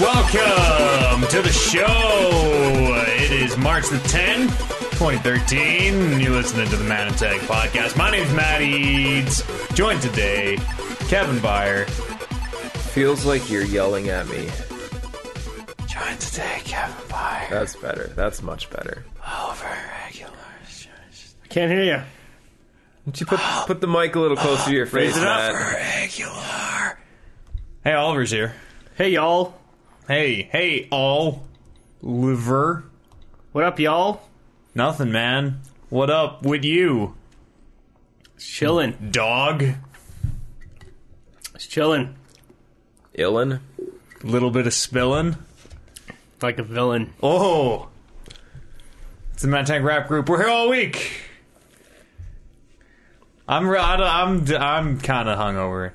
Welcome to the show. It is March the 10th, 2013. and You're listening to the Man and Tag podcast. My name's Matt Eads. Joined today, Kevin Byer. Feels like you're yelling at me. Joined today, Kevin Byer. That's better. That's much better. Over regular. Can't hear you. Would you put put the mic a little closer to your face, Is it up? Matt? Regular. Hey, Oliver's here. Hey, y'all. Hey, hey, all. Liver. What up, y'all? Nothing, man. What up with you, Chillin'. dog? It's chillin'. Illin? Little bit of spillin'. Like a villain. Oh. It's the Mad Tank Rap Group. We're here all week. I'm re- I don't- I'm I'm kind of hungover,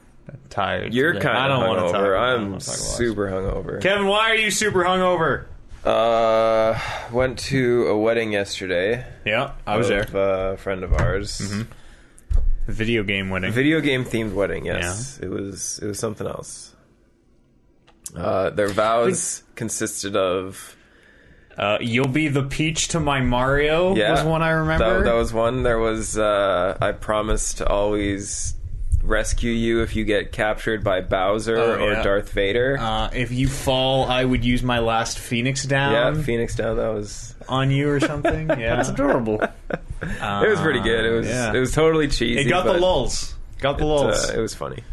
tired. You're today. kind I don't of wanna Talk, hungover. I don't I'm wanna talk about super hungover. it. Kevin, why are you super hungover? Uh, went to a wedding yesterday. Yeah, I was there. of, Uh, a friend of ours. Oh, Video game winning. Video game themed wedding. Yes, it was. It was something else. Uh, their vows consisted of Uh, you'll be the peach to my Mario. yeah, was one I remember. That, that was one. There was uh, I promise to always rescue you if you get captured by Bowser Oh, or yeah. Darth Vader. Uh, if you fall, I would use my last Phoenix yeah, down Phoenix Down. That was on you or something. Yeah, That's adorable. it was pretty good. It was uh, yeah. it was totally cheesy. it got the but, lulls. Got the lulls. uh, it was funny.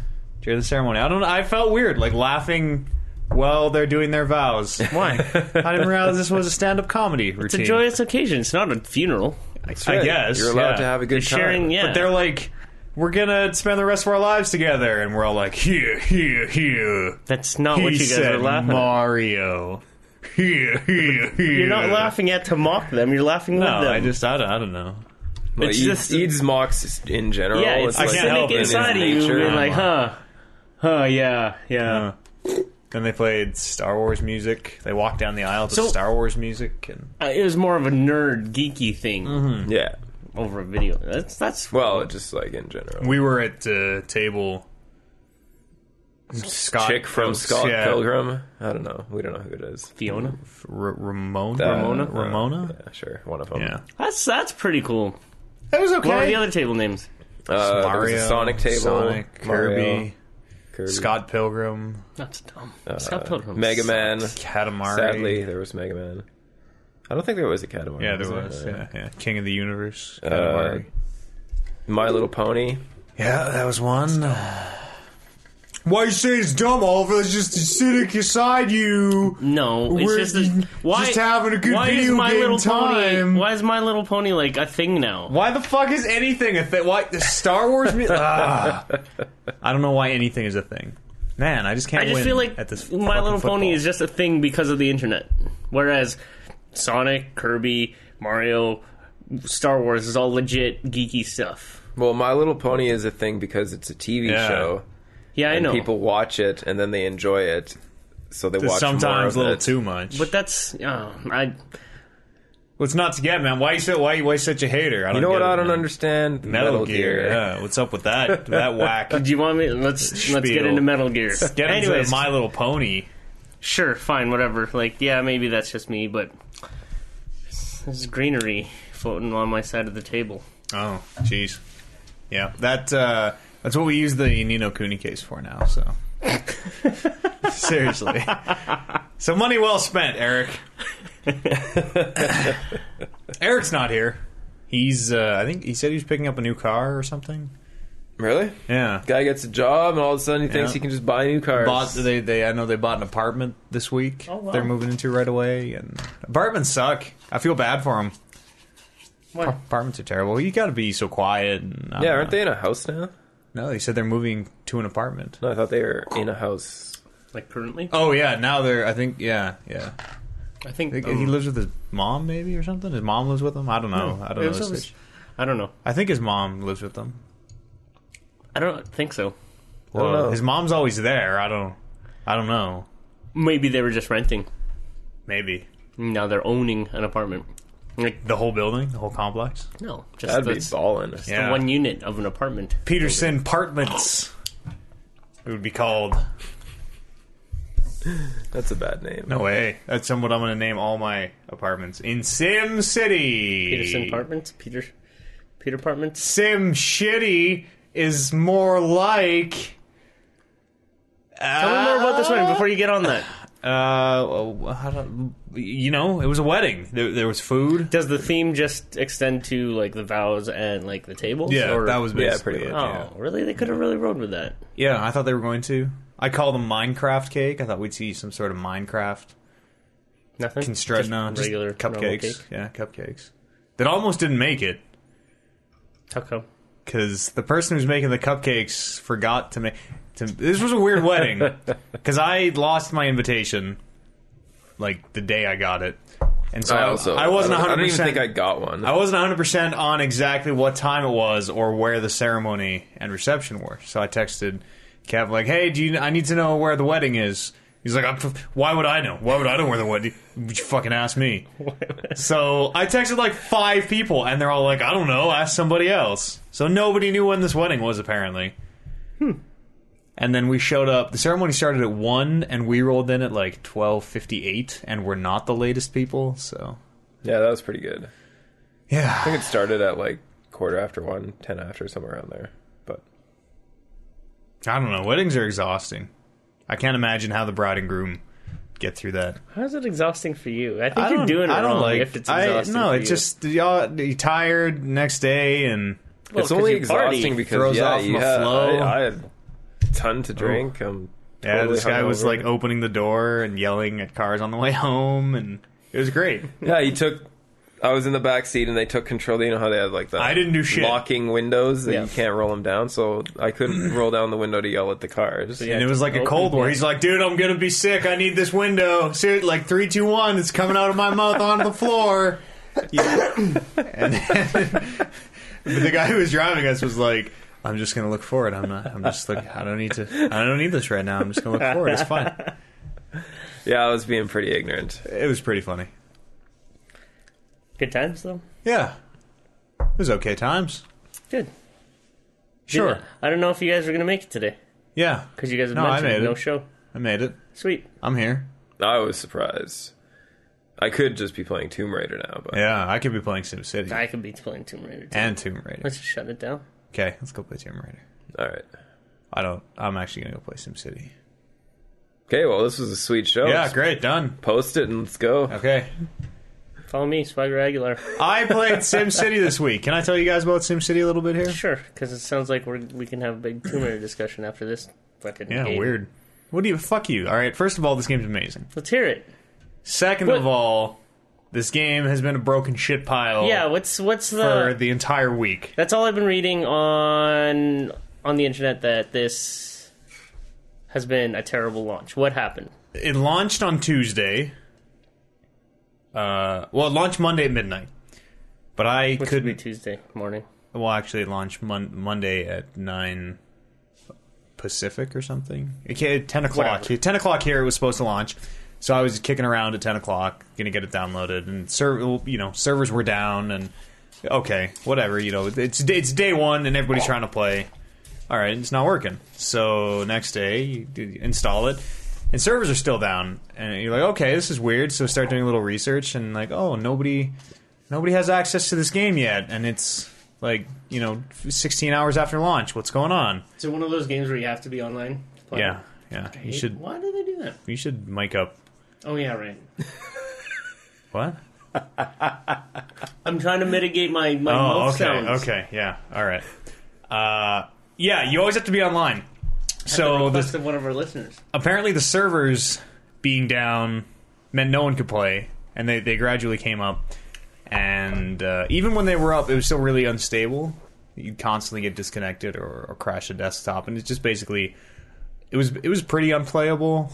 during the ceremony. I don't know. I felt weird, like laughing while they're doing their vows. Why? I didn't realize this was a stand-up comedy routine. It's a joyous occasion. It's not a funeral. I Good. guess you're allowed yeah. to have a You're good time. sharing, yeah. But they're like, we're gonna spend the rest of our lives together, and we're all like, here, here, here. That's not He Oh, what you guys said are laughing at. Mario. Here, here, here. You're not laughing at to mock them. You're laughing No, with them. I just, I don't, I don't know. But It's Eads, just- Eads mocks in general. yeah, Oh, it's I like can't cynic help it. inside of It's you. nature. Being like, huh, huh, yeah, yeah. Uh, then they played Star Wars music. They walked down the aisle to So- Star Wars music, and Uh, it was more of a nerd, geeky thing Yeah. over a video. That's that's Well, just like in general. We were at uh, table. Scott Chick from Phillips, Scott yeah. Pilgrim. I don't know. We don't know who it is. Fiona. R- Ramona. Uh, Ramona. uh, Ramona. Yeah, sure. One of them. Yeah. That's that's pretty cool. That was okay. What are the other table names? Uh, there was a Mario, Sonic table. Sonic, Kirby, Mario, Kirby, Scott Pilgrim, That's dumb. uh, Scott Pilgrim. Mega Man. Katamari. Sadly, there was Mega Man. I don't think there was a Katamari. Yeah, there was. Yeah, yeah. King of the Universe. Uh, Katamari. My Little Pony. yeah, that was one. Why you say it's dumb, Oliver? It's just acidic inside you. No, it's We're just this, why just having a good why is video my game little time. Pony, why is My Little Pony like a thing now? Why the fuck is anything a thing? Why the Star Wars? mu- Ah. I don't know why anything is a thing. Man, I just can't. I just win feel like at this My fucking Little Pony football. is just a thing because of the internet, whereas Sonic, Kirby, Mario, Star Wars is all legit geeky stuff. Well, My Little Pony is a thing because it's a TV Yeah. show. Yeah, I And know. people watch it and then they enjoy it, so they watch more sometimes of a little it. too much. but that's uh, I What's not to get, man? Why you so, why why you such a hater? I don't You know what get it, I don't man. understand? Metal, Gear. Yeah, what's up with that? that whack. do you want me let's let's get Spiel. into Metal Gear. Get Anyways, into My Little Pony. sure, fine, whatever. Like, yeah, maybe that's just me, but there's greenery floating on my side of the table. Oh, jeez. Yeah, that uh, that's what we use the Nino Cooney case for now. So seriously, so money well spent, Eric. Eric's not here. He's uh, I think he said he was picking up a new car or something. Really? Yeah. Guy gets a job and all of a sudden he thinks Yeah. he can just buy new cars. Bought they they I know they bought an apartment this week. Oh, wow. They're moving into right away, and apartments suck. I feel bad for them. What? Apartments are terrible. You got to be so quiet. And, I yeah, don't aren't know. they in a house now? No, they said they're moving to an apartment. No, I thought they were in a house. Like currently, Oh yeah, now they're. I think yeah, yeah. I think, I think um, he lives with his mom maybe or something. His mom lives with him. I don't know. I don't it know. was the always- situation. I don't know. I think his mom lives with him. I don't think so. I don't know. his mom's always there. I don't. I don't know. Maybe they were just renting. Maybe Now they're owning an apartment. Like the whole building, the whole complex. no, just That'd the, be ballin'. the one unit of an apartment. Peterson Apartments. It would be called. That's a bad name. No way. That's what I'm going to name all my apartments in Sim City. Peterson apartments, Peter, Peter apartments. Sim Shitty is more like. Tell me more about this one before you get on that. Uh, well, how do- you know, it was a wedding. There, there was food. Does the theme just extend to like the vows and like the tables? or- that was yeah, basically pretty it, Oh, much, yeah. really? They could have really rode with that. Yeah, I thought they were going to. I call them Minecraft cake. I thought we'd see some sort of Minecraft Nothing. construct. No, just regular normal cupcakes. cake. Yeah, cupcakes. That almost didn't make it Tucko. because the person who's making the cupcakes forgot to make. To, this was a weird wedding because I lost my invitation like the day I got it, and so I I, also I wasn't I don't- 100. I don't even think I got one. I wasn't 100% on exactly what time it was or where the ceremony and reception were. So I texted Kev like, "Hey, do you I need to know where the wedding is." He's like, I'm, "Why would I know? Why would I know where the wedding? Would you fucking ask me?" so I texted like five people and they're all like, "I don't know, ask somebody else." So nobody knew when this wedding was apparently. Hmm. And then we showed up. The ceremony started at 1 and we rolled in at like 12:58 and we're not the latest people, so yeah, that was pretty good. yeah. I think it started at like quarter after one, ten after, somewhere around there. But I don't know. Weddings are exhausting. I can't imagine how the bride and groom get through that. How is it exhausting for you? I think you're doing it wrong if it's I- exhausting. no, for it's you. just y'all you tired next day and Well, it's 'cause only you party. exhausting because throws yeah, off you my had, flow. I, I had a ton to drink. I'm yeah, totally this guy was hungover. like opening the door and yelling at cars on the way home, and it was great. yeah, he took. I was in the back seat and they took control. You know how they had like the I didn't do shit. locking windows that Yeah. you can't roll them down, so I couldn't roll down the window to yell at the cars. yeah. And it was like a Open cold war. door. He's like, "Dude, I'm gonna be sick. I need this window. Ser- like three, two, one. It's coming out of my mouth onto the floor." Yeah. and then- but the guy who was driving us was like, "I'm just gonna look forward. I'm not. I'm just like, I don't need to. I don't need this right now. I'm just gonna look forward. It's fine." Yeah, I was being pretty ignorant. It was pretty funny. good times though. Yeah, it was okay times. Good. Sure. Yeah. I don't know if you guys are gonna make it today Yeah, because you guys have No, I made mentioned it. no show. I made it. Sweet. I'm here. I was surprised. I could just be playing Tomb Raider now, but Yeah, I could be playing Sim City I could be playing Tomb Raider. Too. and Tomb Raider. Let's just shut it down. Okay, let's go play Tomb Raider. all right. I don't. I'm actually gonna go play Sim City. Okay, well, this was a sweet show. Yeah, Let's great, done. post it and let's go. Okay. Follow me, Swagger Aguilar. I played SimCity this week. Can I tell you guys about SimCity a little bit here? sure, because it sounds like we're, we can have a big Tomb Raider discussion after this fucking Yeah, game. weird. What do you fuck you? All right, first of all, this game's amazing. Let's hear it. Second What- of all, this game has been a broken shit pile Yeah, what's what's Oh. for the the entire week. That's all I've been reading on on the internet that this has been a terrible launch. What happened? It launched on Tuesday. Uh, well, it launched Monday at midnight. But I Which would be couldn't. Tuesday morning. Well, actually, it launched mon- Monday at nine Pacific or something. It ca- ten o'clock. Whatever. Ten o'clock here. It was supposed to launch, so I was kicking around at ten o'clock, gonna get it downloaded, and server, you know, servers were down, and okay, whatever, you know, it's it's day one, and everybody's trying to play. All right, it's not working. So next day, you do- you install it, and servers are still down, and you're like, okay, this is weird. So start doing a little research, and like, oh, nobody, nobody has access to this game yet, and it's like you know, 16 hours after launch. What's going on? Is it one of those games where you have to be online? Yeah, yeah. You should Why do they do that? you should mic up. Oh yeah, right. What? I'm trying to mitigate my my Oh, mouth okay, sounds. okay, yeah, all right. Uh, yeah, you always have to be online. So the, Request of one of our listeners. apparently the servers being down meant no one could play, and they, they gradually came up. And uh, even when they were up, it was still really unstable. You'd constantly get disconnected or, or crash a desktop, and it's just basically it was it was pretty unplayable.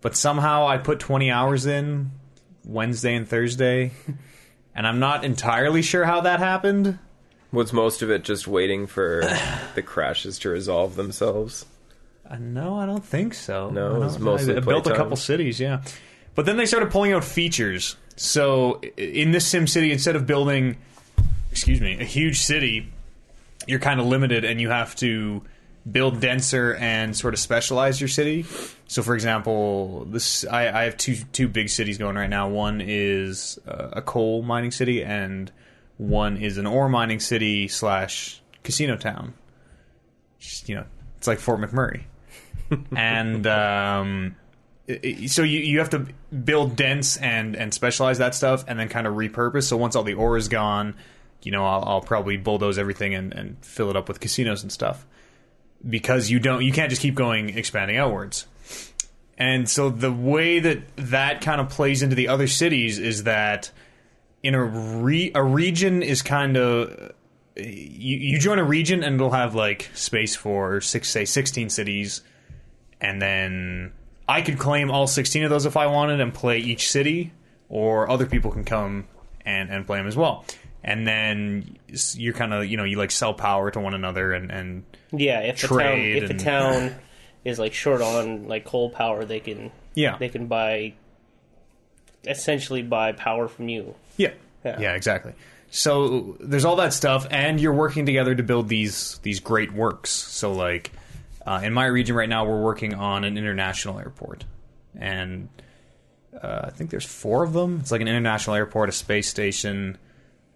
But somehow I put 20 hours in Wednesday and Thursday, and I'm not entirely sure how that happened. Was most of it just waiting for the crashes to resolve themselves? Uh, No, I don't think so. No, I it don't- was mostly I built a playtime. couple cities, yeah. But then they started pulling out features. So i- in this Sim City, instead of building, excuse me, a huge city, you're kind of limited, and you have to build denser and sort of specialize your city. So, for example, this I, I have two two big cities going right now. One is uh, a coal mining city, and one is an ore mining city slash casino town. Just, you know, it's like Fort McMurray, and um, it- it- so you you have to build dense and and specialize that stuff, and then kind of repurpose. So once all the ore is gone. You know, I'll, I'll probably bulldoze everything and, and fill it up with casinos and stuff because you don't you can't just keep going expanding outwards. And so the way that that kind of plays into the other cities is that in a re- a region is kind of you, you join a region and it'll have like space for six say 16 cities and then I could claim all 16 of those if I wanted and play each city, or other people can come and, and play them as well. And then s- you're kind of, you know, you like sell power to one another and, and Yeah, if the town Trade if the and- town is like short on like coal power, they can yeah. they can buy essentially buy power from you. yeah. Yeah. Yeah, exactly. So there's all that stuff, and you're working together to build these these great works. So like uh, in my region right now, we're working on an international airport, and uh, I think there's four of them. It's like an international airport, a space station,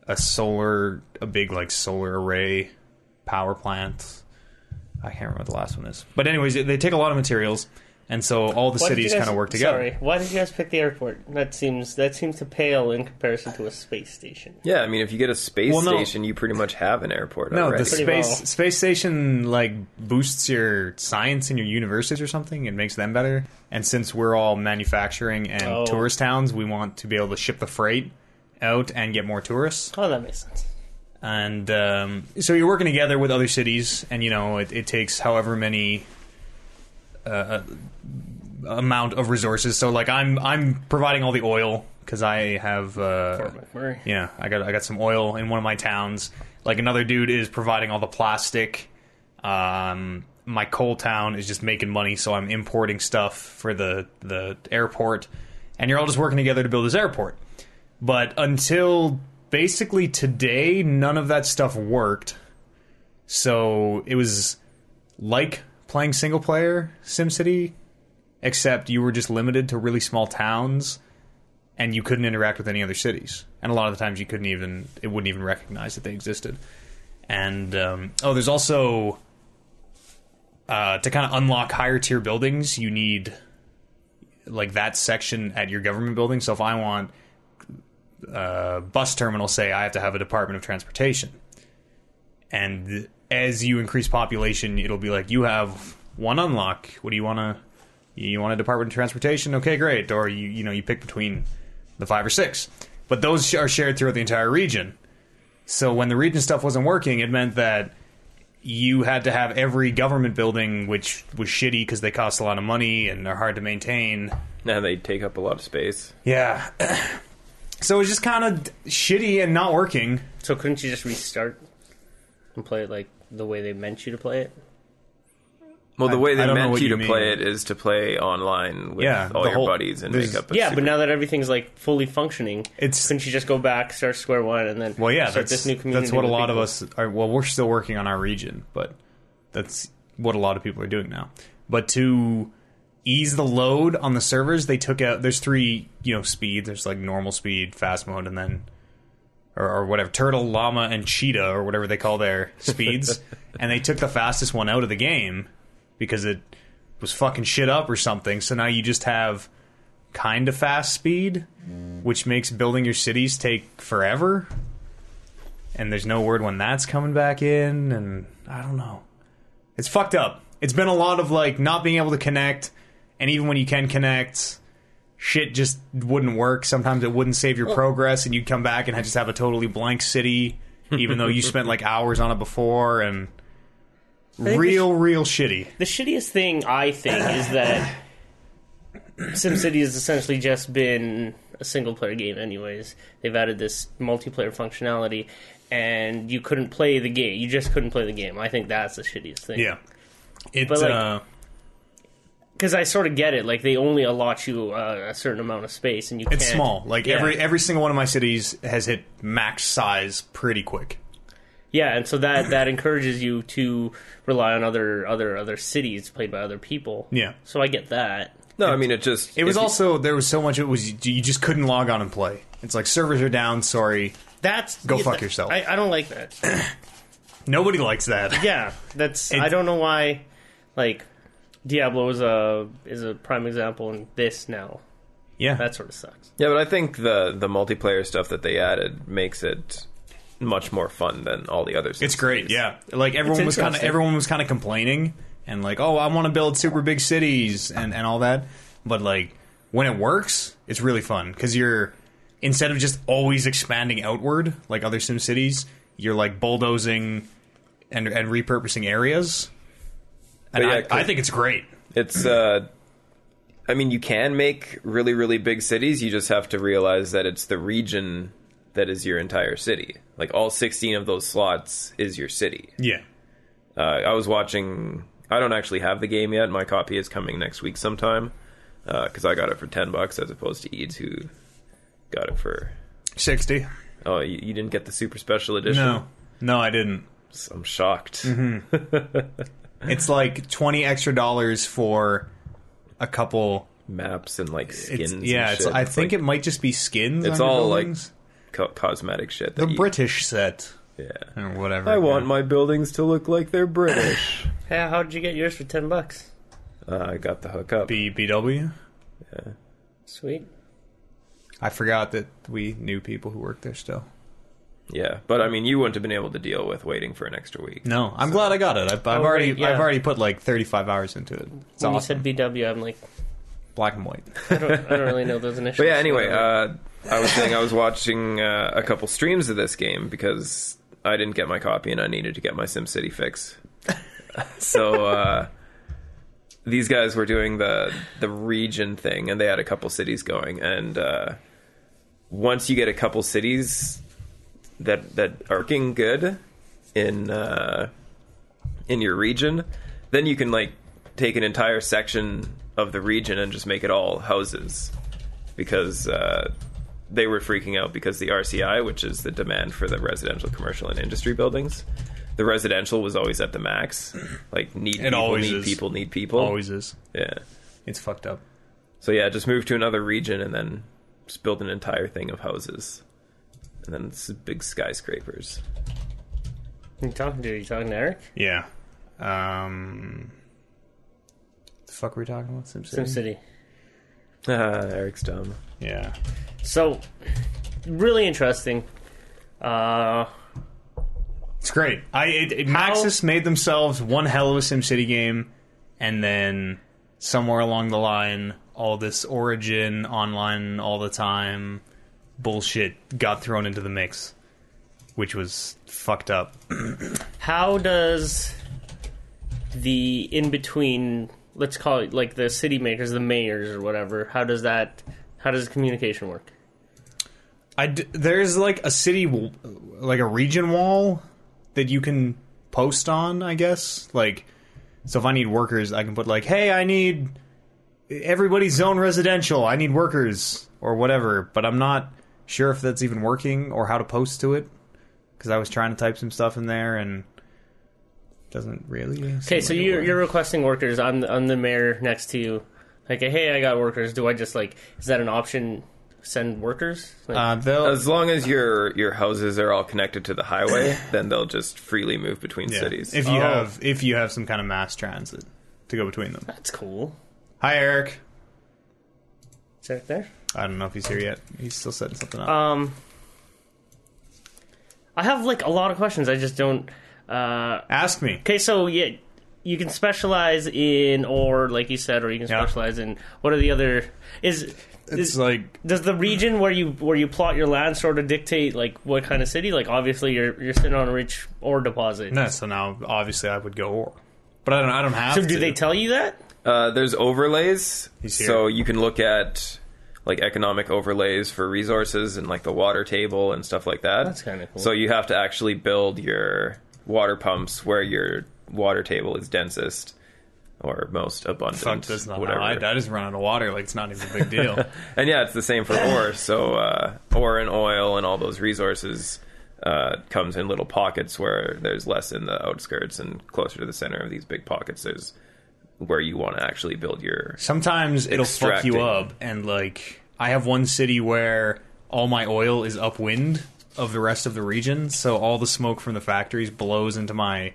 a solar, a big like solar array power plant. I can't remember what the last one is, but anyways, they- they take a lot of materials, and so all the Why did you cities guys- kind of work together. Sorry, why did you guys pick the airport? That seems that seems to pale in comparison to a space station. Yeah, I mean, if you get a space Well, no. station, you pretty much have an airport. No, already. the Pretty space well. space station like boosts your science in your universities or something. It makes them better. And since we're all manufacturing and Oh. tourist towns, we want to be able to ship the freight out and get more tourists. Oh, that makes sense. And um, so you're working together with other cities, and you know it, it takes however many uh, uh, amount of resources. So like I'm I'm providing all the oil because I have uh, Fort McMurray. yeah, I got I got some oil in one of my towns. Like another dude is providing all the plastic. Um, my coal town is just making money, so I'm importing stuff for the the airport, and you're all just working together to build this airport. But until basically today, none of that stuff worked. So it was like playing single player SimCity, except you were just limited to really small towns and you couldn't interact with any other cities. And a lot of the times you couldn't even it wouldn't even recognize that they existed. And um, oh, there's also uh, to kind of unlock higher tier buildings, you need like that section at your government building. So if I want uh, bus terminal, say I have to have a Department of Transportation, and th- as you increase population, it'll be like you have one unlock. What do you want to? You want a Department of Transportation? Okay, great. Or you you know you pick between the five or six. But those sh- are shared throughout the entire region. So when the region stuff wasn't working, it meant that you had to have every government building, which was shitty because they cost a lot of money and are hard to maintain. now they take up a lot of space. Yeah. so it's just kind of shitty and not working. So couldn't you just restart and play it like the way they meant you to play it? Well, the I- way I they don't know meant what you you to play mean. it is to play online with Yeah, all the your whole- buddies and there's- make up. A yeah, super- but now that everything's like fully functioning, It's- couldn't you just go back, start square one, and then Well, yeah, start that's this new community? that's what a with lot of people? us are. Well, we're still working on our region, but that's what a lot of people are doing now. But to ease the load on the servers, they took out. There's three, you know, speed. There's like normal speed, fast mode, and then or, or whatever turtle, llama, and cheetah, or whatever they call their speeds. and they took the fastest one out of the game because it was fucking shit up or something. So now you just have kind of fast speed, which makes building your cities take forever and there's no word when that's coming back in and i don't know it's fucked up it's been a lot of like not being able to connect and even when you can connect shit just wouldn't work sometimes it wouldn't save your progress and you'd come back and just have a totally blank city even though you spent like hours on it before and think we real real shitty the shittiest thing I think is that SimCity has essentially just been a single player game anyways. They've added this multiplayer functionality and you couldn't play the game. You just couldn't play the game. I think that's the shittiest thing. yeah it's But, like, uh Cuz I sort of get it. Like they only allot you uh, a certain amount of space and you it's can't small like Yeah. every every single one of my cities has hit max size pretty quick Yeah, and so that that encourages you to rely on other other other cities played by other people. Yeah. So I get that. No, I mean it just It was if you- also there was so much. It was you just couldn't log on and play. It's like servers are down. Sorry, That's Go yeah, fuck that- yourself. I, I don't like that. nobody likes that. Yeah, that's It- I don't know why. Like Diablo is a is a prime example, and this now Yeah, that sort of sucks. Yeah, but I think the the multiplayer stuff that they added makes it much more fun than all the others. It's great, yeah. Like everyone was kind of interesting. everyone was kind of complaining and like, oh, I want to build super big cities and and all that. But like when it works, it's really fun because you're instead of just always expanding outward like other Sim cities, you're like bulldozing and and repurposing areas. And But yeah, I, 'cause- I think it's great. It's uh I mean you can make really really big cities, you just have to realize that it's the region that is your entire city. Like all 16 of those slots is your city. Yeah, Uh, I was watching I don't actually have the game yet. My copy is coming next week sometime. Uh 'cause cuz I got it for 10 bucks as opposed to Eads who got it for sixty. Oh, you, you didn't get the super special edition. No, Mm-hmm. no, I didn't. I'm shocked. It's like twenty extra dollars for a couple. Maps and like It's, skins. yeah, and it's, shit. I think like it might just be skins. It's on your all, like, buildings. co- cosmetic shit. That the you- British set Yeah. or whatever. I want my buildings to look like they're British. Yeah, how did you get yours for ten bucks? uh, I got the hook up. B- BW. Sweet. I forgot that we knew people who worked there still. Yeah, but I mean, you wouldn't have been able to deal with waiting for an extra week. No, I'm glad I got it. I've, I've Oh, already right, yeah. I've already put like 35 hours into it. It's when awesome. you said BW, I'm like, Black and white. I don't, I don't really know those initials. But yeah, anyway, uh, I was saying I was watching uh, a couple streams of this game because I didn't get my copy and I needed to get my SimCity fix. so uh, these guys were doing the the region thing, and they had a couple cities going. And uh, once you get a couple cities that that are looking good in uh, in your region, then you can like take an entire section of the region and just make it all houses because uh, they were freaking out because the RCI, which is the demand for the residential, commercial, and industry buildings, the residential was always at the max. Like need people, always need is. people, need people. Always is. Yeah. It's fucked up. So yeah, just move to another region and then just build an entire thing of houses, and then s big skyscrapers. you talking to you talking to Eric? Yeah. Um. The fuck were we talking about? SimCity. Mm-hmm. SimCity. Ah, Eric's dumb. Yeah. So really interesting. Uh, It's great. I it, it, Maxis made themselves one hell of a SimCity game, and then somewhere along the line, all this Origin online all the time bullshit got thrown into the mix, which was fucked up. how does the in between let's call it like the city makers the mayors or whatever how does that how does communication work I d- there's like a city, w- like a region wall that you can post on, I guess. Like, so if I need workers, I can put like, "Hey, I need everybody's zone residential. I need workers or whatever." But I'm not sure if that's even working or how to post to it because I was trying to type some stuff in there and it doesn't really. okay so you're, you're requesting workers i'm, I'm the mayor next to you like hey i got workers do i just like is that an option send workers like, Uh, they'll- As long as your your houses are all connected to the highway, then they'll just freely move between yeah, cities. if you Oh. have if you have some kind of mass transit to go between them. that's cool Hi, Eric. is that there I don't know if he's here yet. He's still setting something up. um i have like a lot of questions i just don't uh Ask me. Okay, so yeah, you can specialize in or like you said, or you can Yeah. specialize in what are the other is. It's is like does the region where you where you plot your land sort of dictate like what kind of city? Like obviously you're you're sitting on a rich ore deposit. no. So now, obviously, I would go or, but I don't. I don't have. so to. do they tell you that? Uh, there's overlays, He's here. so you can look at like economic overlays for resources and like the water table and stuff like that. That's kinda cool. So you have to actually build your water pumps where your water table is densest or most abundant. Fuck, that's not whatever. how I, I just run out of water. Like it's not even a big deal. And yeah, it's the same for ore. So uh, ore and oil and all those resources uh, comes in little pockets where there's less in the outskirts and closer to the center of these big pockets. There's where you want to actually build your Sometimes it'll fuck you Extracting. up, and like I have one city where all my oil is upwind of the rest of the region, so all the smoke from the factories blows into my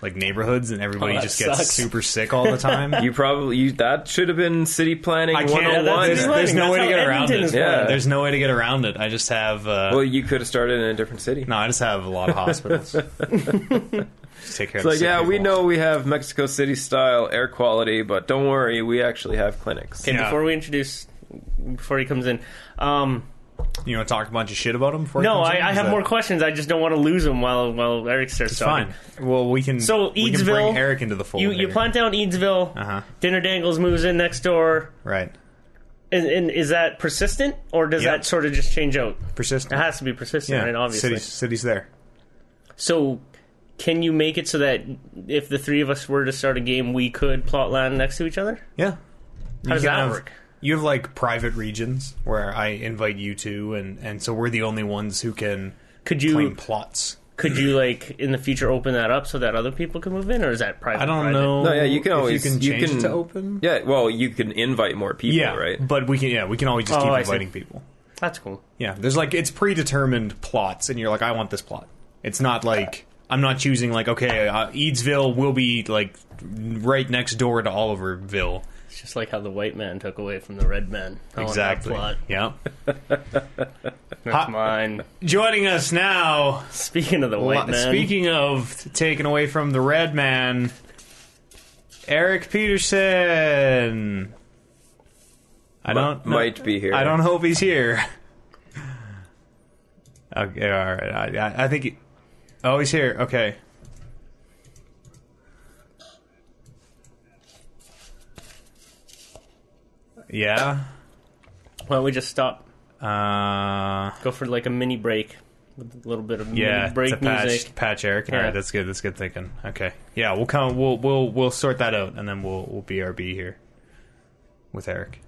like neighborhoods, and everybody Oh, that just gets sucks. super sick all the time. You probably you, that should have been city planning I one can't. hundred and that's There's, city one. there's no planning. way to That's get how around Edmonton it. is planned. There's no way to get around it. I just have. Uh, Well, you could have started in a different city. no, I just have a lot of hospitals. Just take care of. It's the like, sick yeah, we people. know we have Mexico City style air quality, but don't worry, we actually have clinics. Okay, Yeah. before we introduce, before he comes in, um, You want to talk a bunch of shit about him? Before he no, comes I, in? I Is have that- more questions. I just don't want to lose them while while Eric starts It's talking. fine. Well, we can. So, we can bring Eadsville, Eric into the fold. You you here. plant down Eadsville. Uh-huh. Dinner Dangles moves in next door. right? And, and is that persistent, or does Yeah. that sort of just change out? It Persistent. has to be persistent, right? Obviously. cities, cities there. So, can you make it so that if the three of us were to start a game, we could plot land next to each other? Yeah. How does that work? You have like private regions where I invite you to, and and so we're the only ones who can Could claim you plots. could you like in the future open that up so that other people can move in, or is that private? I don't private? know. No, yeah, you can if always you can change it to open. Yeah, well, you can invite more people, yeah, right? But we can. Yeah, we can always just Oh, keep I see. inviting people. That's cool. Yeah, there's like it's predetermined plots, and you're like, I want this plot. It's not like I'm not choosing like okay, uh, Eadsville will be like right next door to Oliverville. It's just like how the white man took away from the red man. I want that exactly. plot. Yeah. That's mine. Joining us now Speaking of the Well, white man, Speaking of t- taken away from the red man, Eric Peterson. I don't. know- might be here. I don't hope he's here. Okay, all right. I- I, I think. He, oh, he's here. Okay. Yeah. why don't we just stop? Uh, Go for like a mini break with a little bit of yeah, mini break it's a patch, music. patch Eric. All Yeah. right, that's good. That's good thinking. Okay, yeah, we'll come. We'll we'll we'll sort that out, and then we'll we'll BRB here with Eric.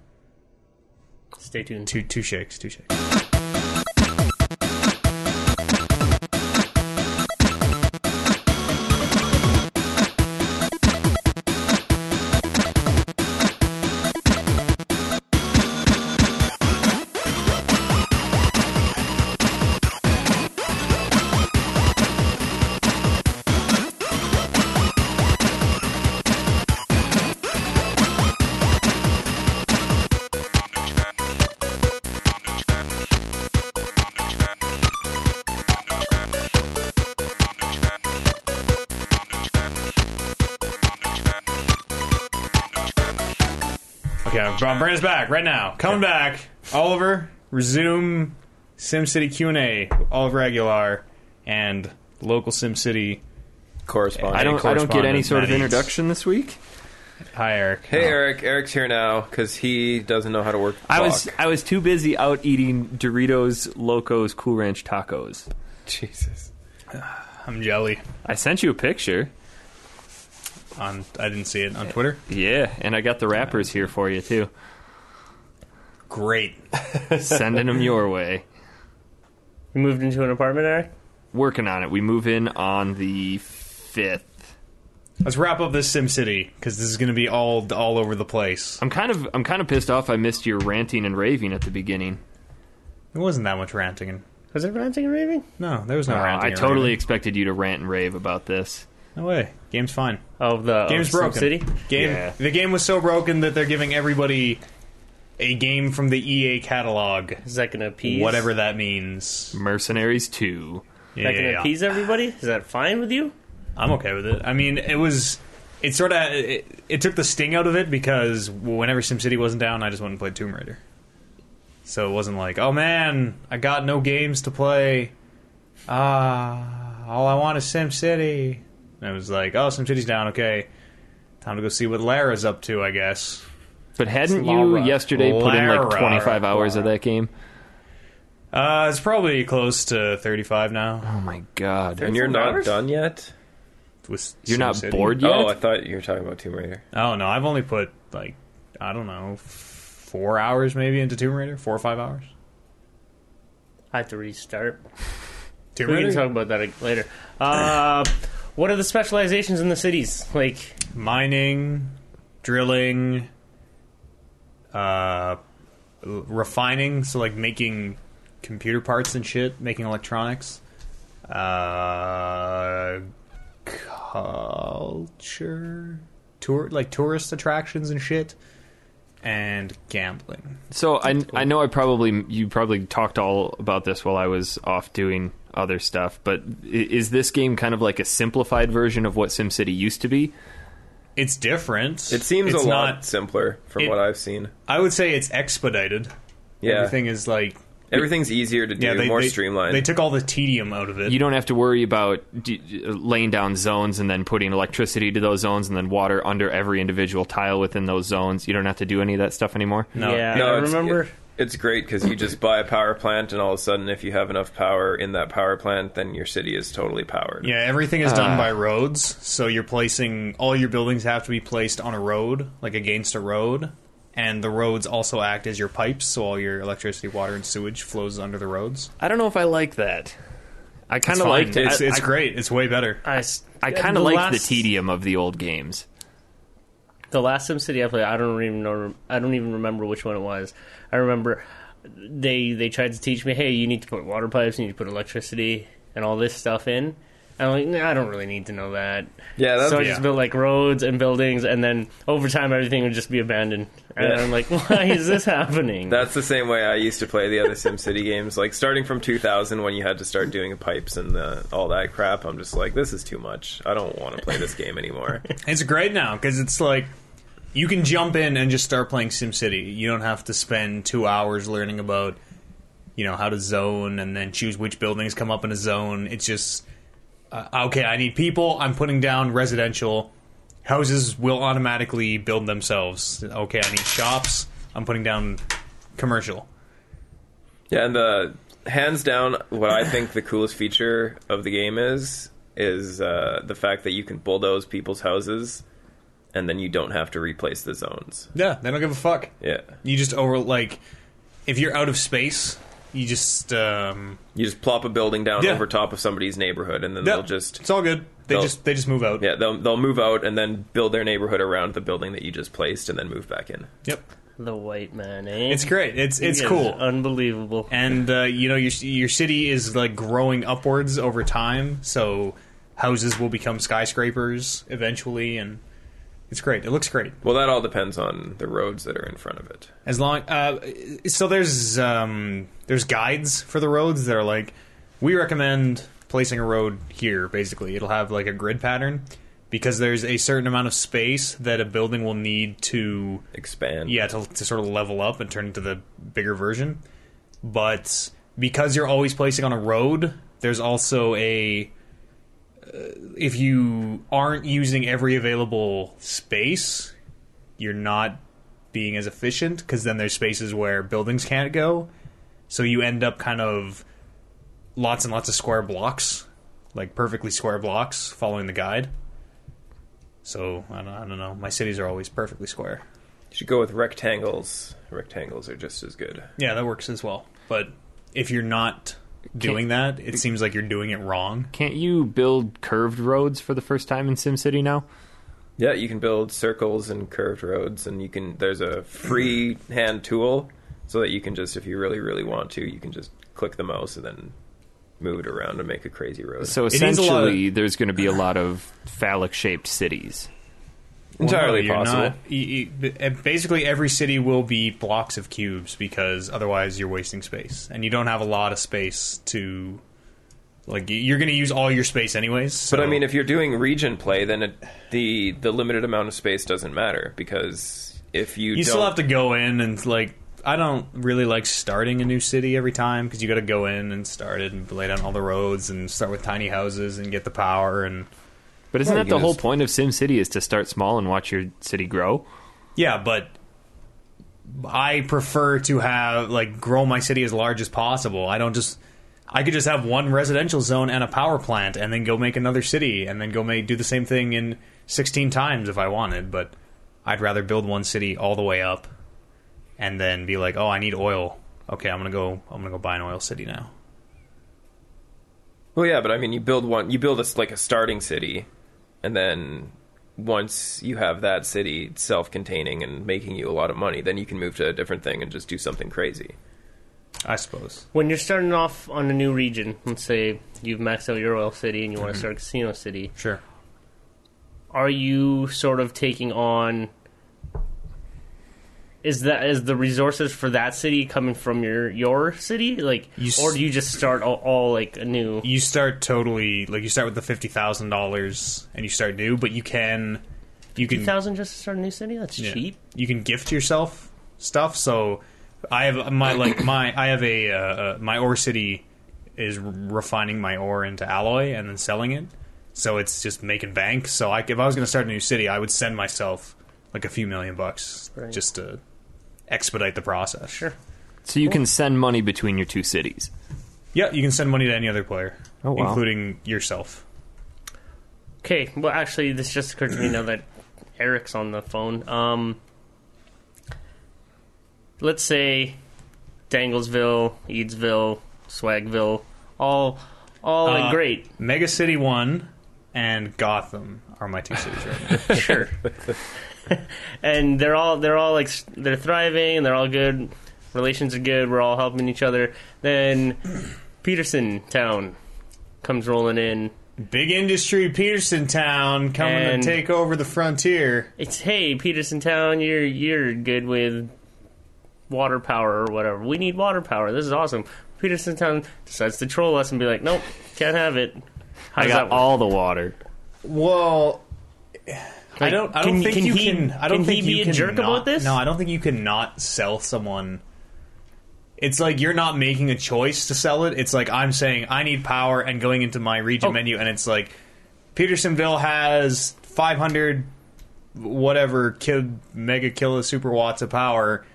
Stay tuned. Two two shakes, two shakes. Okay, I'm I'm bringing us back right now. Coming back, Oliver. Resume SimCity Q and A. Oliver Aguilar and local SimCity. correspond. I don't. I don't get any correspondent sort of Matt Eads. introduction this week. Hi, Eric. Hey, Eric. Eric's here now because he doesn't know how to work. The I was. clock. I was too busy out eating Doritos Locos Cool Ranch tacos. Jesus. I'm jelly. I sent you a picture. On I didn't see it on Twitter. Yeah, and I got the wrappers here for you too. Great. Sending them your way. You moved into an apartment, Eric. Working on it. We move in on the fifth. Let's wrap up this SimCity because this is going to be all all over the place. I'm kind of. I'm kind of pissed off. I missed your ranting and raving at the beginning. It wasn't that much ranting. and- Was it ranting and raving? No, there was no Uh, ranting. I or totally raving. expected you to rant and rave about this. No way. Game's fine. Of the Game's of broken. City. Game. Yeah. The game was so broken that they're giving everybody a game from the EA catalog, Is that going to appease whatever that means. Mercenaries two. Yeah, That going to appease everybody? Is that fine with you? I'm okay with it. I mean, it was. It sort of it, it took the sting out of it because whenever SimCity wasn't down, I just went and played Tomb Raider. So it wasn't like, oh man, I got no games to play. Ah, all I want is SimCity. And it was like, oh, SimCity's down. Okay, time to go see what Lara's up to, I guess. But hadn't you Lara. yesterday put in Lara. like 25 hours of that game? Uh, it's probably close to 35 now. Oh my god. And you're not hours? done yet. With You're not SimCity. bored yet? Oh, I thought you were talking about Tomb Raider. Oh no, I've only put like I don't know, f- four hours maybe into Tomb Raider, four or five hours. I have to restart. Tomb We can Raider? talk about that later. Uh, what are the specializations in the cities? Like, mining, drilling, uh, refining, so like making computer parts and shit, making electronics, uh, culture, tour like tourist attractions and shit, and gambling. So I, I know I probably you probably talked all about this while I was off doing other stuff, but i- is this game kind of like a simplified version of what SimCity used to be? It's different. It seems it's a lot not- simpler from it- what I've seen. I would say it's expedited. Yeah, Everything is like everything's easier to do, yeah, they, more they- streamlined. They took all the tedium out of it. You don't have to worry about d- d- laying down zones and then putting electricity to those zones and then water under every individual tile within those zones. You don't have to do any of that stuff anymore. No. yeah, No, I it's- remember. it- It's great because you just buy a power plant, and all of a sudden, if you have enough power in that power plant, then your city is totally powered. Yeah, everything is done Uh. by roads. So you're placing all your buildings have to be placed on a road, like against a road, and the roads also act as your pipes, so all your electricity, water, and sewage flows under the roads. I don't know if I like that. I kind of Fine. liked it. It's, I- it's I- great. It's way better. I, s- I kind of the liked the last- tedium of the old games. The last SimCity I played, I don't even know. I don't even remember which one it was. I remember they they tried to teach me, hey, you need to put water pipes, you need to put electricity, and all this stuff in. And I'm like, nah, I don't really need to know that. Yeah, that's so I yeah. just built like roads and buildings, and then over time everything would just be abandoned. And Yeah. I'm like, why is this happening? That's the same way I used to play the other SimCity games. Like starting from 2000, when you had to start doing pipes and uh all that crap, I'm just like, this is too much. I don't want to play this game anymore. It's great now because it's like you can jump in and just start playing SimCity. You don't have to spend two hours learning about you know how to zone and then choose which buildings come up in a zone. It's just uh, okay. I need people. I'm putting down residential houses will automatically build themselves. Okay, I need shops. I'm putting down commercial. yeah, and the hands down, what I think the coolest feature of the game is is uh, the fact that you can bulldoze people's houses, and then you don't have to replace the zones. Yeah, they don't give a fuck. Yeah, You just over like if you're out of space, you just um, you just plop a building down Yeah. over top of somebody's neighborhood, and then yeah, they'll just it's all good. They they'll- just they just move out. Yeah, they'll they'll move out and then build their neighborhood around the building that you just placed, and then move back in. Yep. the white man. Eh? It's great. It's He it's is uh, cool. unbelievable. and uh, you know your your city is like growing upwards over time, so houses will become skyscrapers eventually, and it's great. It looks great Well, that all depends on the roads that are in front of it. as long. Uh, so there's um, there's guides for the roads that are like we recommend placing a road here. Basically, it'll have like a grid pattern because there's a certain amount of space that a building will need to Expand. yeah to, to sort of level up and turn into the bigger version but because you're always placing on a road there's also a uh, if you aren't using every available space you're not being as efficient because then there's spaces where buildings can't go so you end up kind of lots and lots of square blocks like perfectly square blocks following the guide so i don't, I don't know my cities are always perfectly square You should go with rectangles. Rectangles are just as good. yeah, that works as well. But if you're not doing that, it seems like you're doing it wrong. Can't you build curved roads for the first time in SimCity now? Yeah, you can build circles and curved roads, and you can. There's a free hand tool so that you can just, if you really, really want to, you can just click the mouse and then move it around to make a crazy road. So It needs a lot of- essentially, there's going to be a lot of phallic shaped cities. entirely Well, no, possible. you're not- e, you- you- and eh, basically, every city will be blocks of cubes because otherwise you're wasting space, and you don't have a lot of space to. Like you- you're going to use all your space anyways. But so- I mean, if you're doing region play, then it, the the limited amount of space doesn't matter because if you you don't, still have to go in and like I don't really like starting a new city every time because you got to go in and start it and lay down all the roads and start with tiny houses and get the power and But isn't Well, that you the can whole just- point of SimCity is to start small and watch your city grow? Yeah, but I prefer to have like grow my city as large as possible. I don't just I could just have one residential zone and a power plant and then go make another city and then go make do the same thing in 16 times if I wanted, but I'd rather build one city all the way up and then be like, "Oh, I need oil. Okay, I'm going to go I'm going to go buy an oil city now." Well, yeah, but I mean, you build one, you build a, like a starting city, and then once you have that city self-containing and making you a lot of money, then you can move to a different thing and just do something crazy. I suppose. When you're starting off on a new region, let's say you've maxed out your oil city and you Mm-hmm. want to start casino city, Sure. are you sort of taking on is that is the resources for that city coming from your your city like You s- or do you just start all, all like anew You start totally like you start with the fifty thousand dollars and you start new, but you can you can 2000 just to start a new city that's Yeah. cheap You can gift yourself stuff. So I have my like my I have a uh, uh, my ore city is refining my ore into alloy and then selling it. So it's just making bank. So I, if I was going to start a new city, I would send myself like a few million bucks Right. just to expedite the process. sure So you can send money between your two cities. Yeah, you can send money to any other player, Oh, wow. including yourself. okay well actually this just occurred to me now that eric's on the phone um let's say danglesville eadsville swagville all all Uh, like great Mega City One and Gotham are my two cities right now. sure. and they're all they're all like s- they're thriving and they're all good. Relations are good. We're all helping each other. Then Peterson Town comes rolling in. Big industry, Peterson Town, coming And- to take over the frontier. It's hey Peterson Town, you're you're good with water power or whatever. We need water power. This is awesome. Peterson Town decides to troll us and be like, nope, can't have it. How I does got that work? all the water. Well, I Like, don't. I don't can- think can you he- can. I don't can he think be you a can jerk not- about this? No, I don't think you can not sell someone. It's like you're not making a choice to sell it. It's like I'm saying I need power and going into my region Oh. menu, and it's like Petersonville has 500 whatever kid mega kilo super watts of power.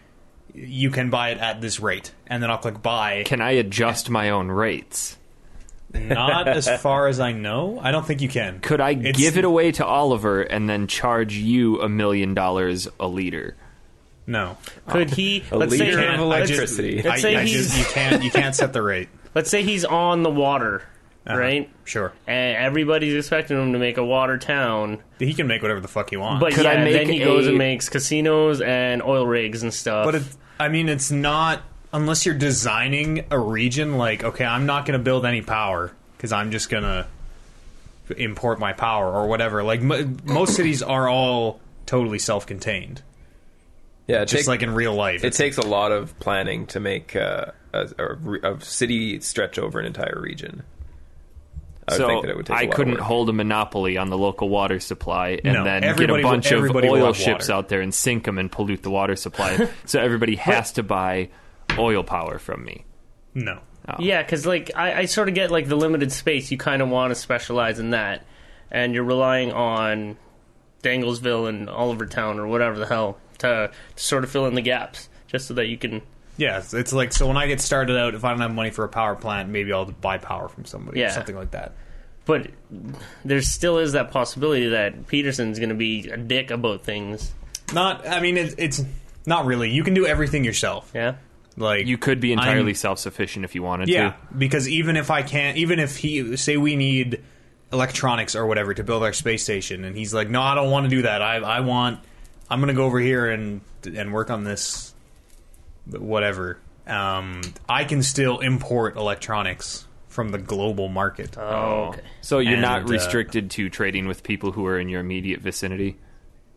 You can buy it at this rate, and then I'll click buy. Can I adjust my own rates? Not as far as I know. I don't think you can. Could I It's- give it away to Oliver and then charge you a million dollars a liter? No. Could he? A let's say leader can't- of I just- electricity. Let's say I, I he's- just, you can't. You can't set the rate. let's say he's on the water, Uh-huh. right? Sure. and everybody's expecting him to make a water town. He can make whatever the fuck he wants. But Could yeah, I make then he a- goes and makes casinos and oil rigs and stuff. but it, I mean, it's not unless you're designing a region. Like, okay, I'm not going to build any power because I'm just going to import my power or whatever. Like m- most cities are all totally self-contained, Yeah, it just take- like in real life. it takes a lot of planning to make uh, a, a, re- a city stretch over an entire region. I would so think that it would take. I a lot couldn't of work. hold a monopoly on the local water supply and No, then get everybody a will- bunch of everybody will oil have ships water. out there and sink them and pollute the water supply. so everybody has to buy oil power from me. no. yeah, because like I, I sort of get like the limited space. You kind of want to specialize in that, and you're relying on Danglesville and Oliver Town or whatever the hell to, to sort of fill in the gaps, just so that you can. Yeah, it's, it's like so when I get started out, if I don't have money for a power plant, maybe I'll buy power from somebody or Yeah. something like that. But there still is that possibility that Peterson's going to be a dick about things. Not, I mean, it's, it's not really. You can do everything yourself. Yeah. Like You could be entirely I'm- self sufficient if you wanted Yeah, to. because even if I can't, even if he say we need electronics or whatever to build our space station, and he's like, "No, I don't want to do that. I I want, I'm gonna go over here and and work on this, whatever." Um, I can still import electronics from the global market. Oh, okay. So you're And, not uh, restricted to trading with people who are in your immediate vicinity.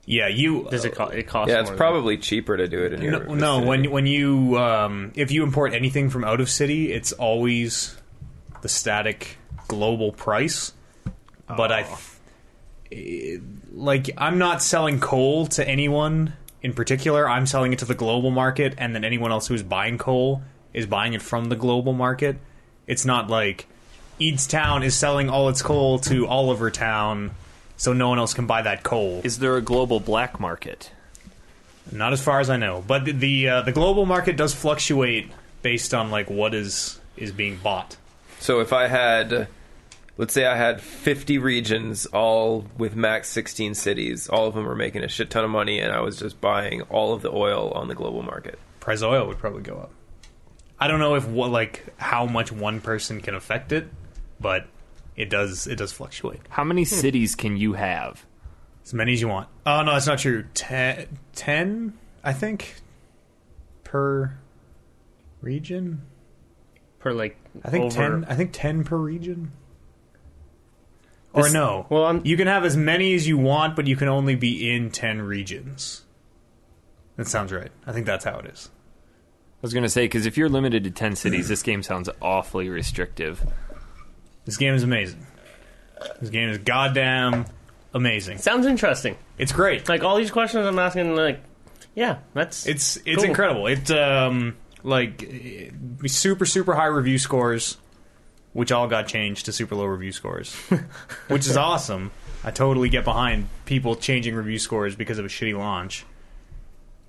yeah, you. Does it, co- it cost? Yeah, it's more than- probably cheaper to do it in your. no, no, vicinity. when when you um, if you import anything from out of city, it's always the static global price. But I, th- eh, like, I'm not selling coal to anyone in particular. I'm selling it to the global market, and then anyone else who's buying coal is buying it from the global market. It's not like Eadstown is selling all its coal to Oliver Town, so no one else can buy that coal. Is there a global black market? Not as far as I know, but the the, uh, the global market does fluctuate based on like what is is being bought. So if I had, let's say I had 50 regions, all with max 16 cities, all of them were making a shit ton of money, and I was just buying all of the oil on the global market. Price of oil would probably go up. I don't know if what like how much one person can affect it, but it does it does fluctuate How many cities can you have? as many as you want. Oh no, that's not true. Ten, 10 I think, per region. per like I think over- ten. I think ten per region. Or This- no? well, I'm- you can have as many as you want, but you can only be in ten regions. That sounds right. I think that's how it is. I was gonna say because if you're limited to ten cities, this game sounds awfully restrictive. This game is amazing. This game is goddamn amazing. Sounds interesting. It's great. Like all these questions I'm asking, like, yeah, that's It's it's Cool. incredible. It's um like eh, super super high review scores, which all got changed to super low review scores, which is awesome. I totally get behind people changing review scores because of a shitty launch.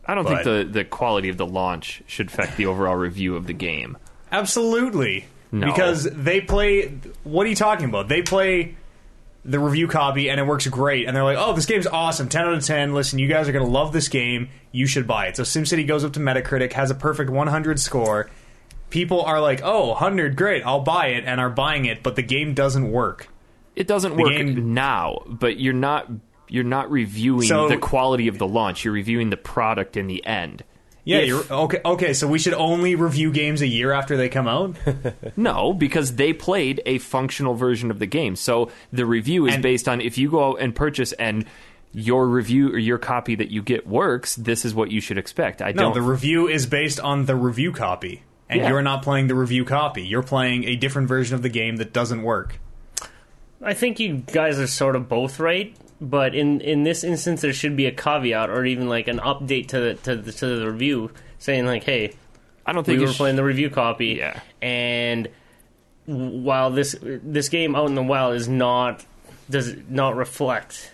I don't But- think the the quality of the launch should affect the overall review of the game. Absolutely. No. Because they play. What are you talking about? They play the review copy and it works great. And they're like, oh, this game's awesome. 10 out of 10. Listen, you guys are going to love this game. You should buy it. So SimCity goes up to Metacritic, has a perfect 100 score. People are like, oh, 100, great, I'll buy it, and are buying it, but the game doesn't work. It doesn't work game- now, but you're not you're not reviewing So- the quality of the launch. You're reviewing the product in the end. Yeah, If- you're okay. Okay, so we should only review games a year after they come out. No, because they played a functional version of the game. So the review is And- based on if you go out and purchase and your review or your copy that you get works, this is what you should expect. I No, don't the review is based on the review copy, and Yeah. you're not playing the review copy. You're playing a different version of the game that doesn't work. I think you guys are sort of both right, but in in this instance, there should be a caveat or even like an update to the to the, to the review saying like, hey, I don't think we you were sh- playing the review copy, Yeah. and w- while this this game out in the wild is not does not reflect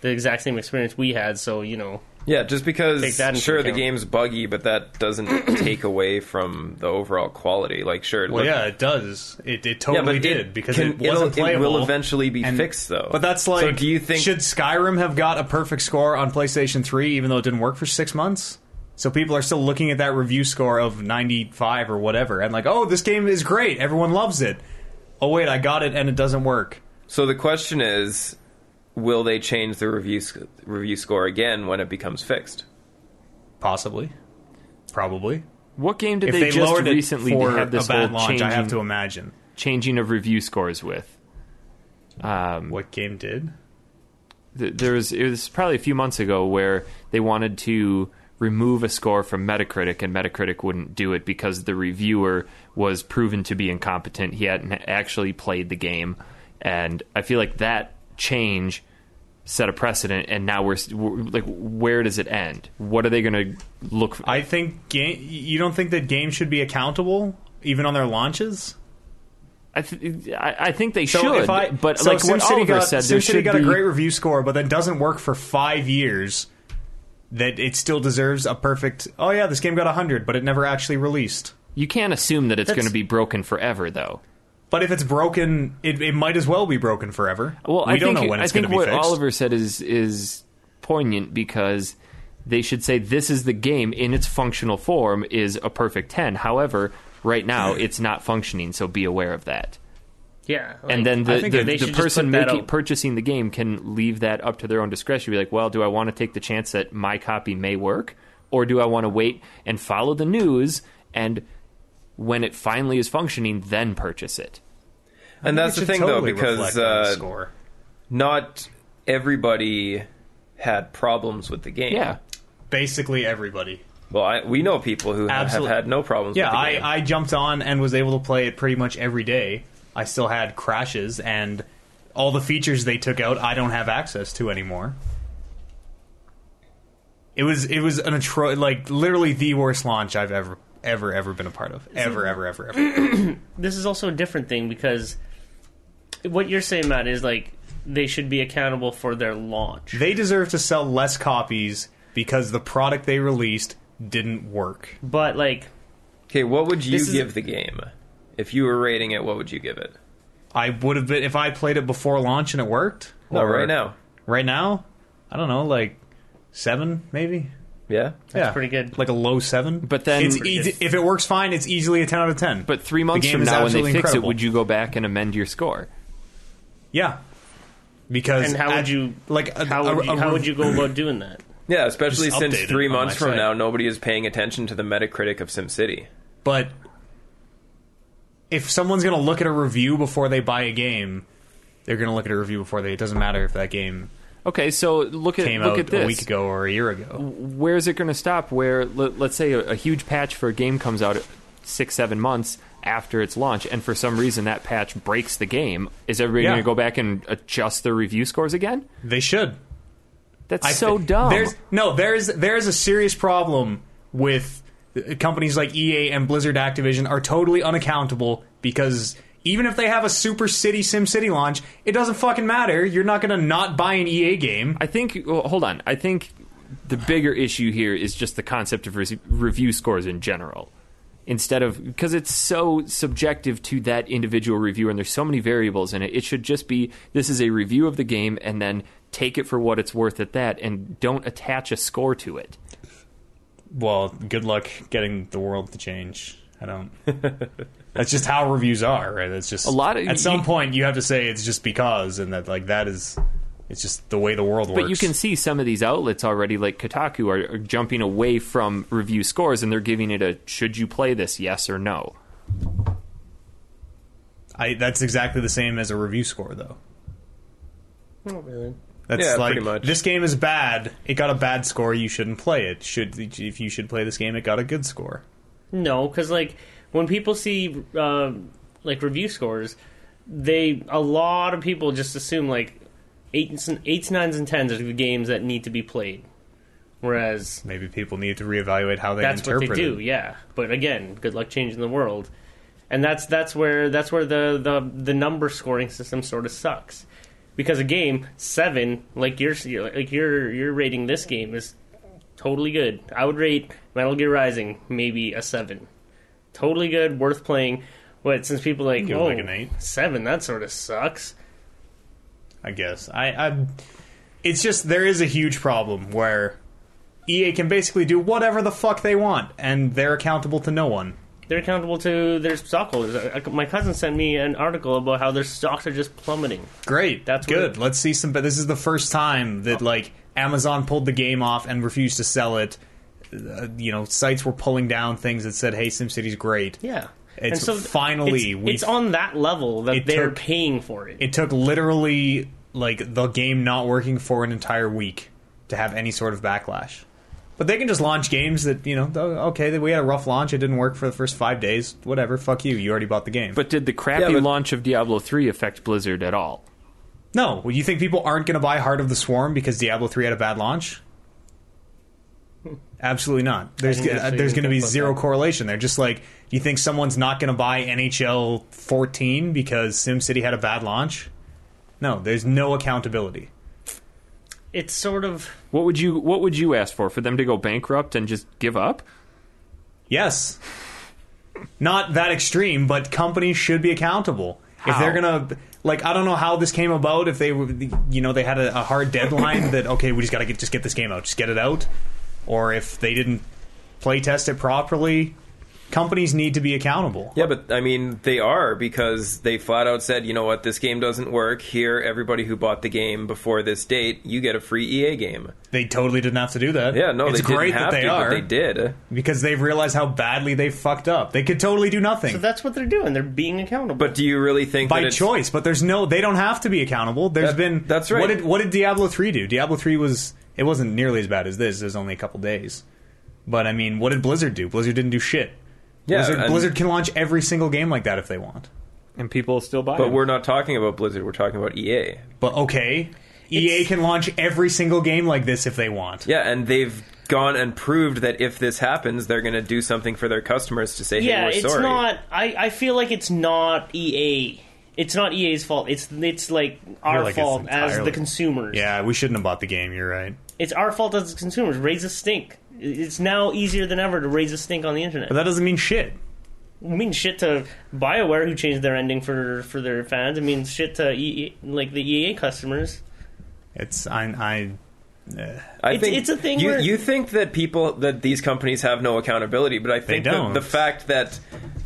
the exact same experience we had, so you know, Yeah, just because Take that into sure the account. game's buggy, but that doesn't take away from the overall quality. Like sure, it Well, looked- yeah, it does. It, it yeah, totally but did it because can- it wasn't it'll- it playable. will eventually be and- fixed though. But that's like, so do you think should Skyrim have got a perfect score on PlayStation 3 even though it didn't work for six months? So people are still looking at that review score of 95 or whatever and like, oh, this game is great. Everyone loves it. Oh, wait, I got it and it doesn't work. So the question is, will they change the review sc- review score again when it becomes fixed? Possibly. Probably. what game did if they, they, just lowered recently it for have this a bad whole launch, changing, I have to imagine changing of review scores with? what game did. th- there was it was probably a few months ago where they wanted to remove a score from Metacritic and Metacritic wouldn't do it because the reviewer was proven to be incompetent. He hadn't actually played the game, and I feel like that change set a precedent. And now we're, s- we're like, where does it end? What are they going to look? For? I think game. You don't think that games should be accountable even on their launches? I, th- I, I think they So should, if I, but so like what SimCity Oliver got, said, SimCity there should got be a great review score, but then doesn't work for five years. That it still deserves a perfect. Oh yeah, this game got hundred, but it never actually released. you can't assume that it's That's- going to be broken forever, though. But if it's broken, it, it might as well be broken forever. Well, we I don't think, know when it's I going think to be what fixed. Oliver said is is poignant because they should say this is the game in its functional form is a perfect ten. However, right now it's not functioning, so be aware of that. yeah, And then I the, think the, they the should just person put that making, out. purchasing the game can leave that up to their own discretion. Be like, well, do I want to take the chance that my copy may work, or do I want to wait and follow the news and when it finally is functioning, then purchase it? And that's It the should thing totally though, because reflect on the uh, score. not everybody had problems with the game. Yeah. basically everybody. Well, I, we know people who ha- have Absolute- had no problems. Yeah, with the I, game. I jumped on and was able to play it pretty much every day. I still had crashes and all the features they took out I don't have access to anymore. It was it was an atro- like literally the worst launch I've ever ever ever been a part of. Ever ever ever ever. this is also a different thing because what you're saying, Matt, is like they should be accountable for their launch. they deserve to sell less copies because the product they released didn't work. But like, okay, what would you This is- give the game if you were rating it? What would you give it? I would have been if I played it before launch and it worked. No, or right now. Right now? I don't know, like 7 maybe. Yeah. That's pretty good. Like a low seven. But then- it's easy, if it works fine, it's easily a ten out of ten. But three months game from is now, when they absolutely fix it, incredible. would you go back and amend your score? yeah, because And how at- would you like a, How a- would you, a how rev- would you go about doing that? Yeah, especially Just since updated three on months my from site. now, nobody is paying attention to the Metacritic of SimCity. But if someone's going to look at a review before they buy a game, they're going to look at a review before they. It doesn't matter if that game Okay, so look at came look out at this. a week ago or a year ago. where is it going to stop? Where let, let's say a, a huge patch for a game comes out six seven months after its launch, and for some reason that patch breaks the game. Is everybody Yeah. going to go back and adjust their review scores again? They should. That's I so thi- dumb. There's no there's there's a serious problem with uh, companies like EA and Blizzard Activision are totally unaccountable because even if they have a Super City Sim City launch, it doesn't fucking matter. You're not going to not buy an EA game. I think. Well, hold on. I think the bigger issue here is just the concept of re- review scores in general. Instead of because it's so subjective to that individual reviewer, and there's so many variables in it, it should just be this is a review of the game, and then take it for what it's worth at that, and don't attach a score to it. Well, good luck getting the world to change. I don't. That's just how reviews are, right? That's just a lot of- At some you- point, you have to say it's just because, and that like that is, it's just the way the world works. But you can see some of these outlets already, like Kotaku, are, are jumping away from review scores, and they're giving it a should you play this, yes or no. I, that's exactly the same as a review score, though. Not really. That's Yeah, like pretty much. this game is bad. It got a bad score. You shouldn't play it. Should if you should play this game, it got a good score. No, because like when people see uh, like review scores, they a lot of people just assume like eights, and- eights, nines, and tens are the games that need to be played. Whereas Maybe people need to reevaluate how they that's what they interpret do, it. yeah. But again, good luck changing the world, and that's that's where that's where the the, the number scoring system sort of sucks. Because a game seven, like your like your your rating this game is totally good. I would rate Metal Gear Rising maybe a seven. Totally good, worth playing. But since people are like, Give it oh, like an eight." seven, that sort of sucks. I guess I, I. It's just there is a huge problem where EA can basically do whatever the fuck they want, and they're accountable to no one. They're accountable to their stockholders. Uh, My cousin sent me an article about how their stocks are just plummeting. Great, That's good. what- Let's see some. But this is the first time that like Amazon pulled the game off and refused to sell it. Uh, you know, sites were pulling down things that said, "Hey, SimCity's great." Yeah. It's finally it's, we- it's on that level that It they're took- paying for it. It took literally like the game not working for an entire week to have any sort of backlash. But they can just launch games that you know. oh, Okay, that we had a rough launch. It didn't work for the first five days. Whatever. Fuck you. You already bought the game. But did the crappy but- launch of Diablo 3 affect Blizzard at all? no, well, you think people aren't going to buy Heart of the Swarm because Diablo three had a bad launch? Absolutely not. There's Hmm. didn't uh, actually there's even going to be think about zero that. correlation there. Just like you think someone's not going to buy NHL 14 because SimCity had a bad launch. No, there's no accountability. it's sort of What would you What would you ask for for them to go bankrupt and just give up? Yes. Not that extreme, but companies should be accountable. If How? they're gonna, like, I don't know how this came about. If they, were- you know, they had a, a hard deadline that okay, we just gotta get just get this game out, just get it out, or if they didn't play test it properly, companies need to be accountable. Yeah, but I mean, they are because they flat out said, you know what, this game doesn't work. Here, everybody who bought the game before this date, you get a free EA game. They totally didn't have to do that. Yeah, no, it's they great didn't have that they to, are but they did. because they've realized how badly they fucked up. They could totally do nothing. so that's what they're doing. They're being accountable. But do you really think that by it's- choice, but there's no they don't have to be accountable. There's That- been that's right. What did what did Diablo three do? Diablo three was it wasn't nearly as bad as this. It was only a couple days, but I mean, what did Blizzard do? Blizzard didn't do shit. Yeah, Blizzard, and- Blizzard can launch every single game like that if they want. And people still buy But them. we're not talking about Blizzard. We're talking about E EA. But okay, EA It's- can launch every single game like this if they want. Yeah, and they've gone and proved that if this happens, they're going to do something for their customers to say, "Hey, yeah, we're it's sorry." not. I, I feel like it's not EA. It's not EA's fault. It's it's like our like it's fault as entirely- the consumers. Yeah, we shouldn't have bought the game. You're right. it's our fault as consumers. Raise a stink. It's now easier than ever to raise a stink on the internet. But that doesn't mean shit. It means shit to Bioware who changed their ending for for their E fans. It means shit to EA, like the EA customers. It's I I I It's- think it's a thing You, where- you think that people that these companies have no accountability, but I think don't. that the fact that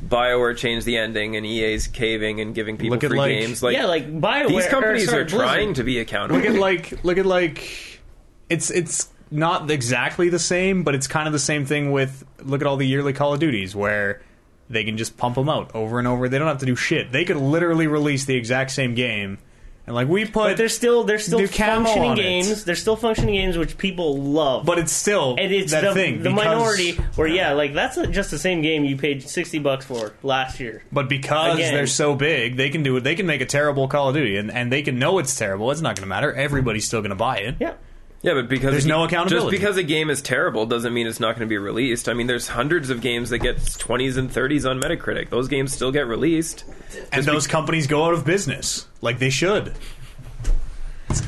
Bioware changed the ending and EA's caving and giving people Look at, free like- games, like yeah, like Bioware. these or, companies sorry, are Blizzard. trying to be accountable. look at like look at like it's it's not exactly the same but it's kind of the same thing with look at all the yearly call of duties where they can just pump them out over and over they don't have to do shit they could literally release the exact same game and like we put But they're still they're still Do camo functioning on it. games. They're still functioning games which people love. but it's still and it's that the, thing the because- minority where yeah, like that's not just the same game you paid sixty bucks for last year. but because Again. they're so big they can do it they can make a terrible call of duty and, and they can know it's terrible it's not going to matter everybody's still going to buy it Yeah. Yeah, but because There's no accountability. Just because a game is terrible doesn't mean it's not going to be released. I mean, there's hundreds of games that get 20s and 30s on Metacritic. Those games still get released. and Just those companies go out of business like they should.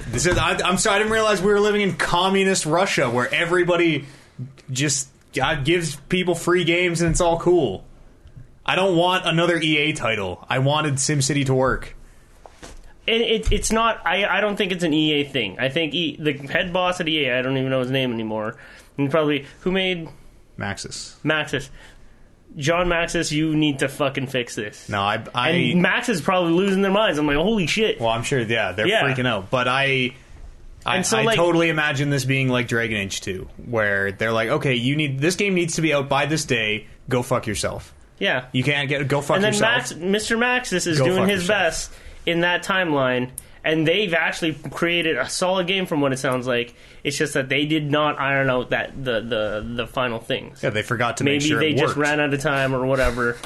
This is, I, I'm sorry, I didn't realize we were living in communist Russia where everybody just uh, gives people free games and it's all cool. I don't want another EA title. I wanted SimCity to work. And it, it's not. I, I don't think it's an EA thing. I think e, the head boss at EA. I don't even know his name anymore. And probably who made Maxis. Maxis. John Maxis, you need to fucking fix this. No, I. I And Max is probably losing their minds. I'm like, holy shit. well, I'm sure. Yeah, they're Yeah. freaking out. But I, I, And so, I like- totally imagine this being like Dragon Age 2, where they're like, okay, you need this game needs to be out by this day. Go fuck yourself. Yeah. You can't get go fuck and then yourself. Max, Mr. Maxis is Go doing fuck his yourself. best in that timeline, and they've actually created a solid game from what it sounds like. It's just that they did not iron out that the the, the final things. Yeah, they forgot to make Maybe sure they it just worked. ran out of time or whatever.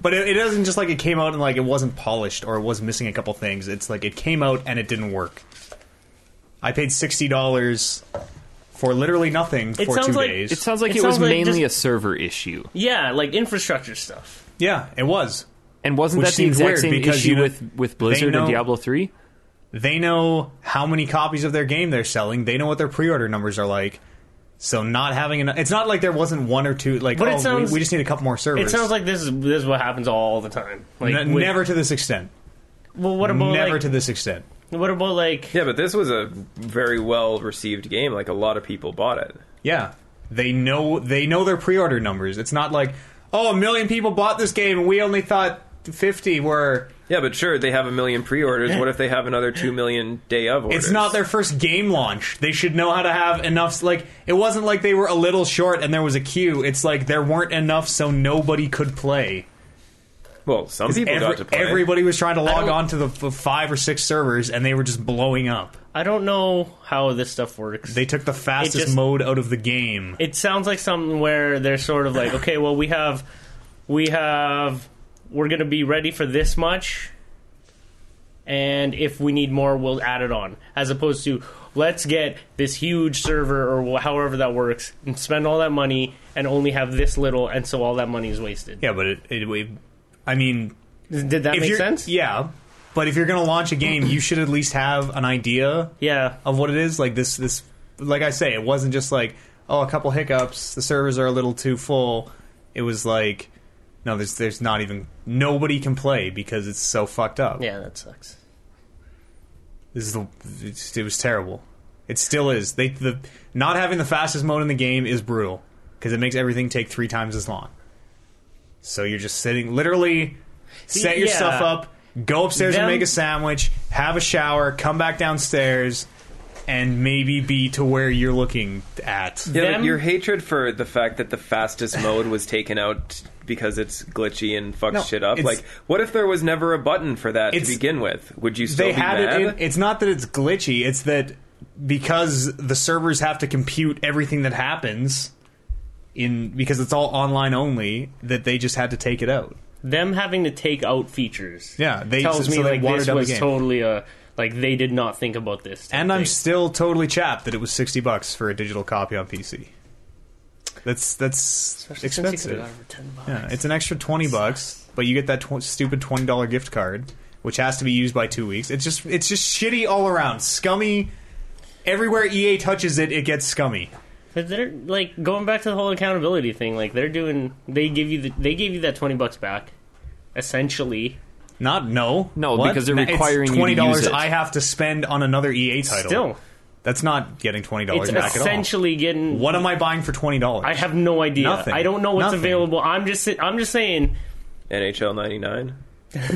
But it, it doesn't just like it came out and like it wasn't polished or it was missing a couple things. It's like it came out and it didn't work. I paid sixty dollars for literally nothing for sounds two like- days. It sounds like It it, was sounds like mainly just- a server issue, yeah, like infrastructure stuff. yeah, it was. and wasn't Which that the seems exact weird same because, issue you know, with with Blizzard know- and Diablo three? They know how many copies of their game they're selling. They know what their pre-order numbers are like. So not having enough. It's not like there wasn't one or two. Like, But it oh, sounds- we, we just need a couple more servers. It sounds like this is this is what happens all the time. Like N- with- never to this extent. Well, what about Never like, to this extent. what about like Yeah, but this was a very well received game. Like a lot of people bought it. Yeah, they know they know their pre-order numbers. It's not like oh, a million people bought this game and we only thought fifty were. Yeah, but sure, they have a million pre-orders. What if they have another two million day of orders? It's not their first game launch. They should know how to have enough. Like it wasn't like they were a little short and there was a queue. It's like there weren't enough, so nobody could play. Well, some people Every- got to play. everybody was trying to log don't- on to the f- five or six servers, and they were just blowing up. I don't know how this stuff works. They took the fastest just- mode out of the game. it sounds like something where they're sort of like, okay, well, we have, we have, we're going to be ready for this much, and if we need more, we'll add it on. As opposed to, let's get this huge server or wh- however that works, and spend all that money and only have this little, and so all that money is wasted. Yeah, but it, it, we- I mean, Did that if make you're sense? yeah, but if you're gonna launch a game, you should at least have an idea Yeah. Oh, of what it is. Like this, this, like I say, it wasn't just like oh, a couple hiccups. The servers are a little too full. It was like no, there's there's not even nobody can play because it's so fucked up. Yeah, that sucks. This is the it's, it was terrible. It still is. They the not having the fastest mode in the game is brutal because it makes everything take three times as long. So you're just sitting literally set your Yeah. stuff up, go upstairs Them- and make a sandwich, have a shower, come back downstairs, and maybe be to where you're looking at. Yeah, but Them- your hatred for the fact that the fastest mode was taken out because it's glitchy and fucks No, shit up. it's- Like, what if there was never a button for that to It's- begin with? Would you still They be had mad? it. In, it's not that it's glitchy. It's that because the servers have to compute everything that happens in because it's all online only that they just had to take it out. Them having to take out features. Yeah, they- tells so me they like watered this down the was game. totally a like they did not think about this. type And I'm thing. still totally chapped that it was sixty bucks for a digital copy on PC. That's that's Especially since you could've expensive. got it for 10 bucks. Yeah, it's an extra twenty bucks, but you get that tw- stupid twenty dollar gift card, which has to be used by two weeks. It's just it's just shitty all around, scummy. Everywhere EA touches it, it gets scummy. But they're like going back to the whole accountability thing. Like they're doing, they give you the, they gave you that twenty bucks back, essentially. Not no, No, What? because they're Nah, it's requiring you to twenty use dollars it. I have to spend on another EA title. Oh, Still, That's not getting twenty It's dollars back at all. essentially getting. What am I buying for twenty dollars? I have no idea. Nothing. I don't know what's Nothing. available. I'm just I'm just saying NHL '99.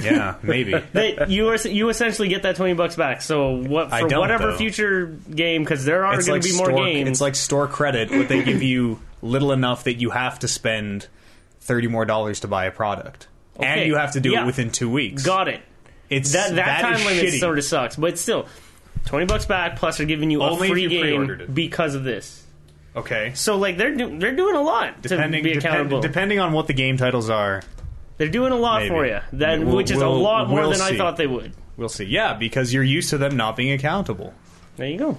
yeah, maybe. that you are you essentially get that twenty bucks back. So what I for don't, whatever though. future game because there are It's going like to be more store, games. It's like store credit, but they give you little enough that you have to spend thirty more dollars to buy a product, Okay, and you have to do yeah. it within two weeks. got it. it's That that, time is limit shitty. sort of sucks, but still, twenty bucks back plus they're giving you Only if a free you game pre-ordered it. because of this. okay. So like they're do, they're doing a lot Depending, to be depend- accountable. depending on what the game titles are, they're doing a lot Maybe. for you, that We'll- which is a we'll- lot more we'll than I see. thought they would. we'll see. Yeah, because you're used to them not being accountable. There you go.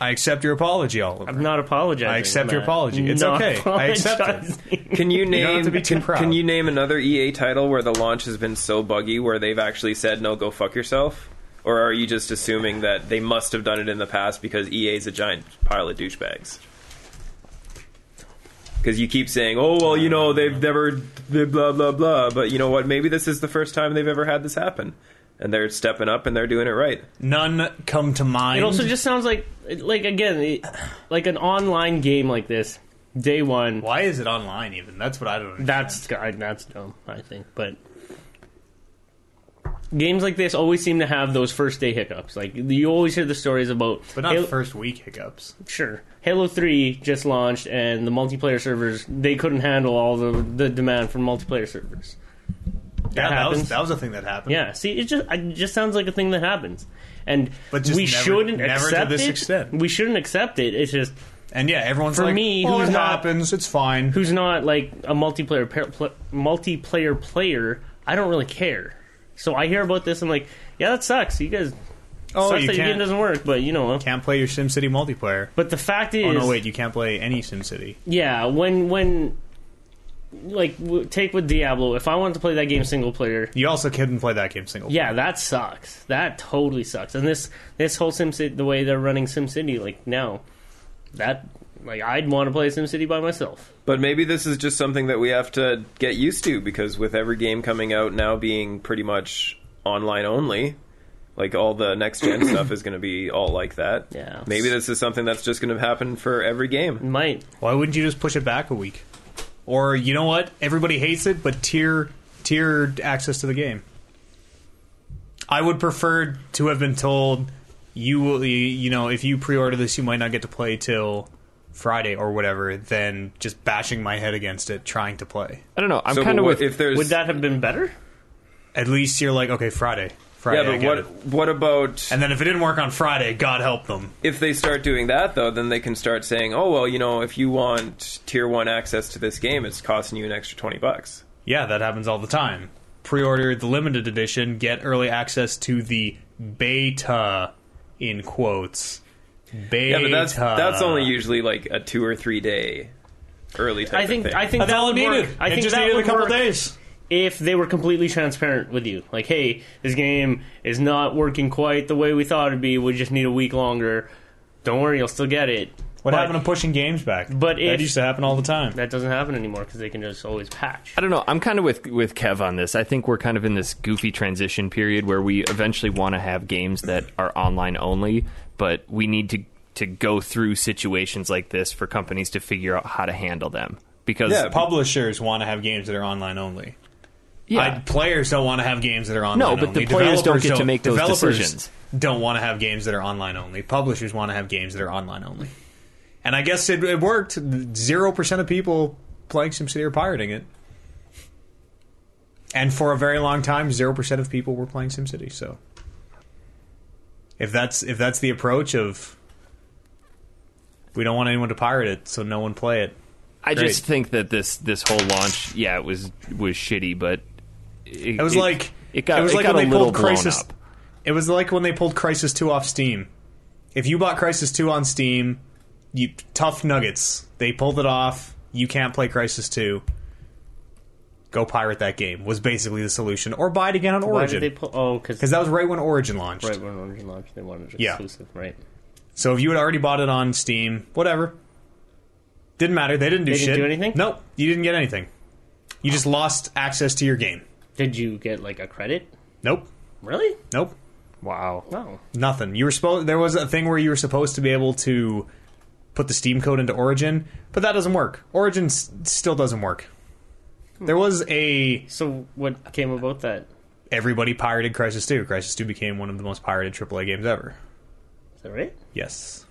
I accept your apology, Oliver. I'm not apologizing. I accept for your that. apology. It's Not okay. I accept it. apologizing. Can you name don't have to be too can, proud. can you name another EA title where the launch has been so buggy where they've actually said no go fuck yourself? Or are you just assuming that they must have done it in the past because EA is a giant pile of douchebags? Because you keep saying, "Oh well, you know they've never they blah blah blah," but you know what? Maybe this is the first time they've ever had this happen, and they're stepping up and they're doing it right. None come to mind. It also just sounds like, like again, it- like an online game like this, day one. Why is it online even? That's what I don't. Understand. That's I- that's dumb, I think. But games like this always seem to have those first day hiccups. Like you always hear the stories about, But not Halo, first week hiccups. sure. Halo Three just launched, and the multiplayer servers they couldn't handle all the the demand for multiplayer servers. yeah, that was happens. that was a thing that happened. Yeah, see, it just it just sounds like a thing that happens, and But just we never- shouldn't never to accept this it. extent. We shouldn't accept it. It's just and yeah, everyone's For like, me, "Oh, who's it not- happens? It's fine." who's not like a multiplayer pair, pl- multiplayer player. I don't really care. So I hear about this. I'm like, yeah, that sucks. You guys oh, sucks you that your game can't, doesn't work, but you know. can't play your SimCity multiplayer. But the fact is, Oh no, wait, you can't play any SimCity. yeah, when when like w- take with Diablo, if I wanted to play that game single player, You also couldn't play that game single. yeah, that sucks. That totally sucks. And this this whole SimCity, the way they're running SimCity, like now, that like I'd want to play SimCity by myself. But maybe this is just something that we have to get used to because with every game coming out now being pretty much online only, like all the next gen stuff is going to be all like that. Yeah. Maybe this is something that's just going to happen for every game. Might Why wouldn't you just push it back a week? Or you know what? Everybody hates it, but tier tiered access to the game. I would prefer to have been told you will you- you know if you pre-order this you might not get to play till Friday or whatever than just bashing my head against it trying to play. I don't know. I'm So kind of what- with. if there's would that have been better? At least you're like okay Friday. Friday. yeah, I but get what it. what about And then if it didn't work on Friday, God help them. if they start doing that though? Then they can start saying, oh well, you know, if you want tier one access to this game, it's costing you an extra twenty bucks. Yeah, that happens all the time. Pre-order the limited edition, get early access to the beta in quotes. Beta. Yeah, but that's that's only usually like a two or three day early type I think of thing. I think That's that all it would work. needed. I It think just that needed would a couple work days. if they were completely transparent with you, like, hey, this game is not working quite the way we thought it'd be. We just need a week longer. Don't worry, you'll still get it. What But happened to pushing games back? but that if- used to happen all the time. That doesn't happen anymore because they can just always patch. I don't know. I'm kind of with with Kev on this. I think we're kind of in this goofy transition period where we eventually want to have games that are online only, but we need to to go through situations like this for companies to figure out how to handle them because Yeah, Publishers want to have games that are online only. yeah. I- players don't want to have games that are online. No, but the only. players don't Developers get to make those developers decisions. Don't want to have games that are online only. Publishers want to have games that are online only. And I guess it, it worked. Zero percent of people playing SimCity are pirating it. And for a very long time, zero percent of people were playing SimCity. So, if that's if that's the approach of we don't want anyone to pirate it, so no one play it. I Great. just think that this this whole launch, yeah, it was was shitty, but it, It was like it got it was it like got when a they little pulled blown Crisis. up. It was like when they pulled Crisis Two off Steam. If you bought Crisis Two on Steam, you tough nuggets. They pulled it off. You can't play Crisis Two. Go pirate that game was basically the solution, or buy it again on Why did Origin they because pull? Oh, because that was right when Origin launched. right when Origin launched, they wanted it Yeah. exclusive, right? So if you had already bought it on Steam, whatever, didn't matter. They didn't do They didn't shit. do anything? Nope, you didn't get anything. You just lost access to your game. Did you get like a credit? Nope, Really? nope. Wow. Oh. Nothing. You were supposed. There was a thing where you were supposed to be able to put the Steam code into Origin, but that doesn't work. Origin s- still doesn't work. There was a So what came about that? everybody pirated Crisis 2. Crisis 2 became one of the most pirated AAA games ever. Is that right? Yes.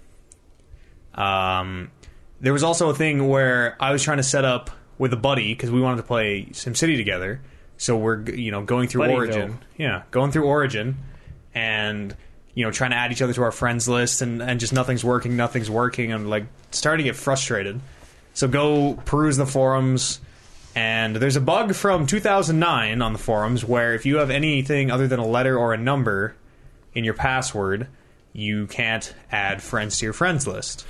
Um, there was also a thing where I was trying to set up with a buddy because we wanted to play SimCity together. So we're g- you know going through Buddyville. Origin, yeah, going through Origin, and you know trying to add each other to our friends list, and and just nothing's working, nothing's working. I'm like starting to get frustrated. So go peruse the forums. And there's a bug from 2009 on the forums where if you have anything other than a letter or a number in your password, you can't add friends to your friends list.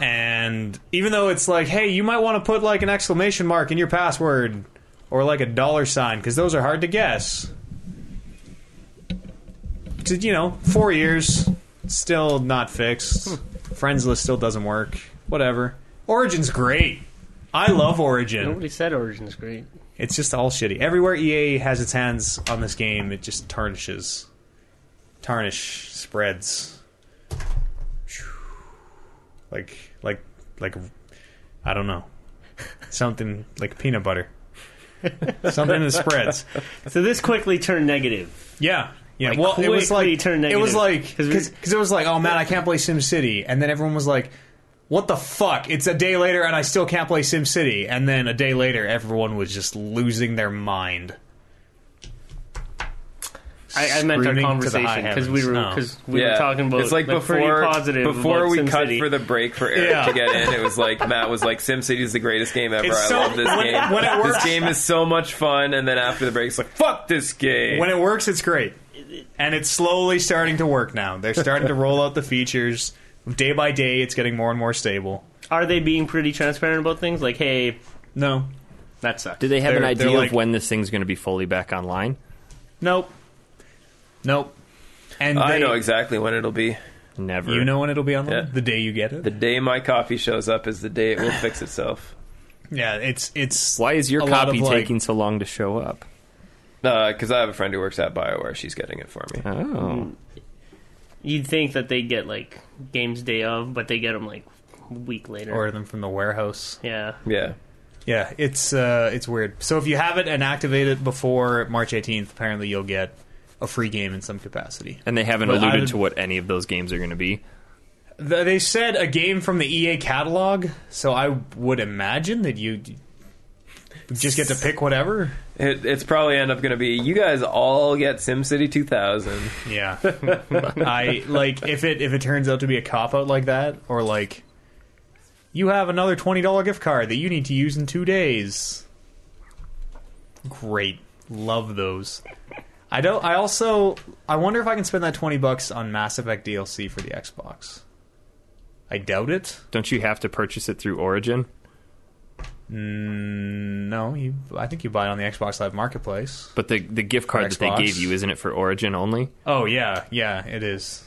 and even though it's like, hey, you might want to put like an exclamation mark in your password or like a dollar sign because those are hard to guess. 'Cause, you know, four years, still not fixed. Friends list still doesn't work. Whatever. Origin's great. I love Origin. Nobody said Origin's great. It's just all shitty. Everywhere EA has its hands on this game, it just tarnishes. Tarnish spreads. Like like like I don't know. Something like peanut butter. Something that spreads. So this quickly turned negative. Yeah. Yeah, Like, well, it was quickly like turned it was negative. like 'Cause we- because it was like, oh man, I can't play SimCity, and then everyone was like, what the fuck? It's a day later, and I still can't play SimCity, and then a day later, everyone was just losing their mind. I, I meant our Screaming to the high conversation because we were heavens. because we yeah. were talking about it's like, pretty before positive before about we Sin cut City. for the break for Eric Yeah. to get in. It was like Matt was like SimCity is the greatest game ever. It's I so- love this when- game. when it works- this game is so much fun. And then after the break, it's like fuck this game. When it works, it's great, and it's slowly starting to work now. They're starting to roll out the features day by day. It's getting more and more stable. Are they being pretty transparent about things? Like, hey, No, that sucks. Do they have an They're- they're idea like- of when this thing's going to be fully back online? nope, nope. And I they- know exactly when it'll be. Never. You know when it'll be on Yeah. the day you get it. The day my coffee shows up is the day it will fix itself. yeah, it's it's Why is your a lot copy of, like- taking so long to show up? Because Uh, I have a friend who works at Bioware. She's getting it for me. Oh. Mm. You'd think that they get like games day of, but they get them like a week later. order them from the warehouse? yeah, Yeah. Yeah, it's uh, it's weird. So if you have it and activate it before March 18th, apparently you'll get a free game in some capacity. And they haven't But alluded I- to what any of those games are going to be. Th- They said a game from the EA catalog, so I would imagine that you just get to pick whatever. It, it's probably end up going to be you guys all get SimCity 2000. Yeah, I like if it if it turns out to be a cop out like that, or like you have another twenty dollar gift card that you need to use in two days. Great, love those. I don't. I also. I wonder if I can spend that twenty bucks on Mass Effect DLC for the Xbox. I doubt it. Don't you have to purchase it through Origin? Mm, no, you. I think you buy it on the Xbox Live Marketplace. But the the gift card that they Xbox. gave you isn't it for Origin only? Oh yeah, yeah, it is.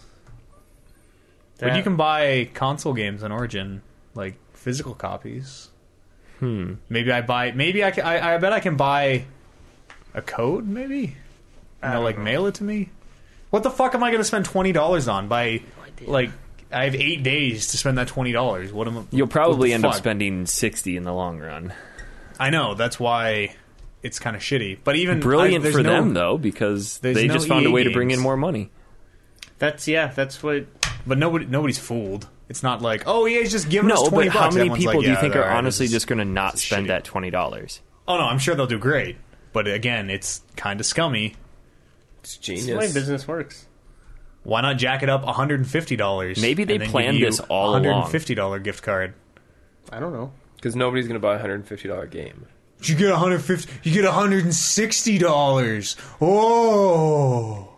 But That- you can buy console games on Origin, like physical copies. Hmm. Maybe I buy. Maybe I. Can, I, I bet I can buy a code. Maybe. And they'll like mail it to me. What the fuck am I going to spend twenty dollars on? By idea. like, I have eight days to spend that twenty dollars. What am I? You'll what probably the end up fuck? spending sixty in the long run. I know. That's why it's kind of shitty. But even Brilliant I, for them though, because there's they no just found EA a way to bring in games. more money. that's yeah, that's what. But nobody, nobody's fooled. It's not like oh, EA's just giving us No, twenty but bucks. how many Everyone's people like, do you yeah, think are alright, honestly this is- just going to not shitty. spend that twenty dollars? Oh no, I'm sure they'll do great. But again, it's kind of scummy. It's That's the way genius. business works. Why not jack it up $150? Maybe they and then planned give you this all along. $150 gift card. I don't know. Because nobody's going to buy a $150 game. You get 150 you get $160. Oh.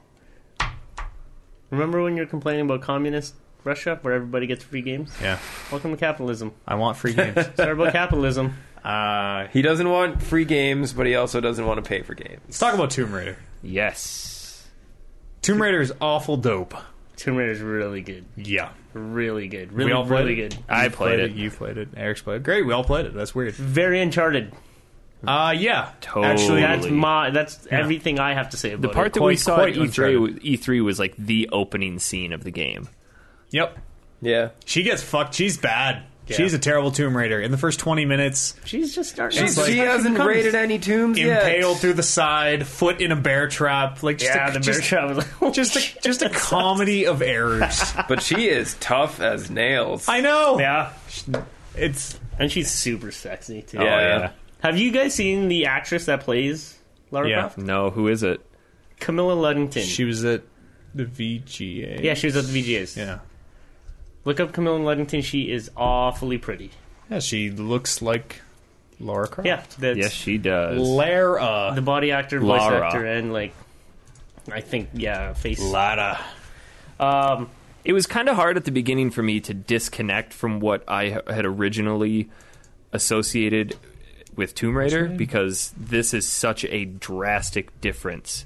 Remember when you were complaining about communist Russia, where everybody gets free games? Yeah. Welcome to capitalism. I want free games. Sorry about capitalism. uh, He doesn't want free games, but he also doesn't want to pay for games. let's talk about Tomb Raider. Yes. Tomb Raider is awful dope. Tomb Raider's really good, Yeah. really good, really all played really it? good. I played it. You played it. Eric's played it. Great. We all played it. That's weird. Very Uncharted. Uh, yeah. Totally. Actually, That's Totally. my. That's everything I have to say about The part it. that we Quite- saw quite at E E3, uncharted. was- E3 was like the opening scene of the game. yep. Yeah. She gets fucked. She's bad. She's a terrible Tomb Raider. In the first 20 minutes, She's just starting. She's She, like- hasn't raided any tombs yet. impaled through the side, foot in a bear trap. Like just yeah, a, the bear just, trap was like, just a, just a comedy of errors. But she is tough as nails. I know. yeah, It's and she's super sexy too. Yeah. Oh, yeah. Have you guys seen the actress that plays Lara Yeah. Croft? Uh, No, who is it? Camilla Luddington. she was at the VGA. yeah, she was at the VGAs. Yeah. Look up Camilla Luddington. She is awfully pretty. Yeah, she looks like Laura Croft. Yeah, that's Yes, she does. Lara. the body actor, voice Lara. actor, and like, I think yeah, face. Lara. Um, it was kind of hard at the beginning for me to disconnect from what I h- had originally associated with Tomb Raider because this is such a drastic difference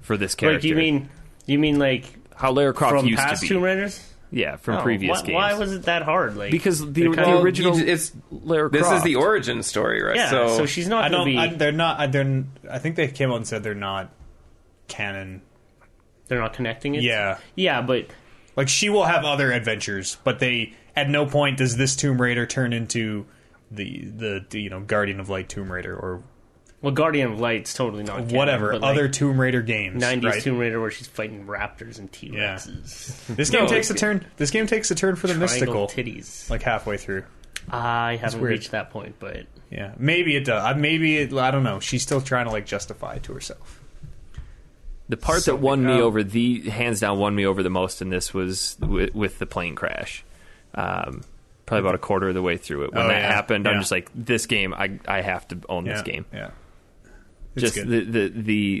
for this character. like you mean you mean like how Lara Croft from used past to be? Tomb Raiders? yeah, from Oh, previous why, games. Why was it that hard? Like because the, Well, the Well, you original ju- it's Lara this is Croft. the origin story, right? yeah, so, so, she's not I gonna don't. be. I, they're not. I, they're. n- I think they came out and said they're not canon. they're not connecting it. Yeah. yeah, but Like she will have other adventures, but they at no point does this Tomb Raider turn into the the, the, you know Guardian of Light Tomb Raider or well, Guardian of Light's totally not canon, whatever but, like, other Tomb Raider games. 90s right? Tomb Raider where she's fighting raptors and T Rexes. This game No, takes a like- turn. This game takes a turn for the mystical, titties. like halfway through. I haven't weird. reached that point, but Yeah, maybe it does. Uh, Maybe it, I don't know. She's still trying to like justify it to herself. The part that won me over the hands down won me over the most in this was w- with the plane crash. Um, probably about a quarter of the way through it when Oh, that yeah. happened. I'm Yeah. just like, this game, I I have to own Yeah. this game. Yeah, just good. the the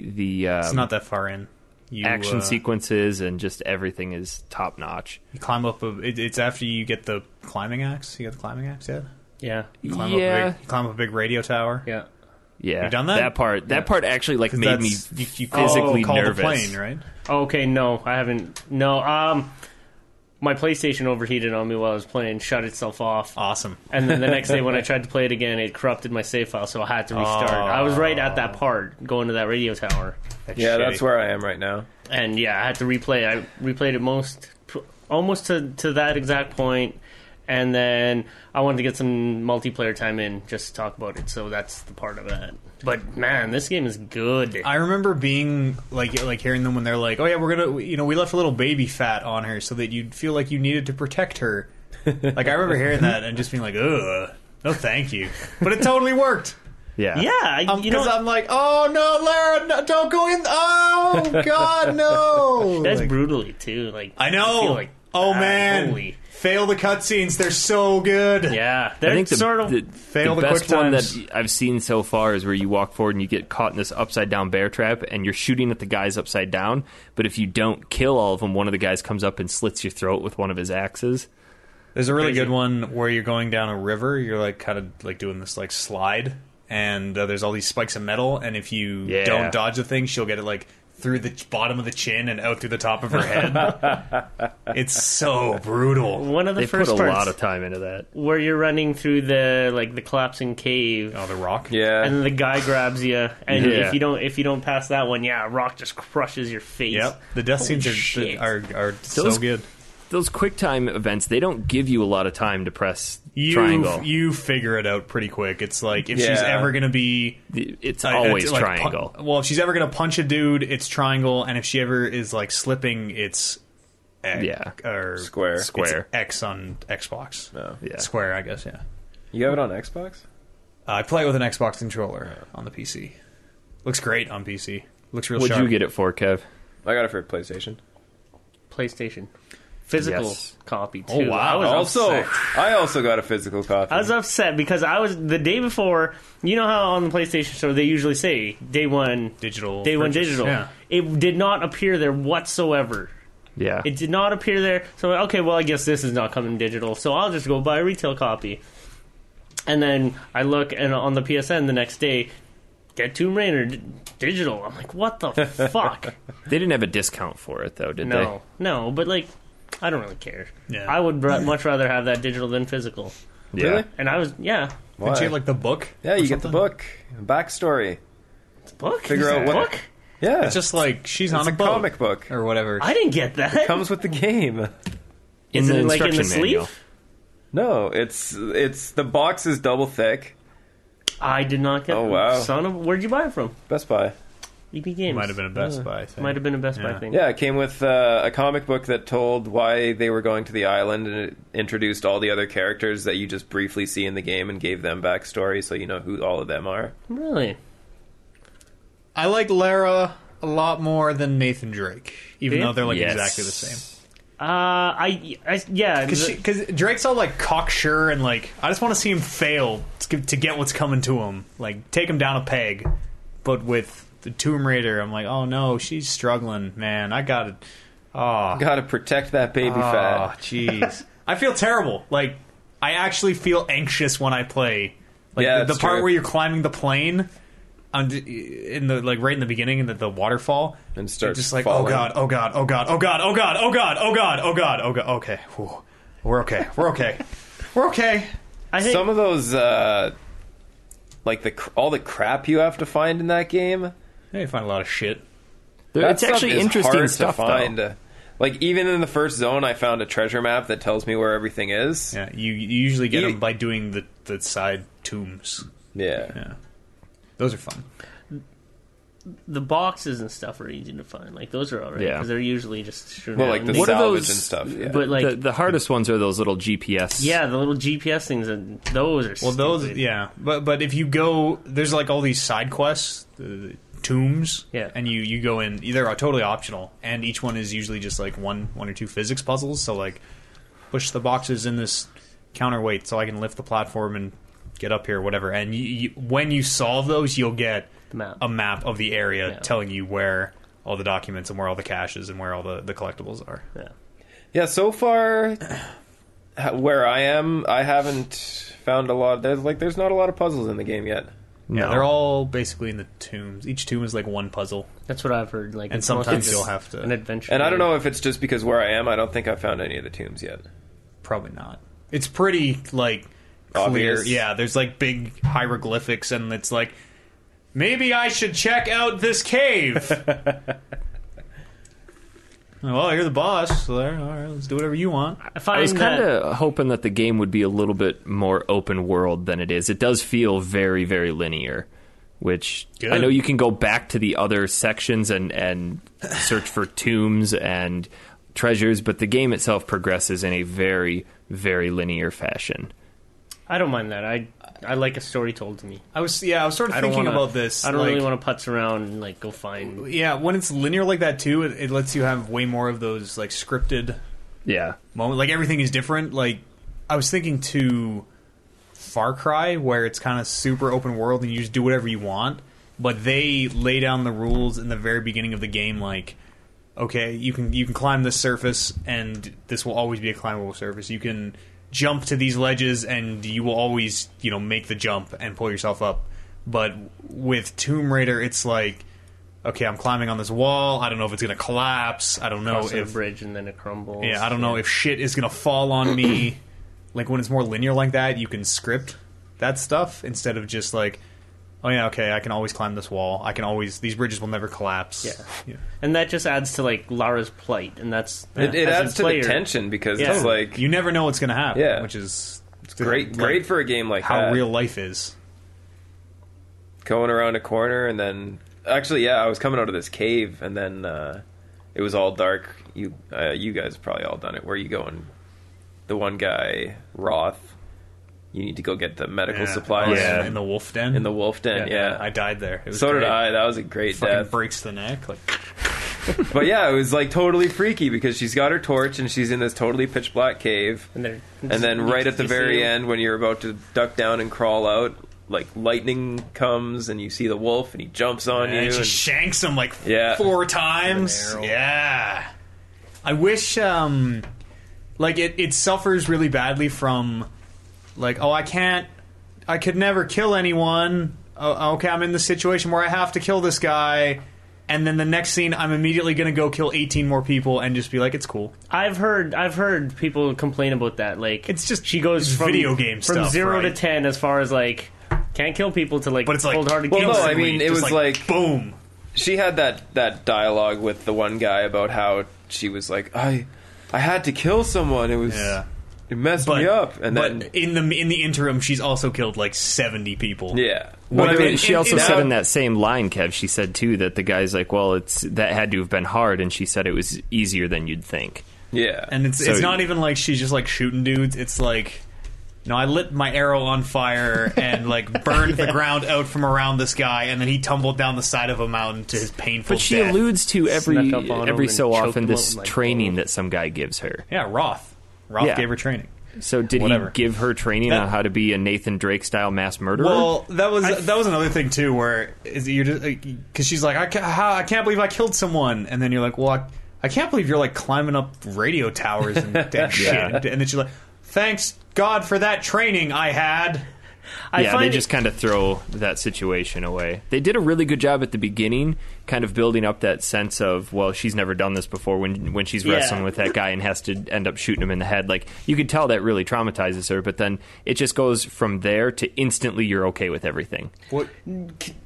the the um, it's not that far in. You, action uh, sequences and just everything is top notch. You climb up. A, it, it's after you get the climbing axe. You got the climbing axe yet? yeah, Climb Up a Yeah, big, climb up a big radio tower. yeah. yeah. You done that? part. That part actually like 'Cause made me that's- you, you call- physically call nervous. The plane, right? Okay, no, I haven't. No, um, my PlayStation overheated on me while I was playing, shut itself off, Awesome. and then the next day when I tried to play it again, it corrupted my save file, so I had to restart. I was right at that part, going to that radio tower, yeah, that's where I am right now. and yeah, I had to replay. I replayed it most, almost to to that exact point, and then I wanted to get some multiplayer time in just to talk about it. So that's the part of that. But man, this game is good. I remember being like like hearing them when they're like, "Oh yeah, we're gonna you know we left a little baby fat on her so that you'd feel like you needed to protect her." like I remember hearing that and just being like, "Ugh, no, thank you." But it totally worked. Yeah, yeah, I- Because Um, you know. I'm like, "Oh no, Lara, no, don't go in! Oh God, no!" that's Like, brutally too. Like I know. feel like oh bad. man, Holy. fail the cutscenes. They're so good. Yeah, I they're think the, sort of the, Fail the the best quick one times. that I've seen so far is where you walk forward and you get caught in this upside down bear trap and you're shooting at the guys upside down. But if you don't kill all of them, one of the guys comes up and slits your throat with one of his axes. There's a really Crazy. good one where you're going down a river. You're like kind of like doing this like slide, and uh, there's all these spikes of metal. And if you Yeah. don't dodge the thing, she'll get it like through the ch- bottom of the chin and out through the top of her head. it's so brutal. one of the They put first a parts lot of time into that. where you're running through the like the collapsing cave. Oh, the rock. Yeah, And the guy grabs you, and Yeah. if you don't if you don't pass that one, yeah, a rock just crushes your face. Yep. The death Holy scenes shit. are, are are Those- so good. Those quick time events, they don't give you a lot of time to press You triangle. you figure it out pretty quick. It's like if she's Yeah. ever gonna be it's I- always it's like pun- triangle. well, if she's ever gonna punch a dude, it's triangle, and if she ever is like slipping, it's X, Yeah. or Square. it's Square. X on Xbox. No. Yeah. Square, I guess. Yeah, You have it on Xbox? uh, I play it with an Xbox controller on the PC. Looks great on PC. Looks real What'd sharp. you get it for, Kev? I got it for PlayStation. PlayStation, physical Yes. copy too. Oh, wow. I was Also, upset. I also got a physical copy. I was upset because I was the day before. You know how on the PlayStation Store they usually say day one Digital day one purchase, digital. yeah. It did not appear there whatsoever. Yeah. It did not appear there. So okay, well I guess this is not coming digital, so I'll just go buy a retail copy. And then I look and on the PSN the next day, get Tomb Raider d- digital. I'm like, what the fuck? they didn't have a discount for it, though, did no, no, but like. I don't really care. Yeah. I would br- much rather have that digital than physical. Yeah. Really? And I was, yeah, Did Why? you have, like the book? Yeah, or you get the something? book backstory. it's a book. Figure It's a out what- book. Yeah, It's just like she's It's on a, a boat comic book. or whatever. I didn't get that. Comes with the game. In Is the it, like, in the instruction sleeve? No, manual. it's it's the box is double thick. I did not get. Oh, that. wow. Son of, where'd you buy it from? Best Buy. EB Games. Uh, might have been a Best Buy thing. Might have been a Best Buy Yeah. thing. Yeah, it came with uh, a comic book that told why they were going to the island, and it introduced all the other characters that you just briefly see in the game, and gave them backstory, so you know who all of them are. Really? I like Lara a lot more than Nathan Drake, even Yeah. though they're like Yes. exactly the same. Uh, I, I yeah. the- Because Drake's all like cocksure and like I just want to see him fail to get- to get what's coming to him, like take him down a peg. But with the Tomb Raider, I'm like, oh no, she's struggling, man. I got it. Oh, Gotta protect that baby oh, fat. jeez. I feel terrible. Like I actually feel anxious when I play. Like Yeah, the, the that's part true. where you're climbing the plane, on in the like right in the beginning, in the, the waterfall, And starts just like oh falling. god, oh god, oh god, oh god, oh god, oh god, oh god, oh god, oh god. Okay, Whew. we're okay, we're okay, we're okay. I think Some of those, uh, like the cr- all the crap you have to find in that game. Yeah, you find a lot of shit. There- That it's stuff actually is interesting hard stuff, to though. find. Like even in the first zone, I found a treasure map that tells me where everything is. Yeah, you, you usually get You- them by doing the the side tombs. Yeah. Yeah, those are fun. the boxes and stuff are easy to find. Like those are alright Yeah. because they're usually just strewn Well, out like in the What are salvage those- and stuff. Yeah. But like, the, the hardest ones are those little GPS. yeah, the little GPS things and those are Well, those stupid. yeah, but but if you go, there's like all these side quests, the, the tombs, Yeah. and you you go in. They're uh, totally optional, and each one is usually just like one one or two physics puzzles. So like, push the boxes in this counterweight so I can lift the platform and get up here, whatever. And you, you, when you solve those, you'll get The map. a map of the area Yeah. telling you where all the documents and where all the caches and where all the, the collectibles are. yeah. Yeah, so far h- where I am, I haven't found a lot. There's like there's not a lot of puzzles in the game yet. Yeah, they're all basically in the tombs. Each tomb is like one puzzle. That's what I've heard. Like, And it's mostly sometimes just you'll have to- an adventure. And I don't know if it's just because where I am, I don't think I found any of the tombs yet. Probably not. It's pretty like clear. Obvious. Yeah, there's like big hieroglyphics, and it's like maybe I should check out this cave. well, you're the boss. So there, all right, let's do whatever you want. I find I was that kind of hoping that the game would be a little bit more open world than it is. It does feel very, very linear, which I Good. know you can go back to the other sections and, and search for tombs and treasures, but the game itself progresses in a very, very linear fashion. I don't mind that. I I like a story told to me. I was yeah, I was sort of I don't thinking wanna, about this. I don't like, really want to putz around and like go find. Yeah, when it's linear like that too, it, it lets you have way more of those like scripted Yeah. moment. Like everything is different. Like I was thinking to Far Cry, where it's kind of super open world and you just do whatever you want. But they lay down the rules in the very beginning of the game, like okay, you can you can climb this surface, and this will always be a climbable surface. You can jump to these ledges, and you will always you know make the jump and pull yourself up. But with Tomb Raider, it's like. Okay, I'm climbing on this wall. I don't know if it's going to collapse. I don't know crossing if a bridge and then it crumbles. yeah, I don't know if shit is gonna fall on me. like when it's more linear like that, you can script that stuff instead of just like, oh yeah, okay, I can always climb this wall. I can always these bridges will never collapse. Yeah. yeah. and that just adds to like Lara's plight, and that's It, it as a adds to player- the tension because Yeah. it's like you never know what's gonna happen. Yeah. which is it's great, great for a game like how that. real life is. Going around a corner and then actually, yeah, I was coming out of this cave and then uh, it was all dark. You uh, you guys have probably all done it. Where you going? The one guy Roth. You need to go get the medical supplies. Yeah. in the wolf den. In the wolf den, yeah. I died there. It was So did great. I. That was a great Fucking death. breaks the neck. Like But yeah, it was like totally freaky because she's got her torch and she's in this totally pitch black cave. And, they're- And then right at the you see very them. end, when you're about to duck down and crawl out, like lightning comes and you see the wolf and he jumps on you. and she and- shanks him like Yeah. four times. With an arrow. Yeah. I wish um like it, it suffers really badly from like oh I can't I could never kill anyone. Oh, okay, I'm in the situation where I have to kill this guy and then the next scene, I'm immediately going to go kill 18 more people and just be like, it's cool. I've heard I've heard people complain about that. Like It's just- she goes it's from video game from stuff, zero to right? ten as far as like can't kill people to like But it's like, cold hearted Well, kills. no, I instantly, mean, it just was like- boom. she had that that dialogue with the one guy about how she was like, I, I had to kill someone. It was, Yeah. it messed me up, and but then in the in the interim, she's also killed like 70 people. yeah. Well, But I mean, she it- also it- said now- in that same line, Kev. She said too that the guy's like, "Well, it's that had to have been hard," and she said it was easier than you'd think. yeah, And it's So- it's not even like she's just like shooting dudes. It's like no, I lit my arrow on fire and like burned the ground out from around this guy, and then he tumbled down the side of a mountain to his painful But she death. alludes to every Snuck up on every him so and often choked him this out like training gold. that some guy gives her. yeah, Roth. Roth Yeah. gave her training. So did Whatever. he give her training That- on how to be a Nathan Drake style mass murderer? Well, that was that was another thing too, where is you're just because she's like, I ca- how, I can't believe I killed someone, and then you're like, well, I, I can't believe you're like climbing up radio towers and, and shit, and, then she's like, thanks God for that training I had. I yeah, find they it- just kind of throw that situation away. They did a really good job at the beginning, kind of building up that sense of, well, she's never done this before when when she's Yeah. wrestling with that guy and has to end up shooting him in the head. Like you could tell that really traumatizes her, but then it just goes from there to instantly you're okay with everything. What?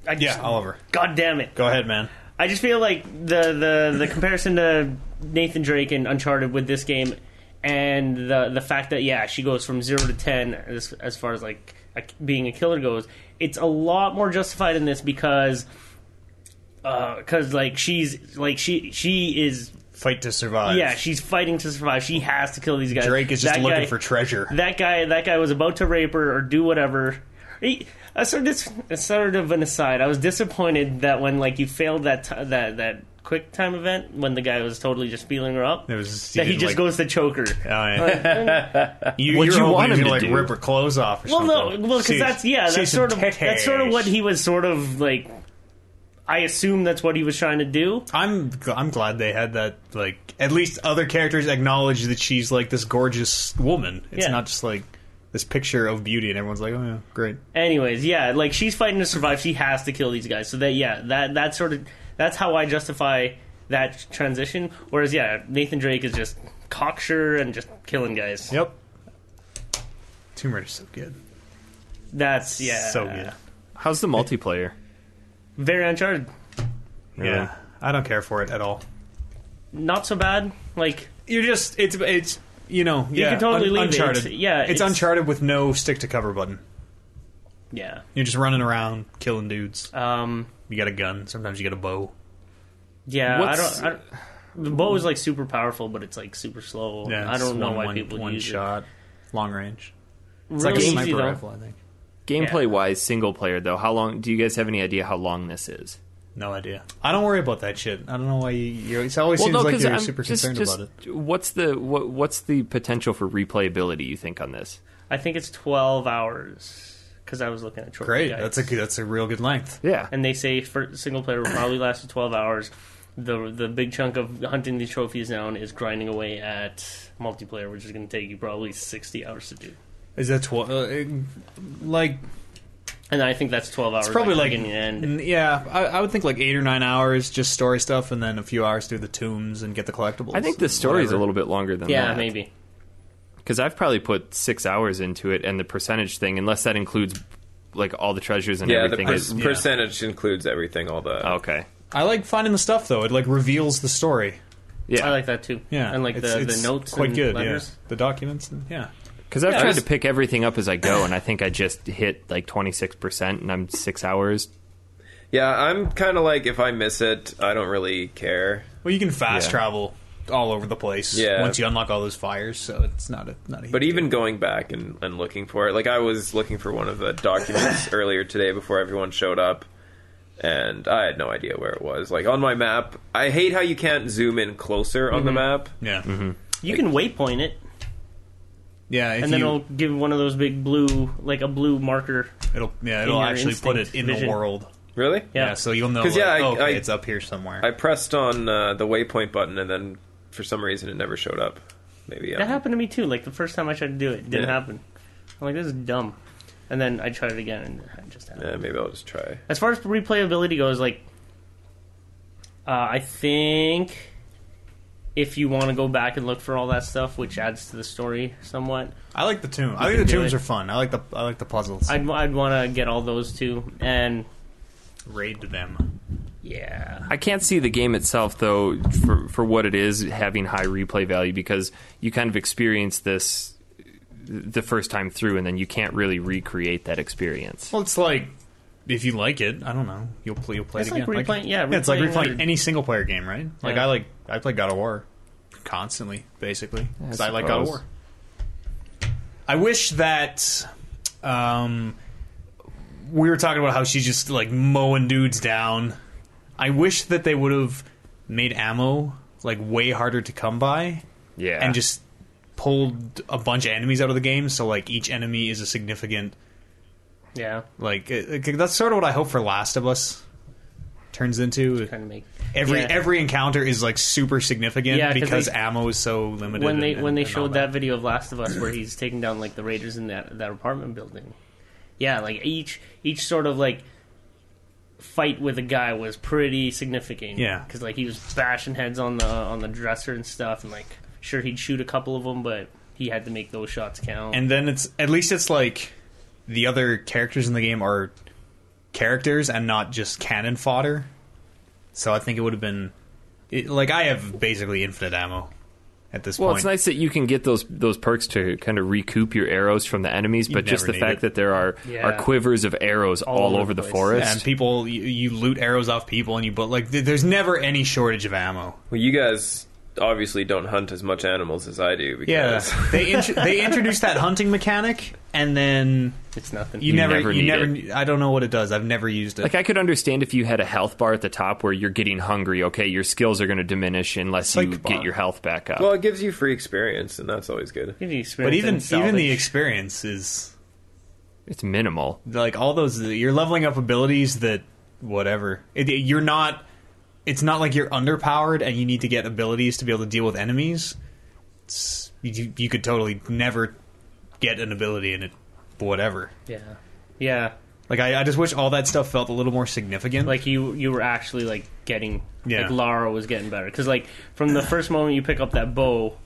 I just, Yeah, Oliver, God damn it! go ahead, man. I just feel like the, the, the comparison to Nathan Drake and Uncharted with this game, and the the fact that yeah, she goes from zero to ten as, as far as like a, being a killer goes. It's a lot more justified in this because because like she's like she she is Fight to survive. yeah she's fighting to survive. She has to kill these guys. Drake is just That looking guy- for treasure. that guy that guy was about to rape her or do whatever he, a sort of a sort of an aside i was disappointed that when like you failed that t- that that quick time event when the guy was totally just feeling her up It was- that he didn't just like- goes to choke her Oh, yeah. you, What'd you're you hoping want he's gonna, him to like do? rip her clothes off. Or well no something. well because See- that's yeah see that's some sort of that's sort of titties. what he was sort of like i assume that's what he was trying to do I'm gl- I'm glad they had that. Like at least other characters acknowledge that she's like this gorgeous woman. It's Yeah. not just like this picture of beauty, and everyone's like, oh yeah, great. anyways yeah like she's fighting to survive she has to kill these guys so that yeah that that sort of that's how i justify that transition whereas yeah nathan drake is just cocksure and just killing guys Yep. Tomb Raider's so good. that's yeah So good. How's the multiplayer? very uncharted Yeah. I don't care for it at all. not so bad like You're just it's it's you know you can totally leave it. uncharted. It's- yeah, it's, it's- uncharted with no stick to cover button. yeah You're just running around killing dudes. um You got a gun. Sometimes you get a bow. yeah I What's- don't, I don't the bow is like super powerful but it's like super slow Yeah, i it's don't know one- why one- people one use shot, long range. it It's really like a easy sniper though rifle, I think. Gameplay wise, single player though, how long do you guys have any idea how long this is? No idea. I don't worry about that shit. I don't know why you. You're, it always seems like 'cause you're I'm super just- concerned just- about it. What's the what, what's the potential for replayability? You think on this? i think it's 12 hours because i was looking at trophy Great. guides. That's a good, that's a real good length. Yeah, and they say for single player will probably last for 12 hours. The the big chunk of hunting these trophies down is grinding away at multiplayer, which is going to take you probably 60 hours to do. Is that twelve? Uh, it- like And I think that's 12 hours. it's probably like beginning and end. n- yeah. I, I would think like eight or nine hours just story stuff, and then a few hours through the tombs and get the collectibles. I think the and story is a whatever. little bit longer than Yeah, that. maybe. because I've probably put six hours into it, and the percentage thing, unless that includes like all the treasures and yeah. The everything. per- is, percentage includes everything. All the okay, I like finding the stuff though. It like reveals the story. I yeah, like that too. Yeah, And like It's- the, it's the notes quite and good. letters. Yeah, the documents. And, yeah, because I've tried just- to pick everything up as I go, and I think I just hit like twenty six percent, and I'm six hours. yeah. I'm kind of like if I miss it, I don't really care. well, you can fast Yeah. travel all over the place. Yeah. once you unlock all those fires, so it's not a not a. But even going back and, and looking for it, like I was looking for one of the documents earlier today before everyone showed up, and I had no idea where it was. Like on my map, I hate how you can't zoom in closer on the Mm-hmm. map. yeah, You can waypoint it, yeah. If and then you, it'll give one of those big blue, like a blue marker. It'll yeah, it'll your actually put it instinct in vision. the world. Really? Yeah. Yeah. so you'll know. 'Cause, Like, yeah, I- oh, okay, I- it's up here somewhere. I pressed on uh, the waypoint button, and then for some reason it never showed up. Maybe That um, happened to me too. Like the first time I tried to do it, it didn't Yeah. happen. I'm like, this is dumb. And then I tried it again, and it just happened. Yeah, maybe I'll just try. As far as replayability goes, like Uh, I think if you want to go back and look for all that stuff, which adds to the story somewhat, I like the tomb. I can think the do tombs it. are fun. I like the I like the puzzles. I'd I'd want to get all those too. And raid them. yeah, I can't see the game itself though for for what it is having high replay value because you kind of experience this the first time through and then you can't really recreate that experience. Well, it's like if you like it, I don't know, you'll play. You'll play It's it like again. replaying- yeah, it's like replaying replaying other- any single player game, right? Like Yeah. I like I play God of War constantly, basically, because I, like God of suppose. War. I wish that um, we were talking about how she's just like mowing dudes down. I wish that they would have made ammo like way harder to come by. Yeah. and just pulled a bunch of enemies out of the game. So like each enemy is a significant yeah, like it, it- that's sort of what I hope for Last of Us turns into. kind of make Every yeah. every encounter is like super significant Yeah, 'cause because they- ammo is so limited. when they and- when they and all showed that. video of Last of Us where he's taking down like the raiders in that that apartment building. Yeah, like each each sort of like fight with a guy was pretty significant. Yeah. because like he was bashing heads on the on the dresser and stuff, and like sure he'd shoot a couple of them, but he had to make those shots count. and then it's at least it's like the other characters in the game are characters and not just cannon fodder. So I think it would have been it, like I have basically infinite ammo at this Well, point. it's nice that you can get those those perks to kind of recoup your arrows from the enemies, but never just the need fact it. that there are Yeah. are quivers of arrows all, over over the the, place. Yeah, and forest. people, you, you loot arrows off people, and you but like th- there's never any shortage of ammo. Well, you guys obviously don't hunt as much animals as I do. Because they int- they introduced that hunting mechanic, and then it's nothing. you, You never, never you need never. I don't know what it does. I've never used it. Like I could understand if you had a health bar at the top where you're getting hungry. Okay, your skills are going to diminish unless It's you like- get your health back up. Well, it gives you free experience, and that's always good. Give you experience but even and even the salvage. experience is it's minimal. like all those. You're leveling up abilities that whatever. It, you're not. It's not like you're underpowered and you need to get abilities to be able to deal with enemies. It's, you, you could totally never get an ability in it, whatever. yeah yeah Like I, I just wish all that stuff felt a little more significant. like you you were actually like getting Yeah. like Lara was getting better because like from the first moment you pick up that bow,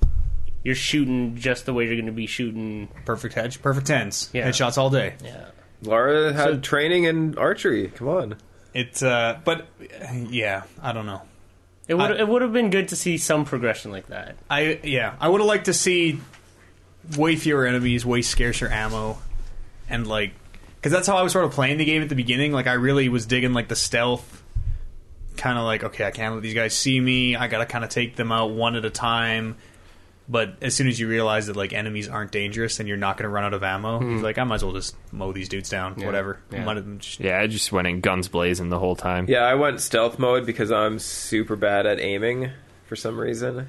you're shooting just the way you're going to be shooting. perfect hedge, perfect tens, Yeah. headshots all day. Yeah, Lara had So- training in archery. Come on. It's uh, but uh, yeah, I don't know. it would I- it would have been good to see some progression like that. I yeah, I would have liked to see way fewer enemies, way scarcer ammo, and like because that's how I was sort of playing the game at the beginning. Like I really was digging like the stealth, kind of like okay, I can't let these guys see me. I gotta kind of take them out one at a time. But as soon as you realize that like enemies aren't dangerous and you're not going to run out of ammo, he's like, I might as well just mow these dudes down, whatever. Hmm. yeah. Might as well just- Yeah, I just went in guns blazing the whole time. Yeah, I went stealth mode because I'm super bad at aiming for some reason.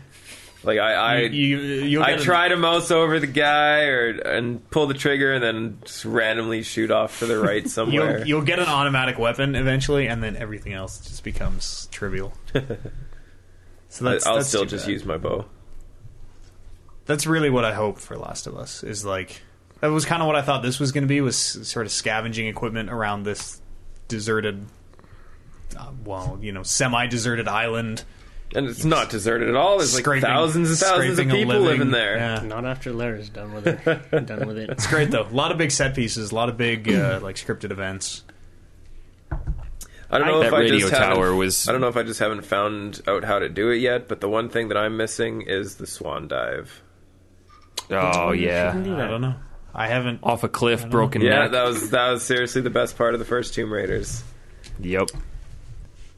Like I, I, you, you'll I get a- try to mouse over the guy or and pull the trigger and then just randomly shoot off to the right somewhere. You'll, you'll get an automatic weapon eventually, and then everything else just becomes trivial. so that's, I'll that's still too just bad. use my bow. That's really what I hope for Last of Us is like. That was kind of what I thought this was going to be was s- sort of scavenging equipment around this deserted, uh, well, you know, semi-deserted island. And it's not deserted at all. There's like Scraping- thousands and thousands of scraping a people living. living there. Yeah. Not after Lara's done with it. done with it. It's great though. A lot of big set pieces, a lot of big uh, like scripted events. I don't know That if I radio just tower haven't- was- I don't know if I just haven't found out how to do it yet. But the one thing that I'm missing is the swan dive. Oh Shouldn't yeah. do I don't that. know. I haven't. Off a cliff, broken Yeah, neck. that was that was seriously the best part of the first Tomb Raiders. yep.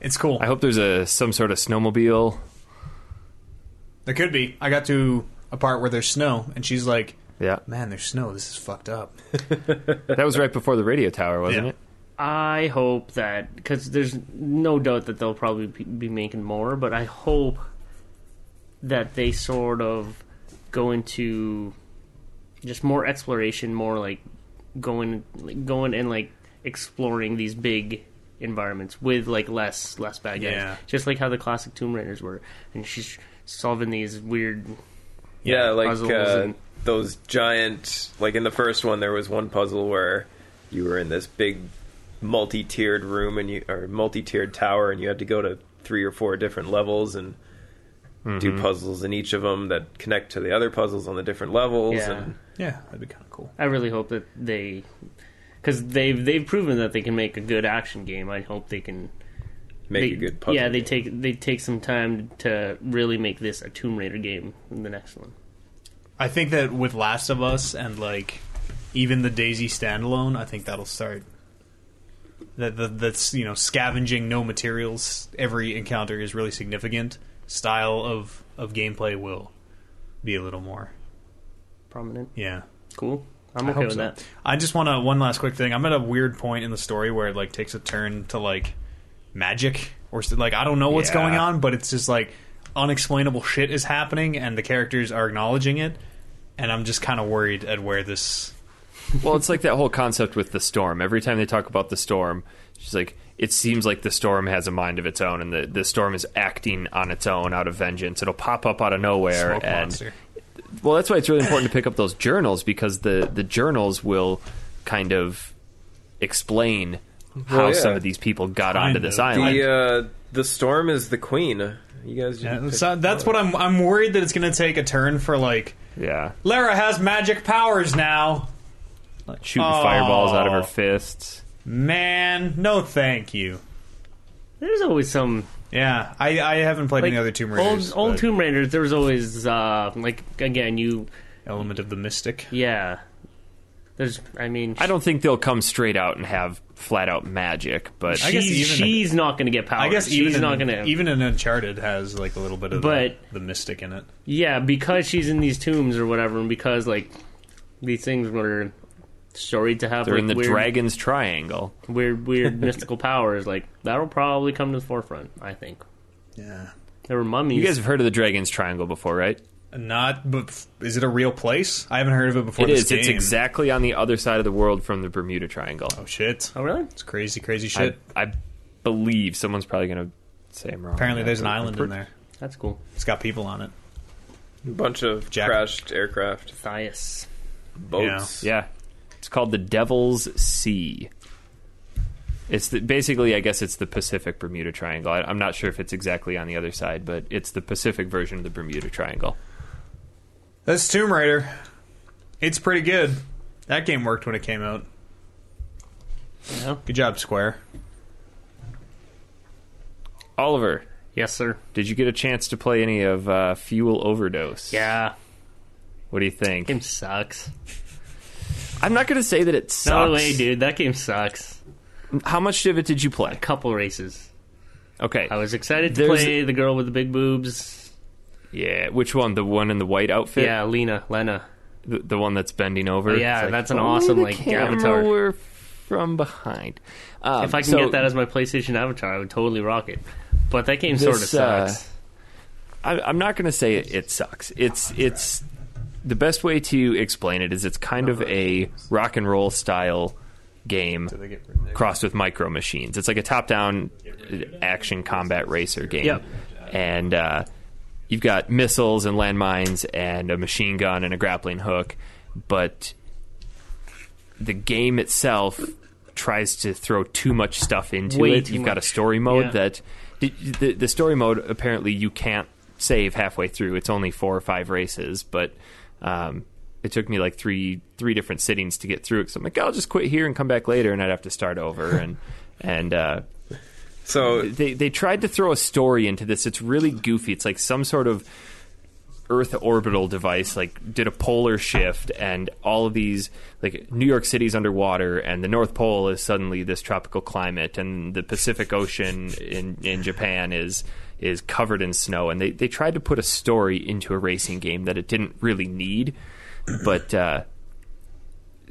It's cool. I hope there's a some sort of snowmobile. There could be. I got to a part where there's snow, and she's like, Yeah, "Man, there's snow. This is fucked up." that was right before the radio tower, wasn't Yeah. it? I hope that because there's no doubt that they'll probably be- be making more, but I hope that they sort of go into just more exploration, more like going like going and like exploring these big environments with like less less bad guys, Yeah. just like how the classic Tomb Raiders were, and she's solving these weird Yeah, like puzzles uh, and- those giant. Like in the first one, there was one puzzle where you were in this big multi-tiered room and you or multi-tiered tower, and you had to go to three or four different levels and do puzzles in each of them that connect to the other puzzles on the different levels. Yeah. And Yeah, that'd be kind of cool. I really hope that they, because they've they've proven that they can make a good action game. I hope they can make they- a good puzzle. Yeah, they take they take some time to really make this a Tomb Raider game. in The next one. I think that with Last of Us and like even the Daisy standalone, I think that'll start. That that- that's you know scavenging no materials. Every encounter is really significant. Style of of gameplay will be a little more. Prominent. Yeah. Cool. I'm I okay hope with so. that. I just want to one last quick thing. I'm at a weird point in the story where it like takes a turn to like magic or s- like I don't know what's Yeah. going on, but it's just like unexplainable shit is happening and the characters are acknowledging it, and I'm just kind of worried at where this. Well, it's like that whole concept with the storm. Every time they talk about the storm, she's like, it seems like the storm has a mind of its own, and the, the storm is acting on its own out of vengeance. It'll pop up out of nowhere, Smoke and monster. well, that's why it's really important to pick up those journals because the the journals will kind of explain how Well, yeah. some of these people got onto this of. island. The uh, the storm is the queen. You guys, Yeah, didn't pick- so that's what I'm. I'm worried that it's going to take a turn for like yeah, Lara has magic powers now. shooting Oh. fireballs out of her fists. Man, no, thank you. There's always some Yeah, I, I haven't played any other Tomb Raiders. uh, Old, old but Tomb Raiders. There was always uh, like again you element of the mystic. yeah. There's I mean I don't think they'll come straight out and have flat out magic, but I guess she's, even- she's not going to get power. I guess she's even not in, going to even in Uncharted has like a little bit of the- But- the, mystic in it. Yeah, because she's in these tombs or whatever, and because like these things were storied to have they're like, in the weird, dragon's triangle. weird, weird mystical powers. Like that'll probably come to the forefront. I think Yeah, there were mummies. You guys have heard of the dragon's triangle before, right? not. But is it a real place? I haven't heard of it before. It this is. It's game. exactly on the other side of the world from the Bermuda Triangle. Oh shit! oh really? It's crazy, crazy I, shit. I believe someone's probably going to say I'm wrong. Apparently, Yeah, there's an but- island in there. That's cool. It's got people on it. a bunch of Jack- crashed aircraft, Thias. boats. Yeah, it's called the Devil's Sea. It's the, basically, I guess, it's the Pacific Bermuda Triangle. I, I'm not sure if it's exactly on the other side, but it's the Pacific version of the Bermuda Triangle. That's Tomb Raider. It's pretty good. That game worked when it came out. Yeah. Good job, Square. Oliver, Yes, sir. did you get a chance to play any of uh, Fuel Overdose? Yeah, What do you think? game sucks. I'm not going to say that it sucks. No way, dude. That game sucks. How much of it did you play? Couple races. Okay. I was excited to There's- play the girl with the big boobs. Yeah, which one? The one in the white outfit? Yeah, Lena, Lena. the, the one that's bending over. yeah, It's like, that's an "Only awesome, the like, camera avatar." Were from behind. Um, If I can so get that as my PlayStation avatar, I would totally rock it. But that game This, sort of uh, sucks. I, I'm not going to say it, it sucks. It's it's the best way to explain it is it's kind of a rock and roll style game crossed with micro machines. It's like a top down action combat racer game. Yep. And uh, you've got missiles and landmines and a machine gun and a grappling hook, but the game itself tries to throw too much stuff into Way it. too You've got a much. story mode Yeah. that the, the, the story mode apparently you can't save halfway through. It's only four or five races, but um, it took me like three three different sittings to get through it. So I'm like, "Oh, I'll just quit here and come back later, and I'd have to start over. And and uh, So they they tried to throw a story into this. It's really goofy. It's like some sort of Earth orbital device like did a polar shift, and all of these like New York City's underwater, and the North Pole is suddenly this tropical climate, and the Pacific Ocean in in Japan is is covered in snow, and they they tried to put a story into a racing game that it didn't really need, but. Uh,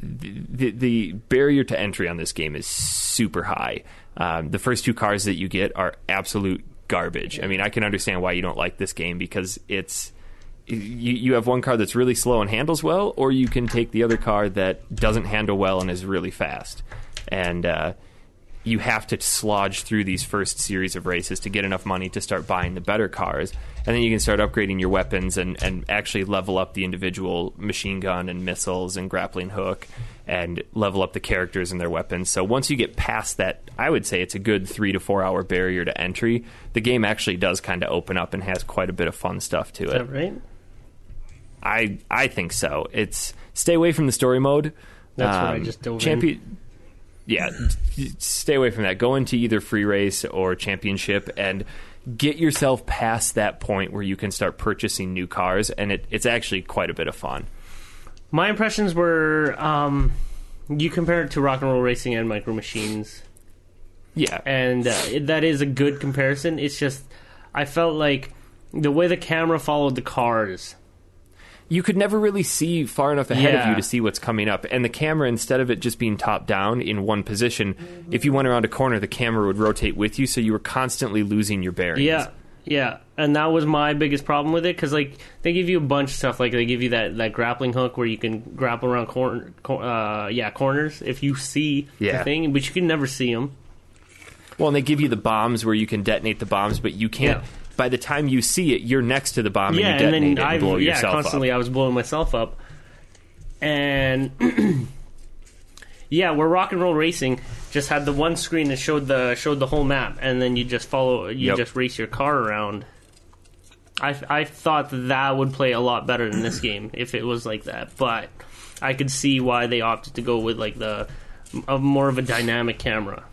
the the barrier to entry on this game is super high. Um, the first two cars that you get are absolute garbage. I mean, I can understand why you don't like this game because it's you, you have one car that's really slow and handles well, or you can take the other car that doesn't handle well and is really fast. And uh, you have to slodge through these first series of races to get enough money to start buying the better cars. And then you can start upgrading your weapons and, and actually level up the individual machine gun and missiles and grappling hook and level up the characters and their weapons. So once you get past that, I would say it's a good three to four hour barrier to entry. The game actually does kind of open up and has quite a bit of fun stuff to Is it. that right? I I think so. It's stay away from the story mode. Um, That's what I just dove in. Yeah, stay away from that. Go into either free race or championship and get yourself past that point where you can start purchasing new cars, and it, it's actually quite a bit of fun. My impressions were um, you compare it to rock and roll racing and micro machines, Yeah, and uh, it- that is a good comparison. It's just I felt like the way the camera followed the cars. you could never really see far enough ahead of Yeah. you to see what's coming up. And the camera, instead of it just being top down in one position, if you went around a corner, the camera would rotate with you, so you were constantly losing your bearings. Yeah, yeah, and that was my biggest problem with it because like they give you a bunch of stuff. Like they give you that, that grappling hook where you can grapple around corner, cor- uh, yeah, corners if you see Yeah. the thing, but you can never see them. Well, and they give you the bombs where you can detonate the bombs, but you can't. Yeah. By the time you see it, you're next to the bomb yeah, and you and detonate then it and I blow yeah yourself constantly up. I was blowing myself up, and yeah, where Rock and Roll Racing just had the one screen that showed the showed the whole map, and then you just follow you Yep. just race your car around. I I thought that, that would play a lot better than this game if it was like that, but I could see why they opted to go with like the a more of a dynamic camera.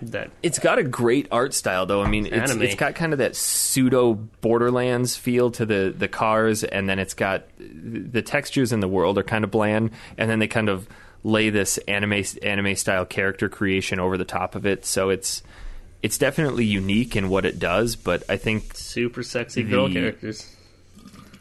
That It's got a great art style, though. I mean, it's, Anime. it's got kind of that pseudo Borderlands feel to the, the cars, and then it's got the textures in the world are kind of bland, and then they kind of lay this anime anime style character creation over the top of it. So it's it's definitely unique in what it does, but I think super sexy girl The- characters.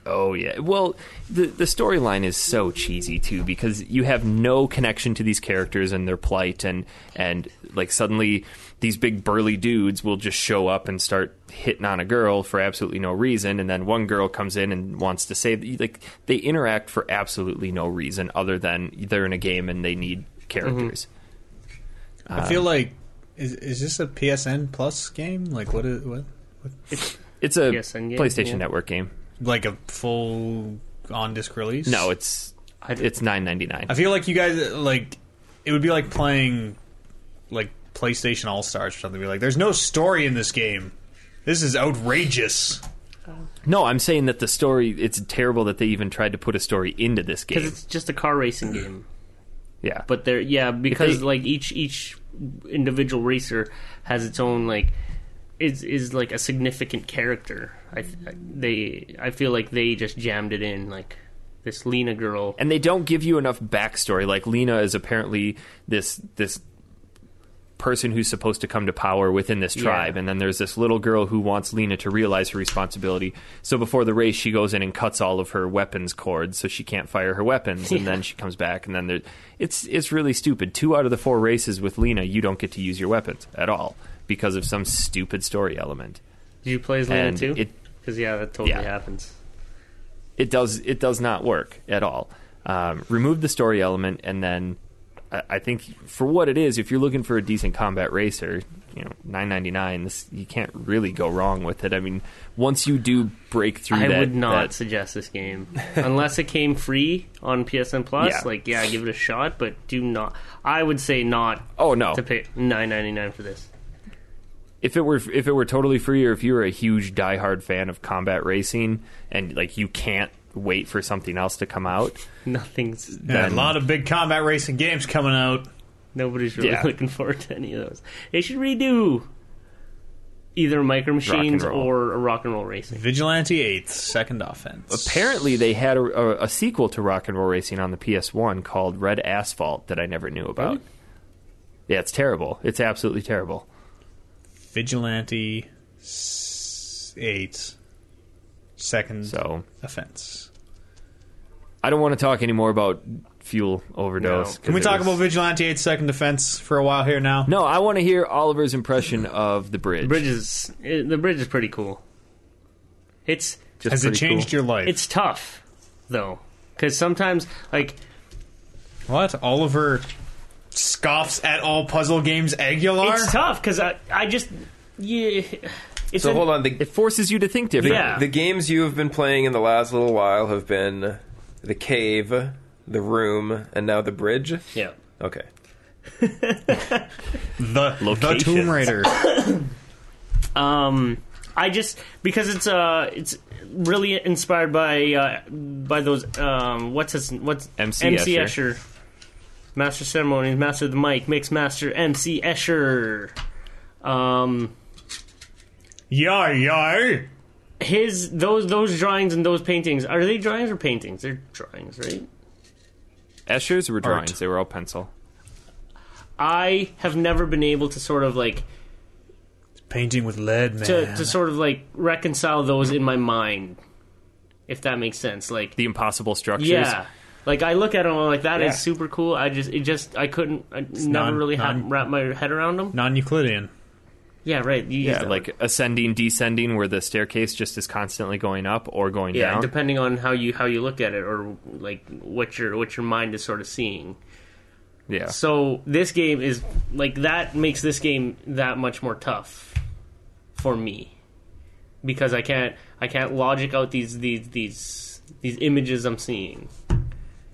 Oh yeah. Well, the the storyline is so cheesy too because you have no connection to these characters and their plight and and like suddenly these big burly dudes will just show up and start hitting on a girl for absolutely no reason and then one girl comes in and wants to save like they interact for absolutely no reason other than they're in a game and they need characters. Mm-hmm. I feel like is is this a PSN Plus game? Like what is what? It's a Yes, and yeah, PlayStation yeah. Network game. Like a full on disc release? No, it's it's 9.99. I feel like you guys uh, like it would be like playing like PlayStation All Stars or something. Be like, there's no story in this game. This is outrageous. No, I'm saying that the story it's terrible that they even tried to put a story into this Because game. it's just a car racing game. Yeah. but they're yeah because they- like each each individual racer has its own like is is like a significant character i th- they i feel like they just jammed it in like this lena girl and they don't give you enough backstory. Like Lena is apparently this this person who's supposed to come to power within this tribe, and then there's this little girl who wants Lena to realize her responsibility. So before the race, she goes in and cuts all of her weapons cords, so she can't fire her weapons. And then she comes back, and then there, it's it's really stupid. Two out of the four races with Lena, you don't get to use your weapons at all because of some stupid story element. did you play as lena And too it- because yeah that totally Yeah. happens it does it does not work at all. Um, remove the story element, and then I, I think for what it is, if you're looking for a decent combat racer, you know, nine ninety nine. This you can't really go wrong with it. I mean, once you do break through, i that, would not that- suggest this game unless it came free on psn plus Yeah. like yeah give it a shot but do not i would say not oh no! to pay 9.99 for this If it were if it were totally free, or if you were a huge diehard fan of combat racing, and like you can't wait for something else to come out, nothing's Yeah, Then- a lot of big combat racing games coming out. Nobody's really Yeah. looking forward to any of those. They should redo either micro machines roll. or a rock and roll racing. Vigilante Eighth, second offense. apparently they had a, a, a sequel to Rock and Roll Racing on the PS1 called Red Asphalt that I never knew about. Yeah, it's terrible. It's absolutely terrible. Vigilante s- Eight, second So offense. I don't want to talk anymore about fuel overdose. No. Can we 'cause it talk was- about Vigilante Eight, second offense for a while here now? No, I want to hear Oliver's impression of the bridge. Bridge is eh, the bridge is pretty cool. It's Just Has it pretty changed your life? it's tough though because sometimes like What Oliver scoffs at all puzzle games Aguilar. It's tough because I, I just yeah. It's So an- hold on. The, It forces you to think differently. Yeah. the games you have been playing in the last little while have been The Cave, The Room, and now The Bridge. Yeah. Okay. the Locations. the Tomb Raider. Um, I just because it's uh it's really inspired by uh, by those um what's his what's MC MC Escher. Escher. Master of Ceremonies, Master of the Mic, Mix Master, MC Escher. Um, yar yar. his those those drawings and those paintings are they drawings or paintings? They're drawings, right? Eschers were drawings; they were all pencil. I have never been able to sort of like Painting with lead, man. to, to sort of like reconcile those in my mind, if that makes sense. Like, The impossible structures. yeah, like I look at them I'm like that is Yeah. super cool. I just it just I couldn't I never non- really ha- non- wrap my head around them. Non-Euclidean. Yeah, right. You use Yeah, that like ascending, descending, where the staircase just is constantly going up or going yeah, down. depending on how you how you look at it or like what your what your mind is sort of seeing. yeah, So this game is like that makes this game that much more tough for me because I can't I can't logic out these these these these images I'm seeing,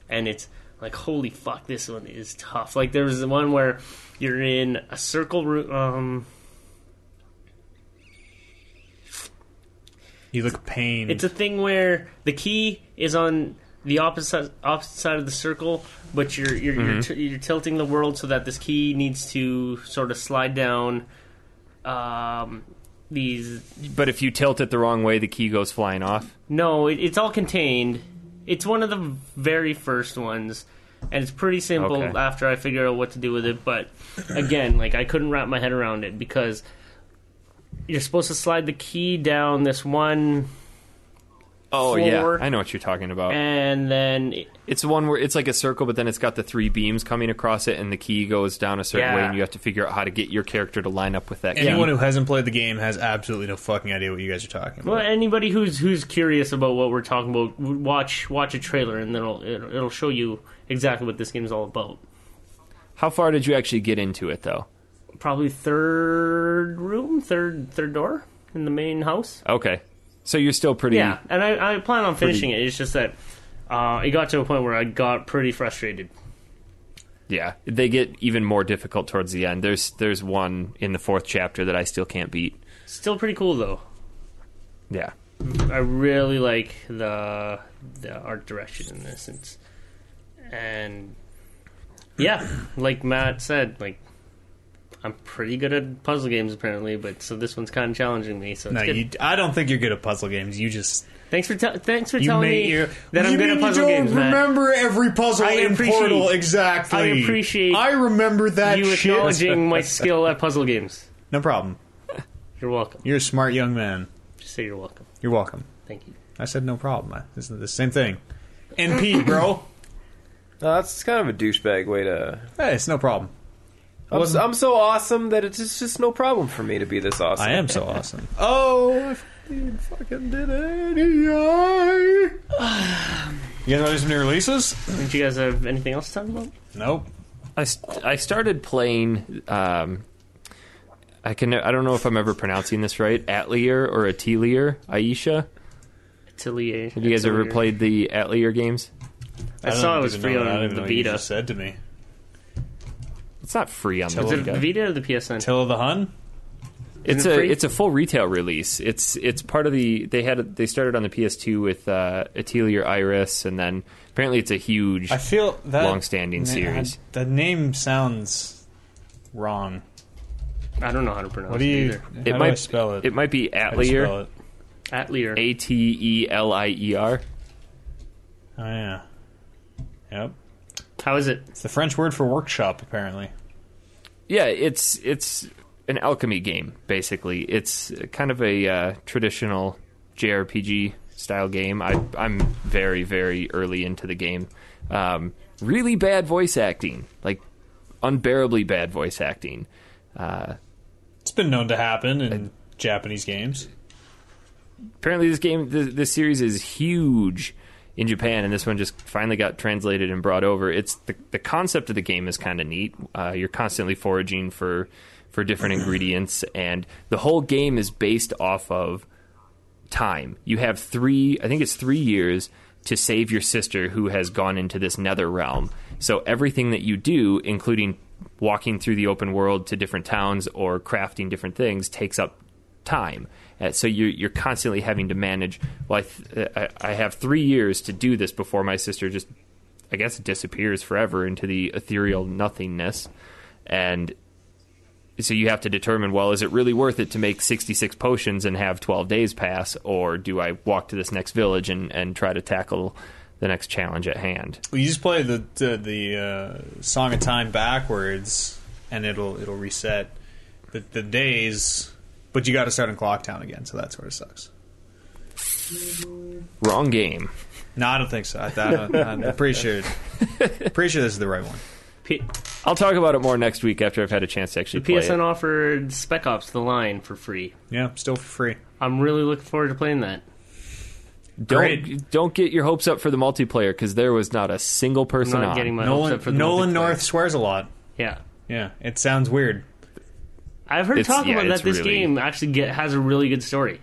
and it's like holy fuck this one is tough. Like there was the one where you're in a circle room. Um, You look pained. It's a thing where the key is on the opposite opposite side of the circle, but you're you're, you're, t- you're tilting the world so that this key needs to sort of slide down. Um, these but if you tilt it the wrong way, the key goes flying off. no, it, it's all contained. It's one of the very first ones, and it's pretty simple. Okay. After I figure out what to do with it, but again, like I couldn't wrap my head around it because you're supposed to slide the key down this one, Oh Floor. yeah, I know what you're talking about. and then It's one where it's like a circle, but then it's got the three beams coming across it, and the key goes down a certain Yeah. way, and you have to figure out how to get your character to line up with that. key. Anyone who hasn't played the game has absolutely no fucking idea what you guys are talking about. Well, anybody who's who's curious about what we're talking about, w- watch watch a trailer, and then it'll it'll it'll show you exactly what this game's all about. How far did you actually get into it, though? Probably third room, third third door in the main house. Okay, so you're still pretty. Yeah, and I, I plan on finishing it. It's just that uh, it got to a point where I got pretty frustrated. Yeah, they get even more difficult towards the end. There's there's one in the fourth chapter that I still can't beat. Still pretty cool though. Yeah, I really like the the art direction in this, it's, and yeah, like Matt said, like I'm pretty good at puzzle games apparently, but so this one's kind of challenging me. So it's no, good. you, I don't think you're good at puzzle games. You just thanks for te- thanks for you telling made me your- that You I'm good mean at you puzzle don't games, Matt. Remember every puzzle I in appreciate- Portal exactly. I appreciate I remember that You shit. acknowledging my skill at puzzle games. No problem. You're welcome. You're a smart young man. Just say you're welcome. You're welcome. Thank you. I said no problem. I- Isn't it the same thing? NP, bro. No, that's kind of a douchebag way to. hey, it's no problem. I'm, I'm so awesome that it's just, just no problem for me to be this awesome. I am so awesome. Oh, I fucking, fucking did it. Yeah. You guys want to do some new releases? Did you guys have anything else to talk about? Nope. I, st- I started playing. Um, I can I don't know if I'm ever pronouncing this right. Atelier or Atelier, Aisha. Atelier. Have you guys ever played the Atelier games? I, don't saw it even was know- free I don't on even the know what you Vita. just said to me. It's not free on the Is it the Vita. Vita or the PSN? Till the Hun. It's Isn't it a free? it's a full retail release. It's it's part of the they had they started on the PS2 with uh, Atelier Iris, and then apparently it's a huge. I feel that Long-standing Nah, series. The name sounds wrong. I don't know how to pronounce What do you? it how it do might I spell it? It might be How do you Atelier. spell it? either. Atelier. A T E L I E R. Oh yeah. Yep. How is it? It's the French word for workshop, apparently. Yeah, it's it's an alchemy game basically. It's kind of a uh, traditional JRPG style game. I I'm very very early into the game. Um, really bad voice acting, like unbearably bad voice acting. Uh, It's been known to happen in Japanese games. apparently this game th- this series is huge in Japan, and this one just finally got translated and brought over. It's the the concept of the game is kind of neat. Uh, you're constantly foraging for for different ingredients, and the whole game is based off of time. You have three, I think it's three years to save your sister who has gone into this nether realm. So everything that you do, including walking through the open world to different towns or crafting different things, takes up time. Uh, so you're, you're constantly having to manage. Well, I, th- I, I have three years to do this before my sister just, I guess, disappears forever into the ethereal nothingness. And so you have to determine well is it really worth it to make 66 potions and have 12 days pass or do i walk to this next village and, and try to tackle the next challenge at hand Well, you just play the the, the uh, song of time backwards, and it'll it'll reset the, the days. But you got to start in Clock Town again, so that sort of sucks. wrong game No, I don't think so. I, I, I'm pretty sure. Pretty sure this is the right one. P- i'll talk about it more next week after i've had a chance to actually play PSN it. offered Spec Ops: The Line for free. Yeah, still for free. I'm really looking forward to playing that. don't, don't get your hopes up for the multiplayer because there was not a single I'm person not on. getting my hopes Nolan up for the Nolan multiplayer. North swears a lot. Yeah, Yeah, it sounds weird. I've heard It's- talk yeah, about it's that. This really- game actually get, has a really good story.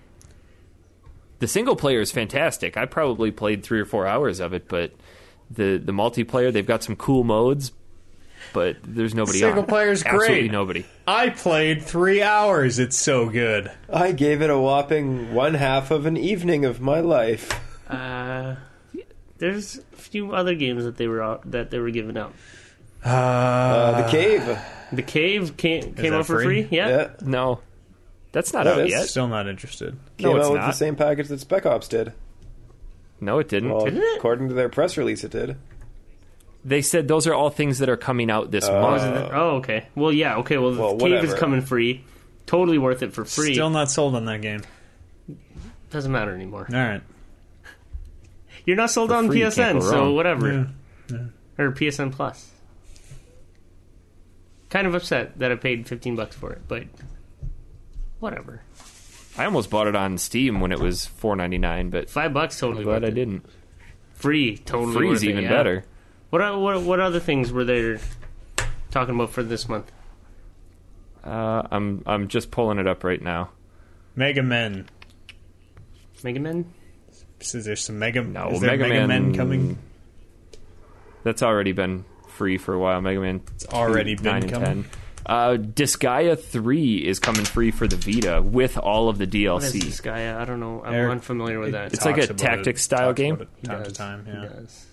the single player is fantastic. I probably played three or four hours of it, but the the multiplayer they've got some cool modes, but there's nobody. Single on. player's great. Absolutely nobody. I played three hours. It's so good. I gave it a whopping one half of an evening of my life. Uh, there's a few other games that they were out, that they were giving out. Uh, the cave. The Cave came came that out for free? free. Yeah. Yeah. No, that's not That out is- yet. Still not interested. No, Came it's out with not. the same package that Spec Ops did. No, it didn't. Well, Didn't it? according to their press release, it did. They said those are all things that are coming out this Uh, month. Oh, okay. Well, yeah. Okay. Well, the Well, Cave is whatever. coming free. Totally worth it for free. Still not sold on that game. Doesn't matter anymore. All right. You're not sold For on free, you can't PSN, go so wrong. whatever. Yeah. Or PSN Plus. Kind of upset that I paid 15 bucks for it, but whatever. I almost bought it on Steam when it was four ninety nine, but Five bucks totally. glad worth I it. didn't. Free totally. worth Free's it, even yeah. better. What, o- what what other things were they talking about for this month? Uh, I'm I'm just pulling it up right now. Mega Men. Mega Man. Is there some Mega? No, is there Mega, Mega Man Men coming? That's already been free for a while. Mega Man It's already nine been and coming. ten. Uh, Disgaea three is coming free for the Vita with all of the What is DLC. this guy? I don't know. I'm Eric- unfamiliar with that. It's like a Talks about it, tactics style talks game? about it Time to does. time, He yeah. does.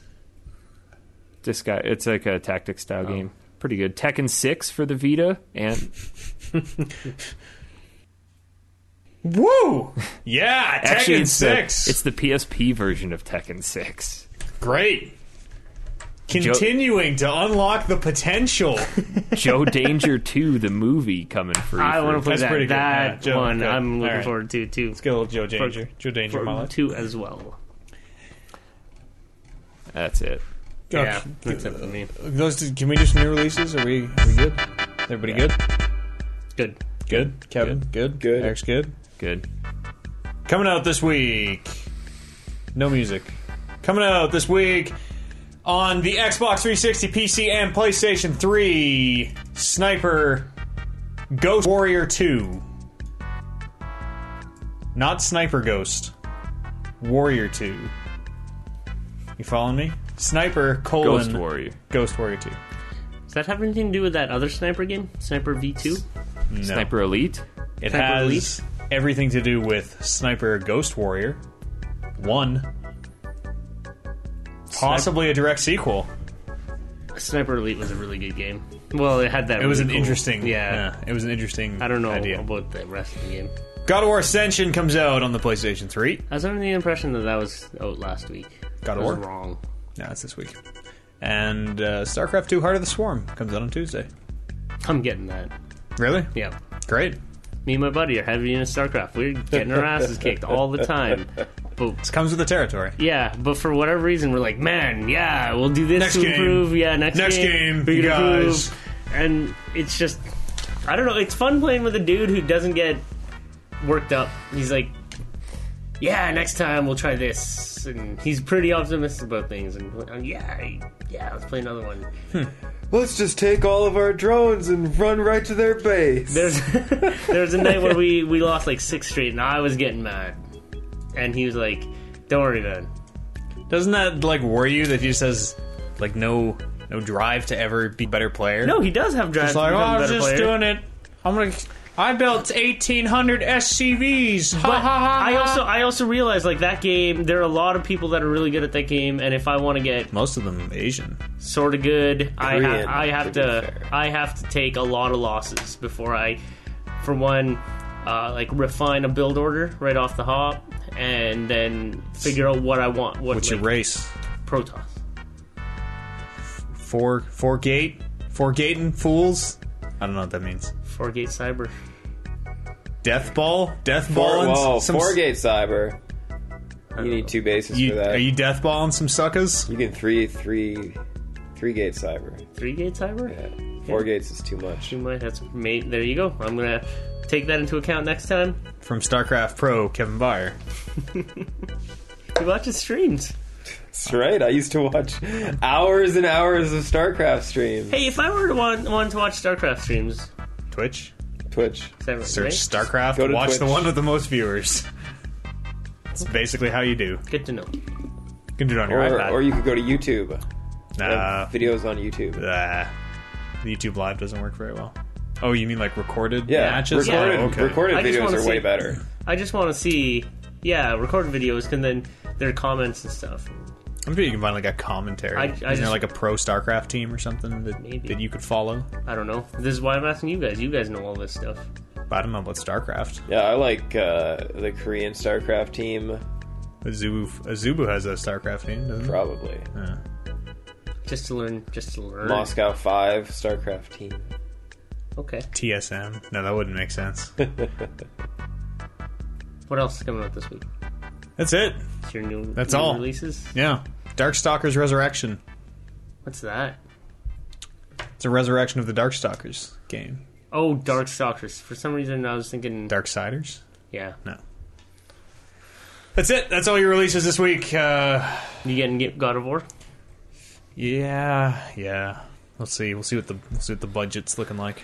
Disgaea, it's like a tactic style Oh. game. Pretty good. Tekken six for the Vita and Woo! Yeah, Tekken actually it's the- Six. it's the PSP version of Tekken six. great. Continuing to unlock the potential. Joe Danger 2, the movie coming free. I want to play That's that. pretty good. Yeah, That Joe, one good. I'm looking All right. forward to too. Good old Joe Danger. For- Joe Danger, my For life. two as well. That's it. Yeah, except for me. Those two- can we just new releases? Are we are we good? Everybody good? Good. Good. Kevin, good. good. Good. Eric's good. Good. Coming out this week. No music. Coming out this week on the Xbox 360, PC, and PlayStation 3. Sniper Ghost Warrior 2. Not Sniper Ghost. Warrior 2. You following me? Sniper colon Ghost Warrior. Ghost Warrior 2. Does that have anything to do with that other sniper game, Sniper V2? No. Sniper Elite. It Sniper has Elite? everything to do with Sniper Ghost Warrior 1. Possibly a direct sequel. Sniper Elite was a really good game. Well, it had that. It was an really cool- interesting. Yeah. It was an interesting I don't know idea. about the rest of the game. God of War Ascension comes out on the PlayStation 3. I was under the impression that that was out last week. God I of was War? wrong. No, it's this week. And uh, StarCraft 2 Heart of the Swarm comes out on Tuesday. I'm getting that. Really? Yeah. Great. Me and my buddy are heavy into StarCraft. We're getting our asses kicked all the time. But This comes with the territory. Yeah, but for whatever reason, we're like, man, yeah, we'll do this Next to game. improve. Yeah, next, Next game, we you can guys. improve. And it's just, I don't know. It's fun playing with a dude who doesn't get worked up. He's like, yeah, next time we'll try this. And he's pretty optimistic about things. And uh, yeah, yeah, let's play another one. Let's just take all of our drones and run right to their base. There's there was a night where we we lost like six straight, and I was getting mad. And he was like, "Don't worry, man. Doesn't that like worry you that he just has like no no drive to ever be a better player? No, he does have drive. It's to like, oh, become a I was better just player." doing it. I'm gonna. I built 1,800 SCVs. Ha ha But ha! ha. I also I also realize like that game. There are a lot of people that are really good at that game, and if I want to get most of them Asian. sort of good, I ha- Korean, I to have be to fair. I have to take a lot of losses before I, for one, uh, like refine a build order right off the hop, and then figure out what I want. What What's like, your race? Protoss? Four four gate four gating fools. I don't know what that means. Four gate cyber. Death ball, death Four, ball. whoa, four gate cyber. You need two bases for You, that. are You, you death balling some suckers? can three, three, three gate cyber. Three gate cyber. Yeah. Four gates is too much. You might have to mate. There you go. I'm gonna take that into account next time. From StarCraft Pro, Kevin Byer. You watch his streams. That's right. I used to watch hours and hours of StarCraft streams. Hey, if I were to want, want to watch StarCraft streams, is Twitch. Twitch. that right, Search right? StarCraft. Go to Watch Twitch. the one with the most viewers. That's basically how you do. Good to know. You can do it on your Or, iPad. or you could go to YouTube. They nah, have videos on YouTube. uh, the YouTube Live doesn't work very well. Oh, you mean like recorded yeah, matches? recorded Oh, okay. recorded I just videos wanna are way see- better. I just want to see, yeah, record videos and then their comments and stuff. I'm sure you can find like a commentary. I- I Isn't there just- like a pro StarCraft team or something that, Maybe. that you could follow? I don't know. This is why I'm asking you guys. You guys know all this stuff. But I don't know about StarCraft. Yeah, I like uh, the Korean StarCraft team. Azubu, Azubu has a StarCraft team, doesn't it? Probably Yeah. Just to learn. Just to learn. Moscow Five StarCraft team. Okay. TSM. No, that wouldn't make sense. What else is coming out this week? That's it. It's your new. That's new all. Releases. Yeah. Darkstalkers Resurrection. What's that? It's a resurrection of the Darkstalkers game. Oh, Darkstalkers. For some reason, I was thinking. Darksiders? Yeah. No. That's it. That's all your releases this week. Uh, You getting get God of War? yeah, yeah. Let's see. We'll see what the we'll see what the budget's looking like.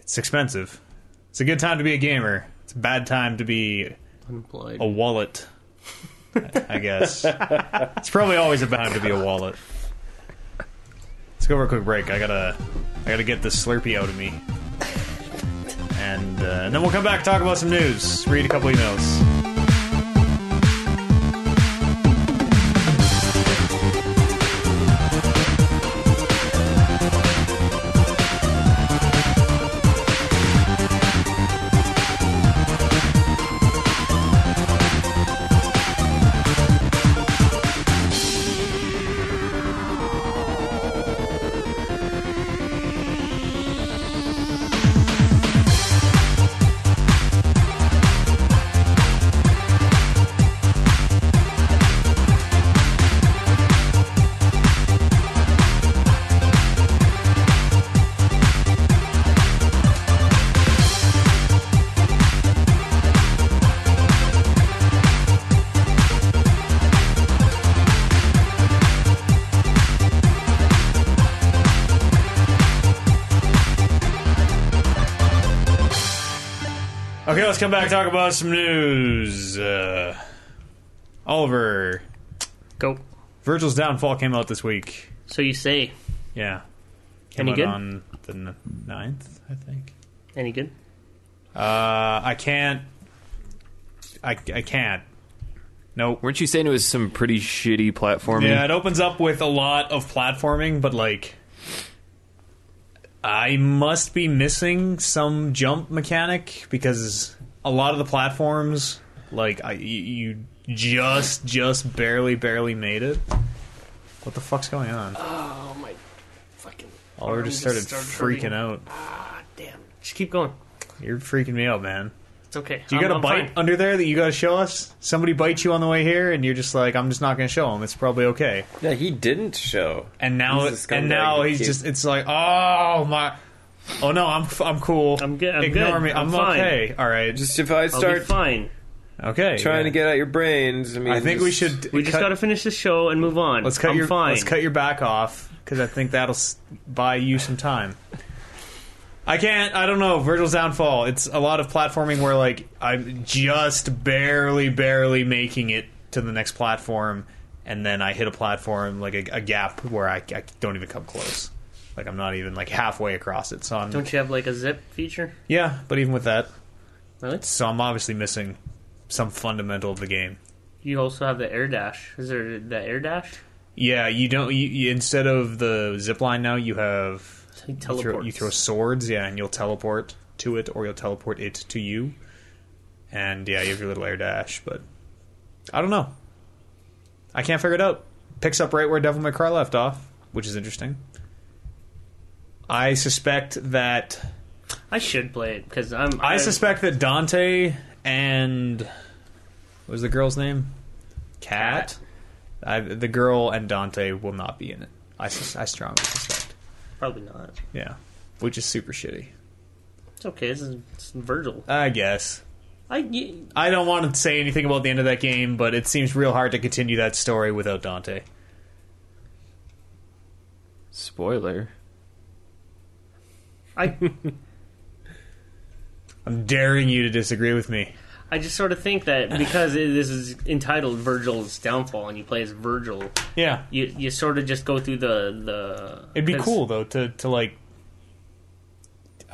It's expensive. It's a good time to be a gamer. It's a bad time to be Unemployed. a wallet. I guess it's probably always a bad time to be a wallet. Let's go for a quick break. I gotta, I gotta get this Slurpee out of me, and, uh, and then we'll come back talk about some news, read a couple emails. Okay, let's come back talk about some news. Uh, Oliver, Go. Virgil's Downfall came out this week. So you say. Yeah, came Any out good? on the n- 9th, I think. Any good? Uh, I can't. I, I can't. Nope. Weren't you saying it was some pretty shitty platforming? Yeah, it opens up with a lot of platforming, but like. I must be missing some jump mechanic because a lot of the platforms, like, I, y- you just, just barely, barely made it. What the fuck's going on? Oh my fucking. Oliver Uh, just started freaking out. Damn. Just keep going. You're freaking me out, man. It's okay. Do you I'm- got a I'm bite fine. under there that you got to show us? Somebody bites you on the way here, and you're just like, "I'm just not going to show him. It's probably okay." Yeah, he didn't show. And now, He's a scumbag and now who he's keeps- just—it's like, "Oh my, Oh no, I'm f- I'm cool. I'm good- I'm Ignore good. me. I'm I'm, fine. okay. All right. Just Just if I I'll start be fine. okay. trying yeah. to get out your brains, I mean, I think we just- should. We just cut- got to finish the show and move on. Let's cut I'm your. fine. Let's cut your back off because I think that'll s- buy you some time. I can't. I don't know. Virgil's downfall. It's a lot of platforming where like I'm just barely, barely making it to the next platform, and then I hit a platform like a, a gap where I, I don't even come close. Like I'm not even like halfway across it. So I'm, Don't you have like a zip feature? yeah, but even with that, Really? so I'm obviously missing some fundamental of the game. You also have the air dash. Is there the air dash? Yeah, you don't. You, you, instead of the zip line now, you have He you throw, teleports. you throw swords. Yeah, and you'll teleport to it, or you'll teleport it to you. And yeah, you have your little air dash, but I don't know. I can't figure it out. Picks up right where Devil May Cry left off, which is interesting. I suspect that I should play it because I'm. I I'm- suspect that Dante and what was the girl's name? Cat. I, the girl and Dante will not be in it. I, sus- I strongly suspect. probably not. Yeah, which is super shitty. It's okay. This is it's Virgil. I guess I y- I don't want to say anything about the end of that game, but it seems real hard to continue that story without Dante. Spoiler. I I'm daring you to disagree with me. I just sort of think that because it, this is entitled Virgil's downfall and you play as Virgil, Yeah, you you sort of just go through the the. it'd be 'cause- cool though to to like.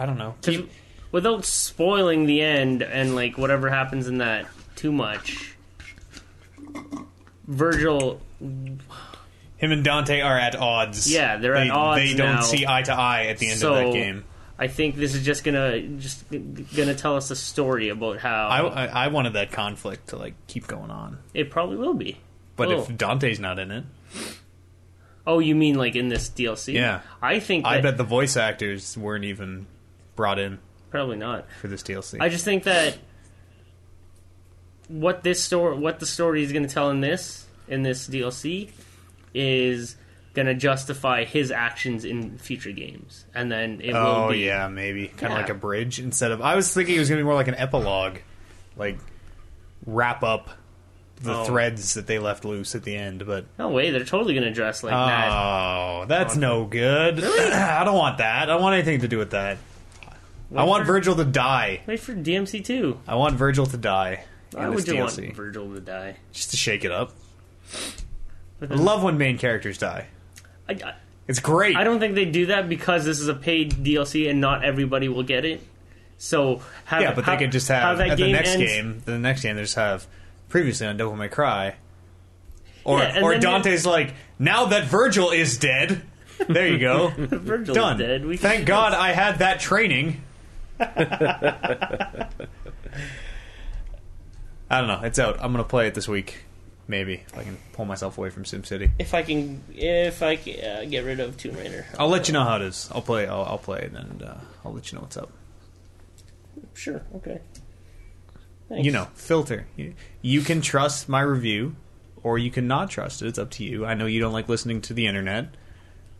I don't know. 'cause without spoiling the end and like whatever happens in that too much. Virgil Him and Dante are at odds. Yeah, they're at They- odds They don't now. see eye to eye at the end So- of that game. I think this is just gonna just gonna tell us a story about how I, I, I wanted that conflict to like keep going on, it probably will be. but Oh. if Dante's not in it, Oh, you mean like in this DLC? Yeah. I think that, I bet the voice actors weren't even brought in probably not. for this DLC. I just think that what this story, what the story is going to tell in this in this DLC, is going to justify his actions in future games, and then it will oh be. yeah, maybe kind of Yeah. like a bridge instead of. I was thinking it was gonna be more like an epilogue, like wrap up the Oh. threads that they left loose at the end. But No way, they're totally going to dress like that. oh, that's no good. I don't want that. I don't want anything to do with that. I want for- Virgil to die. Wait for DMC two. I want Virgil to die in Why this would you DLC want Virgil to die? just to shake it up. But I then- love when main characters die. I, I- It's great. I don't think they do that because this is a paid DLC and not everybody will get it. So have, Yeah, but how- they could just how have that at the game next ends- game. The next game, they just have previously on Devil May Cry, or Yeah, and or then- Dante's like, now that Virgil is dead, there you go, Virgil is done. dead. We Thank God I had that training. I don't know. It's out. I'm gonna play it this week, maybe if I can pull myself away from SimCity. If I can, if I can, uh, get rid of Tomb Raider, I'll let you know how it is. I'll play. I'll, I'll play it, and uh, I'll let you know what's up. sure, okay. you know, filter. You, you can trust my review, or you can not trust it. It's up to you. I know you don't like listening to the internet,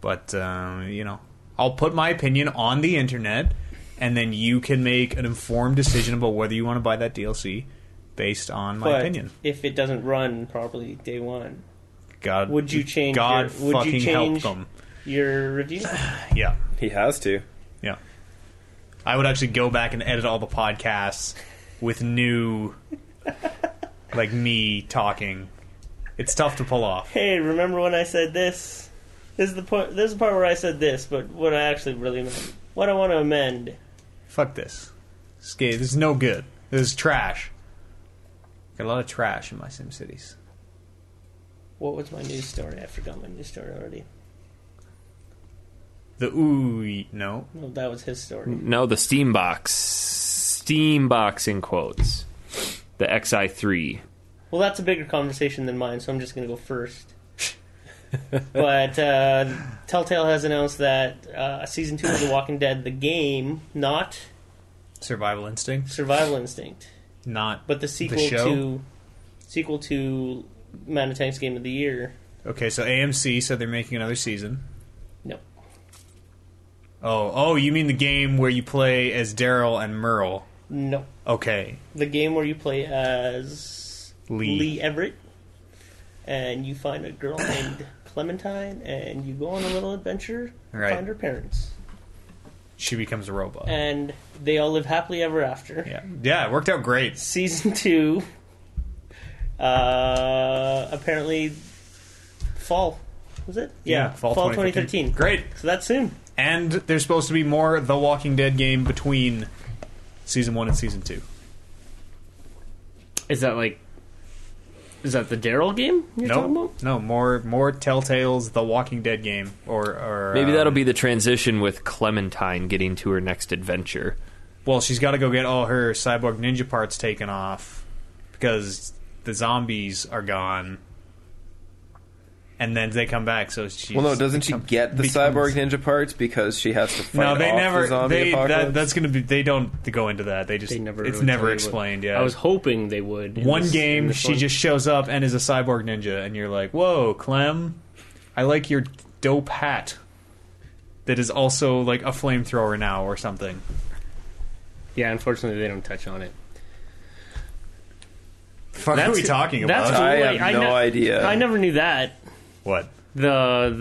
but um, you know, I'll put my opinion on the internet, and then you can make an informed decision about whether you want to buy that DLC based on my But opinion. if it doesn't run properly day one, God, would you change God your- would you fucking change- help them. your review. Yeah, He has to. yeah. I would actually go back and edit all the podcasts with new, like me talking. It's tough to pull off. hey, remember when I said this? This is the point. This is the part where I said this, but what I actually really meant. What I want to amend. fuck this. This game this is no good. This is trash. Got a lot of trash in my Sim Cities. What was my news story? I forgot my news story already. The ooh no. No, that was his story. No, the Steam Box. Steam Box in quotes. The XI3. Well, that's a bigger conversation than mine, so I'm just going to go first. but uh, Telltale has announced that uh, season two of The Walking Dead, the game, not Survival Instinct. Survival Instinct, Not but the sequel show? to sequel to Manitang's Game of the Year. okay, so AMC said they're making another season. No, Oh, oh, you mean the game where you play as Daryl and Merle? No, Okay, the game where you play as Lee. Everett, and you find a girl named Clementine, and you go on a little adventure, Right. find her parents, she becomes a robot. and they all live happily ever after. Yeah, yeah, it worked out great. Season two, uh, apparently, fall was it? fall, 2013. 2013. Great. So that's soon. And there's supposed to be more The Walking Dead game between season one and season two. Is that like? Is that the Daryl game you're talking No, about? no, more more Telltale's The Walking Dead game, or, or Maybe uh, that'll be the transition with Clementine getting to her next adventure. um, Well, she's got to go get all her cyborg ninja parts taken off because the zombies are gone, and then they come back. So she. Well, no, doesn't she get the becomes- cyborg ninja parts because she has to fight No, they off never. the zombie they that, apocalypse? that's gonna be. They don't go into that. They just. They never. It's really tell never you what- explained. Yeah. I was hoping they would. in one this- in game, this she one. just shows up and is a cyborg ninja, and you're like, "Whoa, Clem, I like your dope hat." That is also like a flamethrower now or something. Yeah, unfortunately, they don't touch on it. Fuck, That's- are we talking that's about? what- I Really, have I no ne- idea. I never knew that. what? The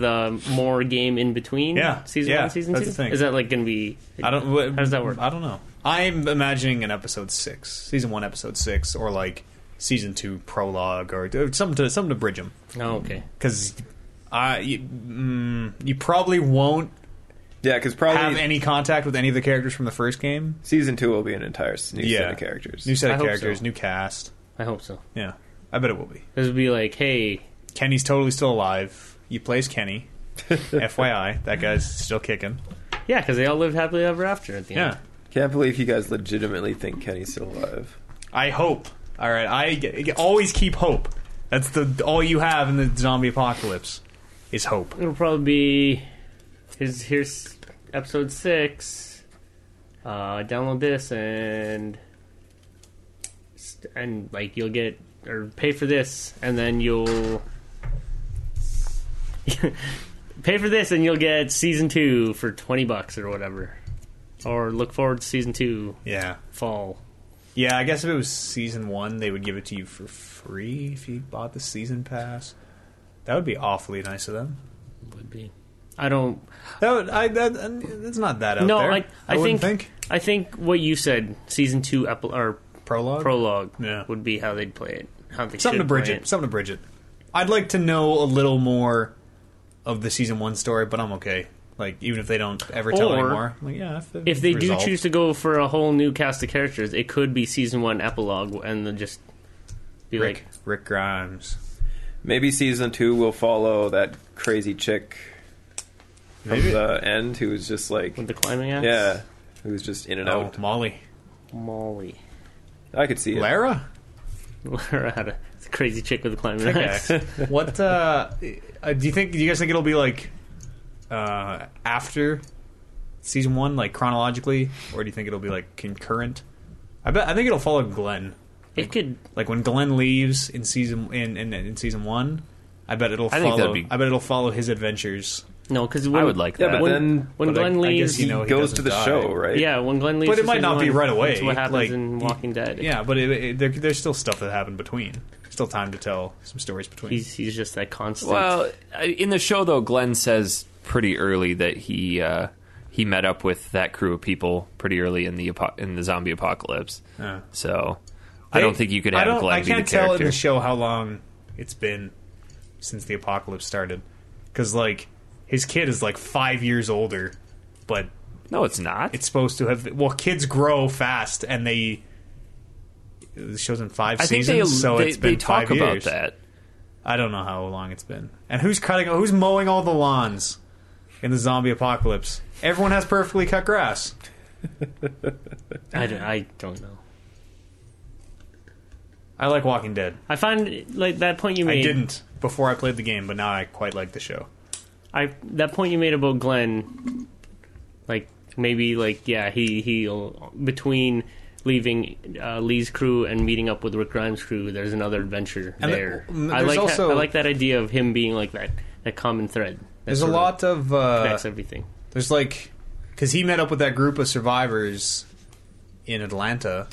the more game in between. Yeah, Season yeah, one, season that's two. the thing. Is that like going to be? I don't. Wh- How does that work? I don't know. I'm imagining an episode six, season one, episode six, or like season two prologue, or, or something to something to bridge them. Oh, okay. Because I, you, mm, you probably won't yeah, because have probably any contact with any of the characters from the first game. season two will be an entire s- new Yeah. set of characters. New set I of hope characters, so. new cast. I hope so. Yeah, I bet it will be. This would be like, hey, Kenny's totally still alive. You plays Kenny. FYI, that guy's still kicking. yeah, because they all lived happily ever after at the end. Yeah, Can't believe you guys legitimately think Kenny's still alive. I hope. All right, I g- always keep hope. That's the all you have in the zombie apocalypse is hope. It'll probably be here's here's episode six. Uh, download this and and like you'll get or pay for this and then you'll pay for this and you'll get season two for twenty bucks or whatever. Or look forward to season two Yeah, fall. yeah. I guess if it was season one, they would give it to you for free if you bought the season pass. That would be awfully nice of them. Would be. I don't. That would, I that that's not that out No, there. I- I wouldn't think- I think what you said, season two ep- or prologue prologue, Yeah. would be how they'd play it. How they something to should bridge play it. Something to bridge it. I'd like to know a little more of the season one story, but I'm okay. Like even if they don't ever tell Or- anymore, I'm like yeah. If, it If they resolved. do choose to go for a whole new cast of characters, it could be season one epilogue and then just be Rick, like, Rick Grimes, Maybe season two will follow that crazy chick from Maybe. the end who was just like, with the climbing axe? yeah, who was just Oh, in and no out. Molly, Molly. I could see it. Lara. Laura had a it's a crazy chick with a climbing axe. what uh, uh, do you think? Do you guys think it'll be like uh, after season one, like chronologically, or do you think it'll be like concurrent? I bet I think it'll follow Glenn. It could. Like when Glenn leaves in season in in, in season one, I bet it'll I follow. think that'd be- I bet it'll follow his adventures. No, because I would like Yeah, that. but When, then when but I- Glenn I leaves. guess you know he he goes doesn't to the die. show, right? Yeah, when Glenn leaves. But it for might season not be one, right away, That's what happens like, in you- Walking Dead. Yeah, but it, it, there, there's still stuff that happened between. Still time to tell some stories between. He's, he's just that constant. Well, I- in the show though, Glenn says pretty early that he uh, he met up with that crew of people pretty early in the apo- in the zombie apocalypse. Uh. So I don't think you could I have don't. Glenn I can't be the tell character. in the show how long it's been since the apocalypse started, because like his kid is like five years older, but no, it's not. it's supposed to have. Well, kids grow fast, and they. The show's in five I think seasons, they, so they, it's been they talk five about years. that. I don't know how long it's been. And who's cutting? Who's mowing all the lawns in the zombie apocalypse? Everyone has perfectly cut grass. I, don't, I don't know. I like Walking Dead. I find like that point you I made. didn't before I played the game, but now I quite like the show. I that point you made about Glenn, like maybe like yeah he he'll between leaving uh, Lee's crew and meeting up with Rick Grimes' crew. There's another adventure And the- there. mm, I there's like also- that, I like that idea of him being like that that common thread. That There's a sort of lot of uh, connects everything. there's like because he met up with that group of survivors in Atlanta,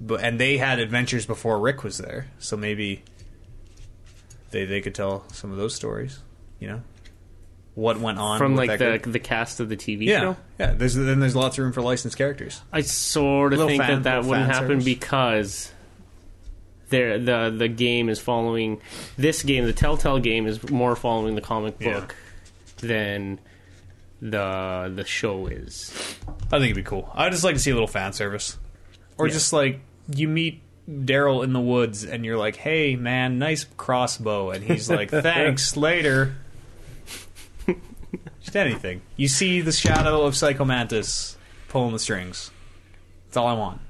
but and they had adventures before Rick was there, so maybe they they could tell some of those stories. You know, what went on from with like that the group. the cast of the TV yeah show. yeah. There's then there's lots of room for licensed characters. I sort of Little think fan- that that little wouldn't fan happen service. because there the the game is following this game. The Telltale game is more following the comic Yeah. book than the the show is. I think it'd be cool. I'd just like to see a little fan service. Or Yeah. just like you meet Daryl in the woods and you're like, hey man, nice crossbow. And he's like, thanks, later. just anything. You see the shadow of Psychomantis pulling the strings. That's all I want.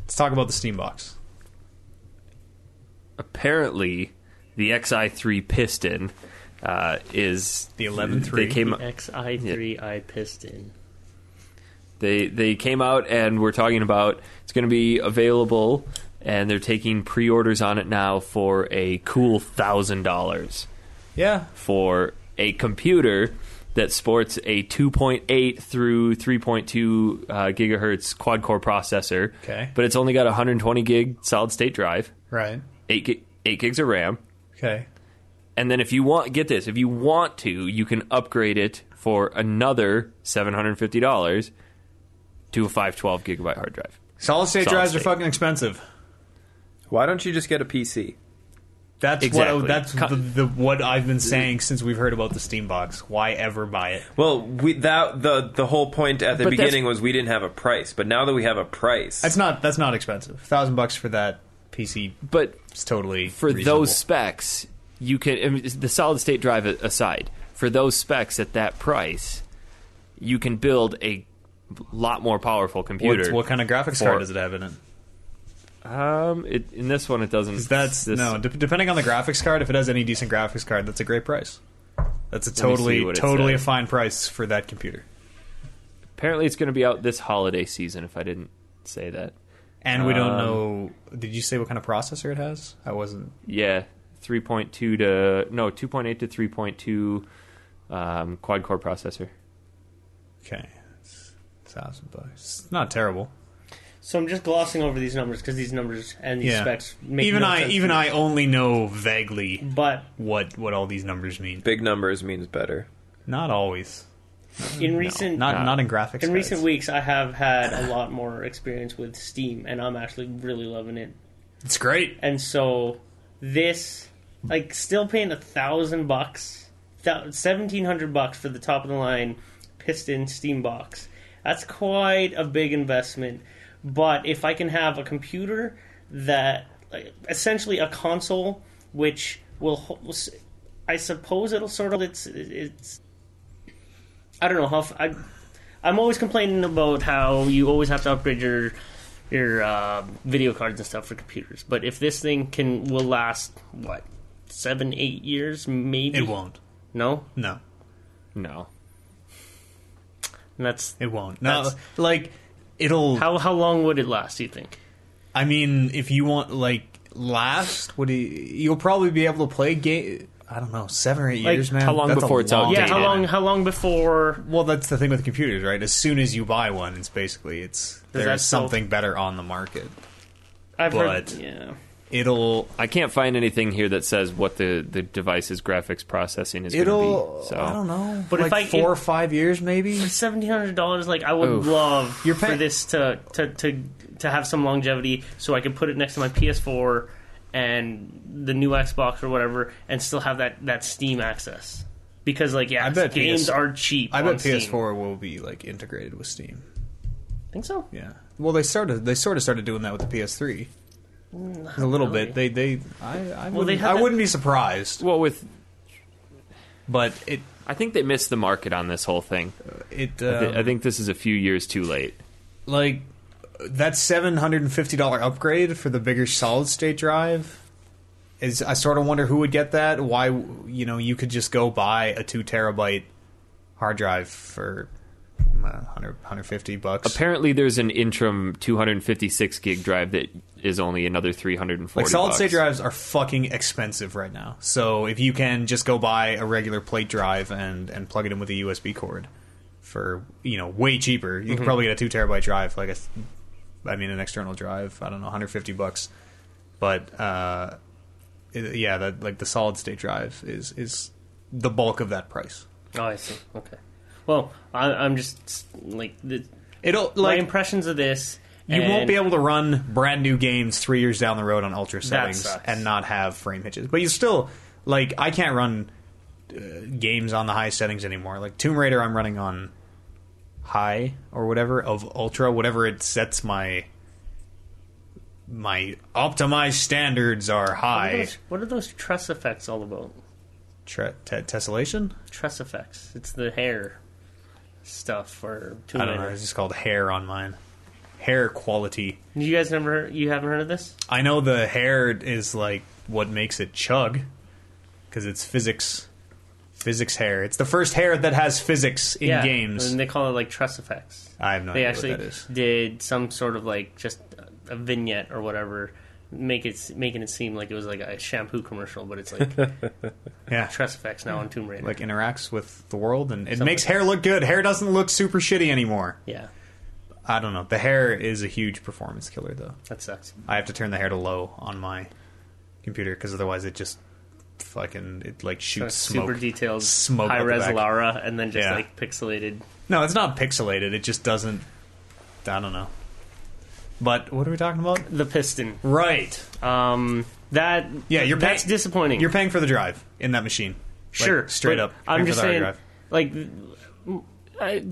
Let's talk about the Steam Box. Apparently, the XI3 piston uh, is The 11.3. They came XI three I piston. They they came out and we're talking about it's going to be available, and they're taking pre-orders on it now for a cool thousand dollars Yeah. for a computer that sports a 2.8 through 3.2 uh, gigahertz quad-core processor. Okay. but it's only got a 120 gig solid-state drive, Right. eight gig, eight gigs of RAM, Okay. and then if you want, get this, if you want to, you can upgrade it for another $750 to a 512 gigabyte hard drive. Solid state Solid drives are state. fucking expensive. Why don't you just get a PC? That's what Exactly. that's Co- the, the what I've been saying since we've heard about the Steam Box. Why ever buy it? Well, we, that the the whole point at the But that's- beginning was we didn't have a price, but now that we have a price, That's not that's not expensive. Thousand bucks for that PC But is totally for reasonable. those specs, you can, I mean, the solid state drive a- aside, for those specs at that price, you can build a lot more powerful What's- computer. what kind of graphics for- card does it have in it? Um, it, in this one, it doesn't. 'Cause That's this, no. De- depending on the graphics card, if it has any decent graphics card, that's a great price. That's a me see totally what it totally a says. fine price for that computer. Apparently, it's going to be out this holiday season. If I didn't say that, And we Um, don't know. Did you say what kind of processor it has? I wasn't. Yeah, three point two to no two point eight to three point two um, quad core processor. Okay, thousand bucks. It's not terrible. So I'm just glossing over these numbers because these numbers and these Yeah. specs make Even no I sense even to me. I only know vaguely But what what all these numbers mean. big numbers means better. Not always. in recent Not not in graphics. in recent cards. weeks, I have had a lot more experience with Steam, and I'm actually really loving it. it's great. and so this like still paying a thousand bucks seventeen hundred bucks for the top of the line piston steam box that's quite a big investment but if i can have a computer that like, essentially a console which will ho- i suppose it'll sort of it's it's i don't know how f- I, i'm always complaining about how you always have to upgrade your your uh, video cards and stuff for computers. But if this thing can will last what seven, eight years, maybe It won't. No, No. No, and that's It won't. No, That's- like it'll. how how long would it last? Do you think? I mean, if you want like last, what do you, you'll probably be able to play game. I don't know, seven or eight Like, years, man. how long That's a before it's long- outdated? Yeah, Dated. how long? How long before? Well, that's the thing with computers, right? As soon as you buy one, it's basically it's that there's still- something better on the market. I've But- heard. Yeah, It'll I can't find anything here that says what the the device's graphics processing is going to it'll be. So I don't know, But but if like I- four or five years maybe. seventeen hundred dollars. Like I would Oof. love You're for paying- this to, to to to have some longevity, so I could put it next to my PS4 and the new Xbox or whatever, and still have that that Steam access. Because like yeah, I bet games PS are cheap. I on bet Steam. PS4 will be like integrated with Steam. Think so? Yeah. Well, they started. They sort of started doing that with the PS3. a little Mm, really. bit. They. They. I. I, Well, they wouldn't, had I that- wouldn't be surprised. well with But it. I think they missed the market on this whole thing. It. I thi- Um, I think this is a few years too late. like that seven hundred and fifty dollar upgrade for the bigger solid state drive. Is I sort of wonder who would get that. Why you know you could just go buy a two terabyte hard drive for uh, 100, 150 bucks. Apparently, there's an interim 256 gig drive that is only another 340. Like solid state bucks. drives are fucking expensive right now. So if you can just go buy a regular plate drive and and plug it in with a USB cord for you know way cheaper, you can probably get a two terabyte drive, like a, th- I mean an external drive. I don't know, 150 bucks. But uh, it- yeah, that like the solid state drive is is the bulk of that price. Oh, I see. Okay. Well, I, I'm just like the, It'll my like impressions of this. you won't and- be able to run brand new games three years down the road on ultra settings sucks. and not have frame hitches. But you still like I can't run uh, games on the high settings anymore. Like Tomb Raider, I'm running on high or whatever of ultra, whatever it sets my my optimized standards are What are high. those, what are those truss effects all about? Tre- te- tessellation? Truss effects. It's the hair stuff or Tomb I don't know. Raider. It's just called hair on mine. Hair quality. You guys never? You haven't heard of this? I know the hair is like what makes it chug because it's physics physics hair. It's the first hair that has physics in yeah. games. And they call it like truss effects. I have no they idea actually what that is. did some sort of like just a vignette or whatever, make it making it seem like it was like a shampoo commercial, but it's like Yeah. truss effects now on Tomb Raider. Like interacts with the world and it Something makes like hair look good. Hair doesn't look super shitty anymore. yeah, I don't know. The hair is a huge performance killer though. that sucks. I have to turn the hair to low on my computer because otherwise it just fucking it like shoots smoke. Super detailed, Smoke out high the res back. Lara, and then just Yeah. like pixelated. No, it's not pixelated. It just doesn't. I don't know. But what are we talking about? The piston. Right. Um, that Yeah, you're that's paying- disappointing. You're paying for the drive in that machine. Like, sure, straight but up. I'm paying just for the hard saying, drive. like I,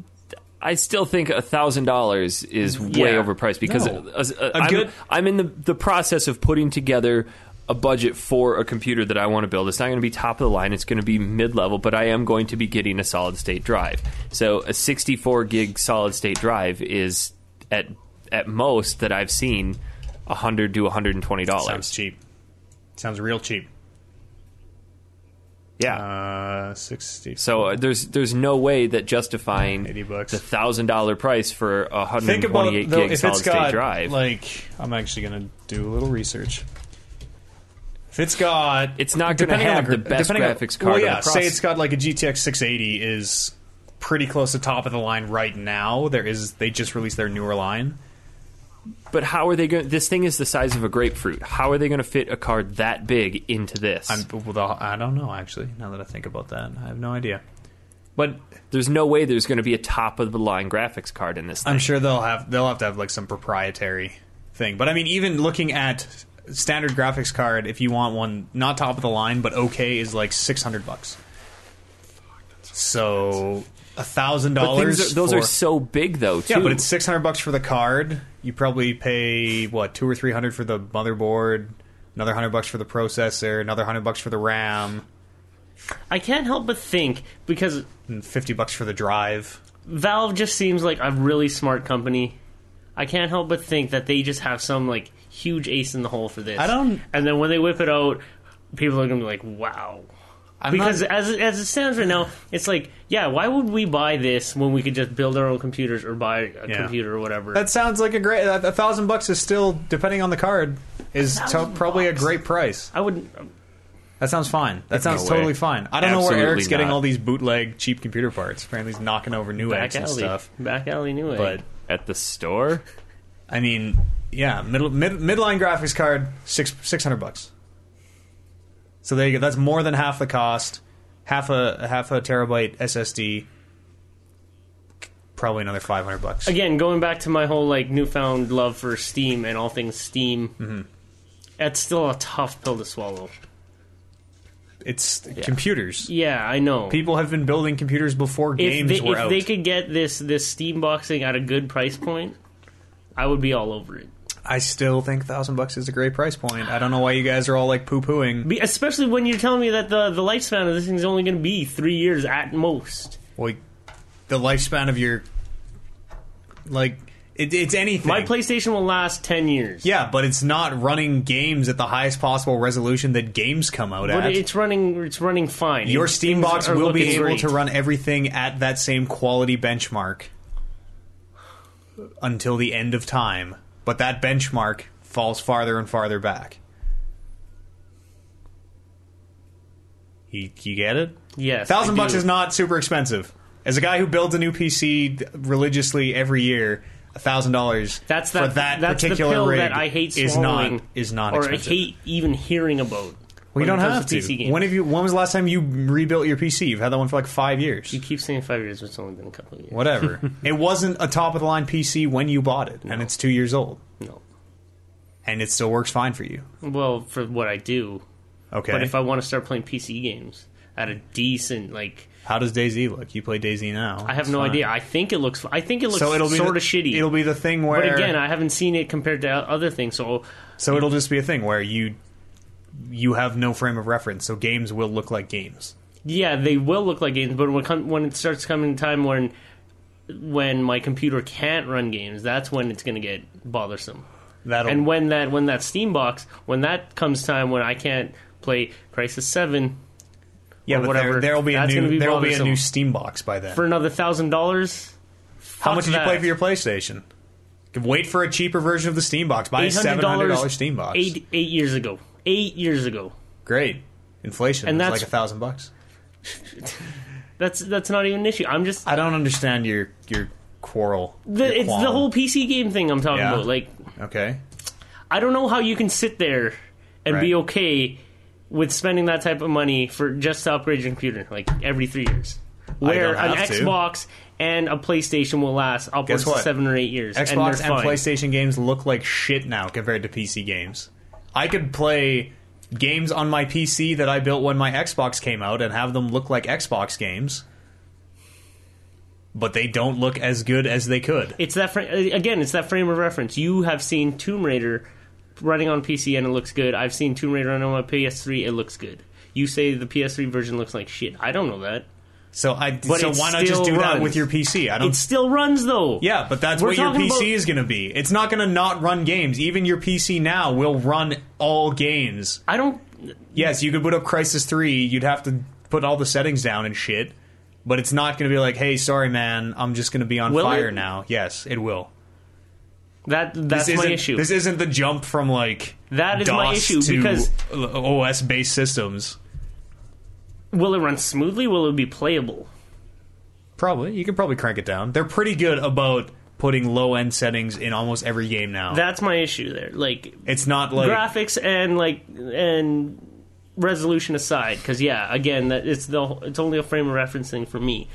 I still think a thousand dollars is way Yeah. overpriced because Mm-hmm. No. a, a, I'm, good- I'm in the, the process of putting together a budget for a computer that I want to build. It's not going to be top of the line. It's going to be mid level, but I am going to be getting a solid state drive. So a 64 gig solid state drive is at at most that I've seen. 100 to 120 Sounds dollars. cheap. Sounds real cheap. Yeah. Uh, sixty. So uh, there's there's no way that justifying 80 bucks. the thousand dollar price for a Think about 128 though, gig if solid it's got state drive. like I'm actually gonna do a little research. If it's got, It's not gonna depending on have gra- the best depending on- graphics card Well, on the yeah, say process- it's got like a GTX 680 is pretty close to top of the line right now. There is they just released their newer line. but how are they going? to This thing is the size of a grapefruit. How are they going to fit a card that big into this? I'm, well, the- I don't know actually. Now that I think about that, I have no idea. but there's no way there's going to be a top of the line graphics card in this. Thing. I'm sure they'll have they'll have to have like some proprietary thing. But I mean, even looking at standard graphics card, if you want one not top of the line but okay, is like six hundred bucks. So a thousand But things dollars. are- those are for- so big though. Too. yeah, but it's six hundred bucks for the card. You probably pay what two or three hundred for the motherboard, another hundred bucks for the processor, another hundred bucks for the RAM, I can't help but think because and fifty bucks for the drive. Valve just seems like a really smart company. I can't help but think that they just have some like huge ace in the hole for this. I don't- And then when they whip it out, people are gonna be like, "Wow." I'm not- because as as it stands right now, it's like, yeah, why would we buy this when we could just build our own computers or buy a Yeah. computer or whatever? That sounds like a great. A, a thousand bucks is still, depending on the card, is to, probably a great price. I would. That sounds fine. That sounds way. totally fine. I don't know Absolutely where Eric's getting not. all these bootleg cheap computer parts. Apparently, he's knocking over new Back eggs and alley, stuff. back alley, new But egg. at the store. I mean, yeah, middle mid, midline graphics card six six hundred bucks. So there you go. That's more than half the cost. Half a half a terabyte SSD. Probably another five hundred bucks. again going back to my whole like newfound love for steam and all things steam Mm-hmm. that's still a tough pill to swallow It's computers. yeah i know People have been building computers before if, games they, were if out. they could get this this steam boxing at a good price point i would be all over it I still think thousand bucks is a great price point. I don't know why you guys are all like poo pooing. be, especially when you're telling me that the, the lifespan of this thing's only going to be three years at most Well, the lifespan of your like it, it's anything. my playstation will last 10 years yeah, but it's not running games at the highest possible resolution that games come out but at. it's running it's running fine your Things Steam box are will be looking able great. to run everything at that same quality benchmark. until the end of time, but that benchmark falls farther and farther back. You, you get it? Yes. thousand I bucks do. is not super expensive. As a guy who builds a new PC religiously every year, a thousand dollars That's for that, that that's particular the pill rig that I hate is swallowing not is not or expensive. I hate even hearing about. we when don't it comes have to. PC games. When have you? When was the last time you rebuilt your PC? You've had that one for like five years. you keep saying five years, but it's only been a couple of years. Whatever. it wasn't a top of the line PC when you bought it, and it's two years old, No. and it still works fine for you. Well, for what I do, Okay. but if I want to start playing PC games at a decent like, How does Daisy look? You play Daisy now. I have It's no fine. idea. I think it looks. I think it looks So it'll be sort the- of shitty. It'll be the thing where but again, I haven't seen it compared to other things. So So it'll just be a thing where you you have no frame of reference, so games will look like games. yeah, they will look like games. But when com- when it starts coming time when when my computer can't run games, that's when it's going to get bothersome. That'll And when that when that Steam box when that comes time when I can't play Crisis Seven yeah, or but whatever, There, will be a that's new gonna be there will be a bothersome. new Steam box by then. for another thousand dollars, How much did you that. play for your PlayStation? Wait for a cheaper version of the Steam box. Buy a seven hundred dollar Steam box. eight eight years ago, eight years ago. Great. Inflation And It's that's- like a thousand bucks. That's that's not even an issue. I'm just I don't understand your your quarrel. the, your it's qualm. the whole PC game thing I'm talking Yeah. about. Like Okay. I don't know how you can sit there and be Right. okay with spending that type of money for just to upgrade your computer like every three years. Where an have to. Xbox and a PlayStation will last upwards Guess of what? seven or eight years. and Xbox they're and, fine. PlayStation games look like shit now compared to PC games. I could play games on my PC that I built when my Xbox came out and have them look like Xbox games, but they don't look as good as they could. It's that fr- again. It's that frame of reference. You have seen Tomb Raider running on PC and it looks good. I've seen Tomb Raider running on my PS3. It looks good. You say the PS3 version looks like shit. I don't know that. So I But so it why not just still do that runs. with your PC? I don't It still runs though. Yeah, but that's We're what your talking PC about- is going to be. It's not going to not run games. Even your PC now will run all games. I don't. Yes, you could put up Crisis 3, you'd have to put all the settings down and shit, but it's not going to be like, "Hey, sorry man, I'm just going to be on Will fire it? now." Yes, it will. That that's this my isn't- issue. This isn't the jump from like That is my DOS issue, to because- OS based systems. Will it run smoothly? Will it be playable? Probably. You can probably crank it down. They're pretty good about putting low end settings in almost every game now. That's my issue there. Like it's not like graphics and like and resolution aside because yeah again that it's the it's only a frame of reference thing for me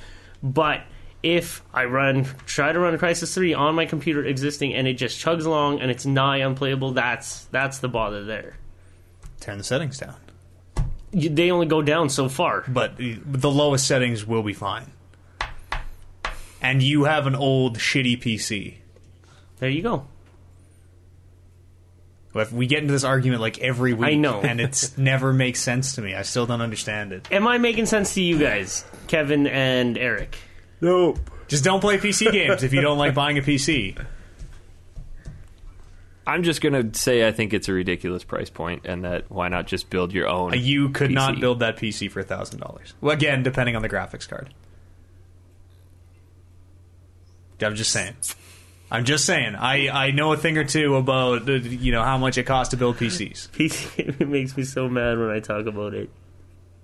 but if i run try to run crisis 3 on my computer existing and it just chugs along and it's nigh unplayable that's that's the bother there turn the settings down. You- they only go down so far but the the lowest settings will be fine. And you have an old shitty PC. there you go If we get into this argument like every week, I know. and it's never makes sense to me. I still don't understand it. am i making sense to you guys kevin and eric Nope. Just don't play PC games if you don't like buying a Uh, PC. I'm just gonna say I think it's a ridiculous price point, and that why not just build your own? You could not PC. build that PC for thousand dollars. Well, again, depending on the graphics card. I'm just saying. I'm just saying. I, I know a thing or two about uh, you know how much it costs to build PCs. PC, it makes me so mad when i talk about it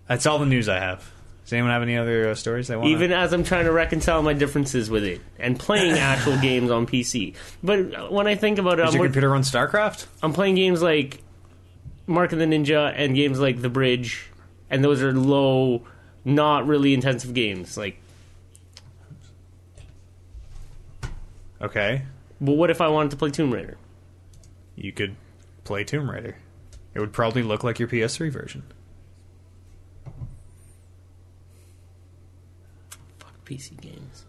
That's all the news I have. Does anyone have any other uh, stories they want? even as I'm trying to reconcile my differences with it and playing actual games on PC. But when I think about it, does I'm, your wor- computer run StarCraft? I'm playing games like Mark of the Ninja and games like The Bridge, and those are low, not really intensive games. Like, Okay, but what if I wanted to play Tomb Raider? you could play Tomb Raider. It would probably look like your PS3 version. Fuck PC games.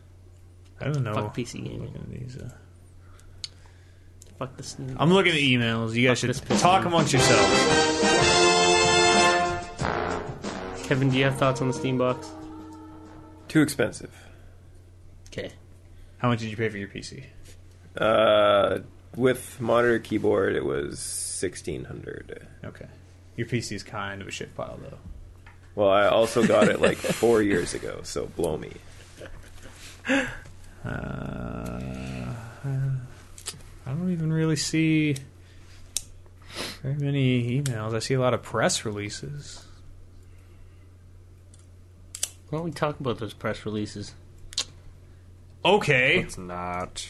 I don't know. Fuck PC gaming. These, uh, Fuck this. New- I'm looking at emails. You guys should this PC. talk amongst yourselves. Kevin, do you have thoughts on the Steam box? Too expensive. Okay. How much did you pay for your PC? Uh, with monitor keyboard, it was sixteen hundred. Okay, your PC's kind of a shit pile though. Well, I also got it like four years ago, so blow me. Uh, don't even really see very many emails. I see a lot of press releases. Why don't we talk about those press releases? Okay. It's not.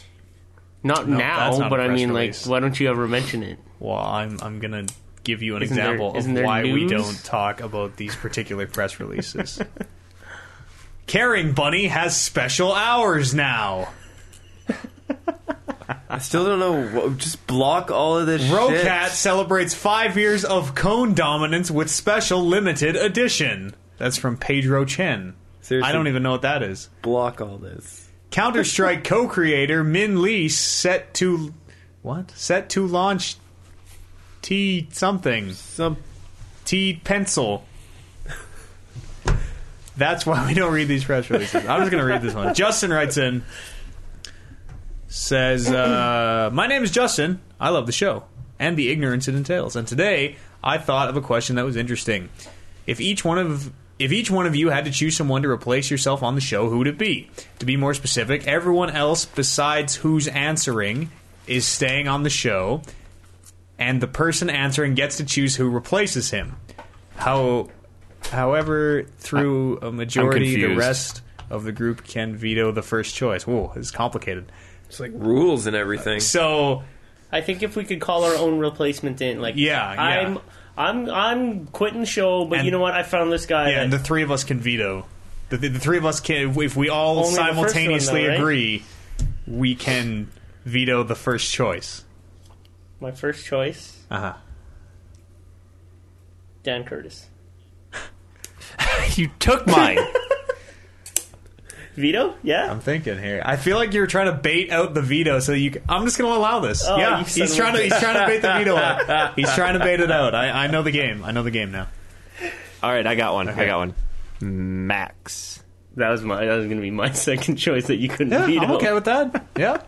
Not No, now, that's not a but I press mean, release. like, why don't you ever mention it? Well, I'm I'm gonna give you an Isn't there- example isn't of there why we news? don't talk about these particular press releases. Caring Bunny has special hours now. I still don't know. What, just block all of this shit. Rocat celebrates five years of cone dominance with special limited edition. That's from Pedro Chen. Seriously, I don't even know what that is. block all this. Counter Strike co-creator Min Lee set to what? Set to launch T something Some T pencil. That's why we don't read these press releases. I'm just going to read this one. Justin writes in, says, uh, My name is Justin. I love the show and the ignorance it entails. And today I thought of a question that was interesting. If each one of if each one of you had to choose someone to replace yourself on the show, who would it be? To be more specific, everyone else besides who's answering is staying on the show, and the person answering gets to choose who replaces him. How, however, through a majority, the confused. rest of the group can veto the first choice. Whoa, it's complicated. it's like rules and everything. So I think if we could call our own replacement in, like, Yeah, yeah. I'm, I'm, I'm quitting the show, but And- you know what? I found this guy. yeah, that- and the three of us can veto. The, the, the three of us can, if we all Only the first one, simultaneously though, right? agree, we can veto the first choice. my first choice, Uh huh. Dan Curtis. You took mine. Vito? Yeah. I'm thinking here. I feel like you're trying to bait out the veto, so you. c- I'm just going to allow this. Oh, yeah, you son he's of trying a- to. He's trying to bait the veto out. He's trying to bait it out. I, I know the game. I know the game now. All right, I got one. I got one. Max. that was my. That was going to be my second choice that you couldn't Yeah, veto. I'm okay with that. Yeah,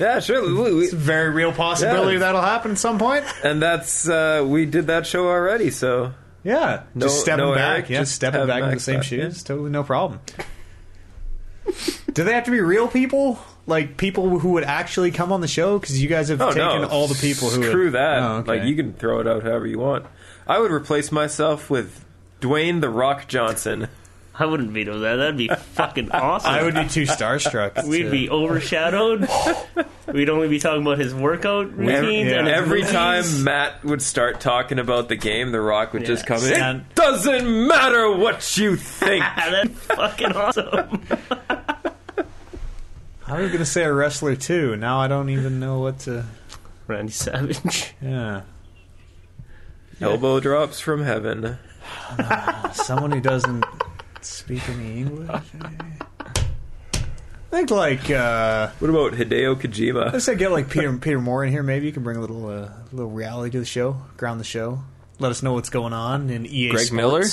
yeah, sure. we- we- it's a very real possibility Yeah. that'll happen at some point. and that's uh, we did that show already. So Yeah, No- just stepping no back. Eric, yeah, just stepping have back in the Max same back, yeah. shoes. Totally no problem. Do they have to be real people? Like people who would actually come on the show? Because you guys have oh taken no, all the people who. screw would, that. Oh, okay. Like you can throw it out however you want. I would replace myself with Dwayne the Rock Johnson. I wouldn't veto that. That'd be fucking awesome. I would be too starstruck. We'd to- be overshadowed. We'd only be talking about his workout routines. Every, yeah. and his every movies. time Matt would start talking about the game, The Rock would just Yeah. come in. Stan- It doesn't matter what you think. Ah, that's fucking awesome. I was gonna say a wrestler too. Now I don't even know what to. Randy Savage. Yeah, Elbow drops from heaven. someone who doesn't speak any English. I think like uh, What about Hideo Kojima? let's say get like Peter Peter Moore in here. Maybe you can bring a little uh, little reality to the show, ground the show. Let us know what's going on in EA. Greg Sports. Miller?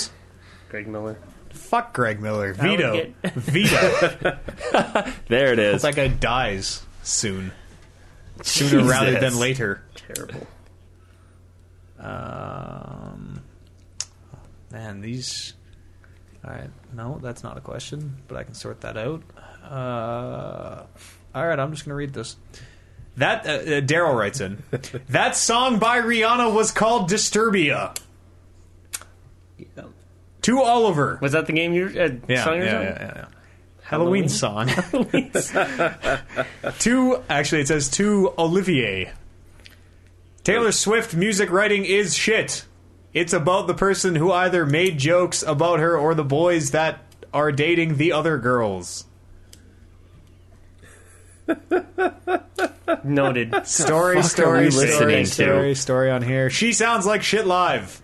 Greg Miller. Fuck Greg Miller. would Vito. get- Vito. There it is. that guy dies soon. Sooner rather Jesus. than later. Terrible. Um, man, these. All right, no, that's not a question, but I can sort that out. Uh, all right, I'm just gonna read this. That uh, uh, Daryl writes in. that song by Rihanna was called Disturbia. To Oliver. Was that the game you were uh, yeah, yeah, song or yeah, something? yeah, yeah. Halloween, song. to actually, it says to Olivier. Taylor Swift music writing is shit. It's about the person who either made jokes about her or the boys that are dating the other girls. Noted. Story, we story, story, listening to? story, story on here. She sounds like shit live.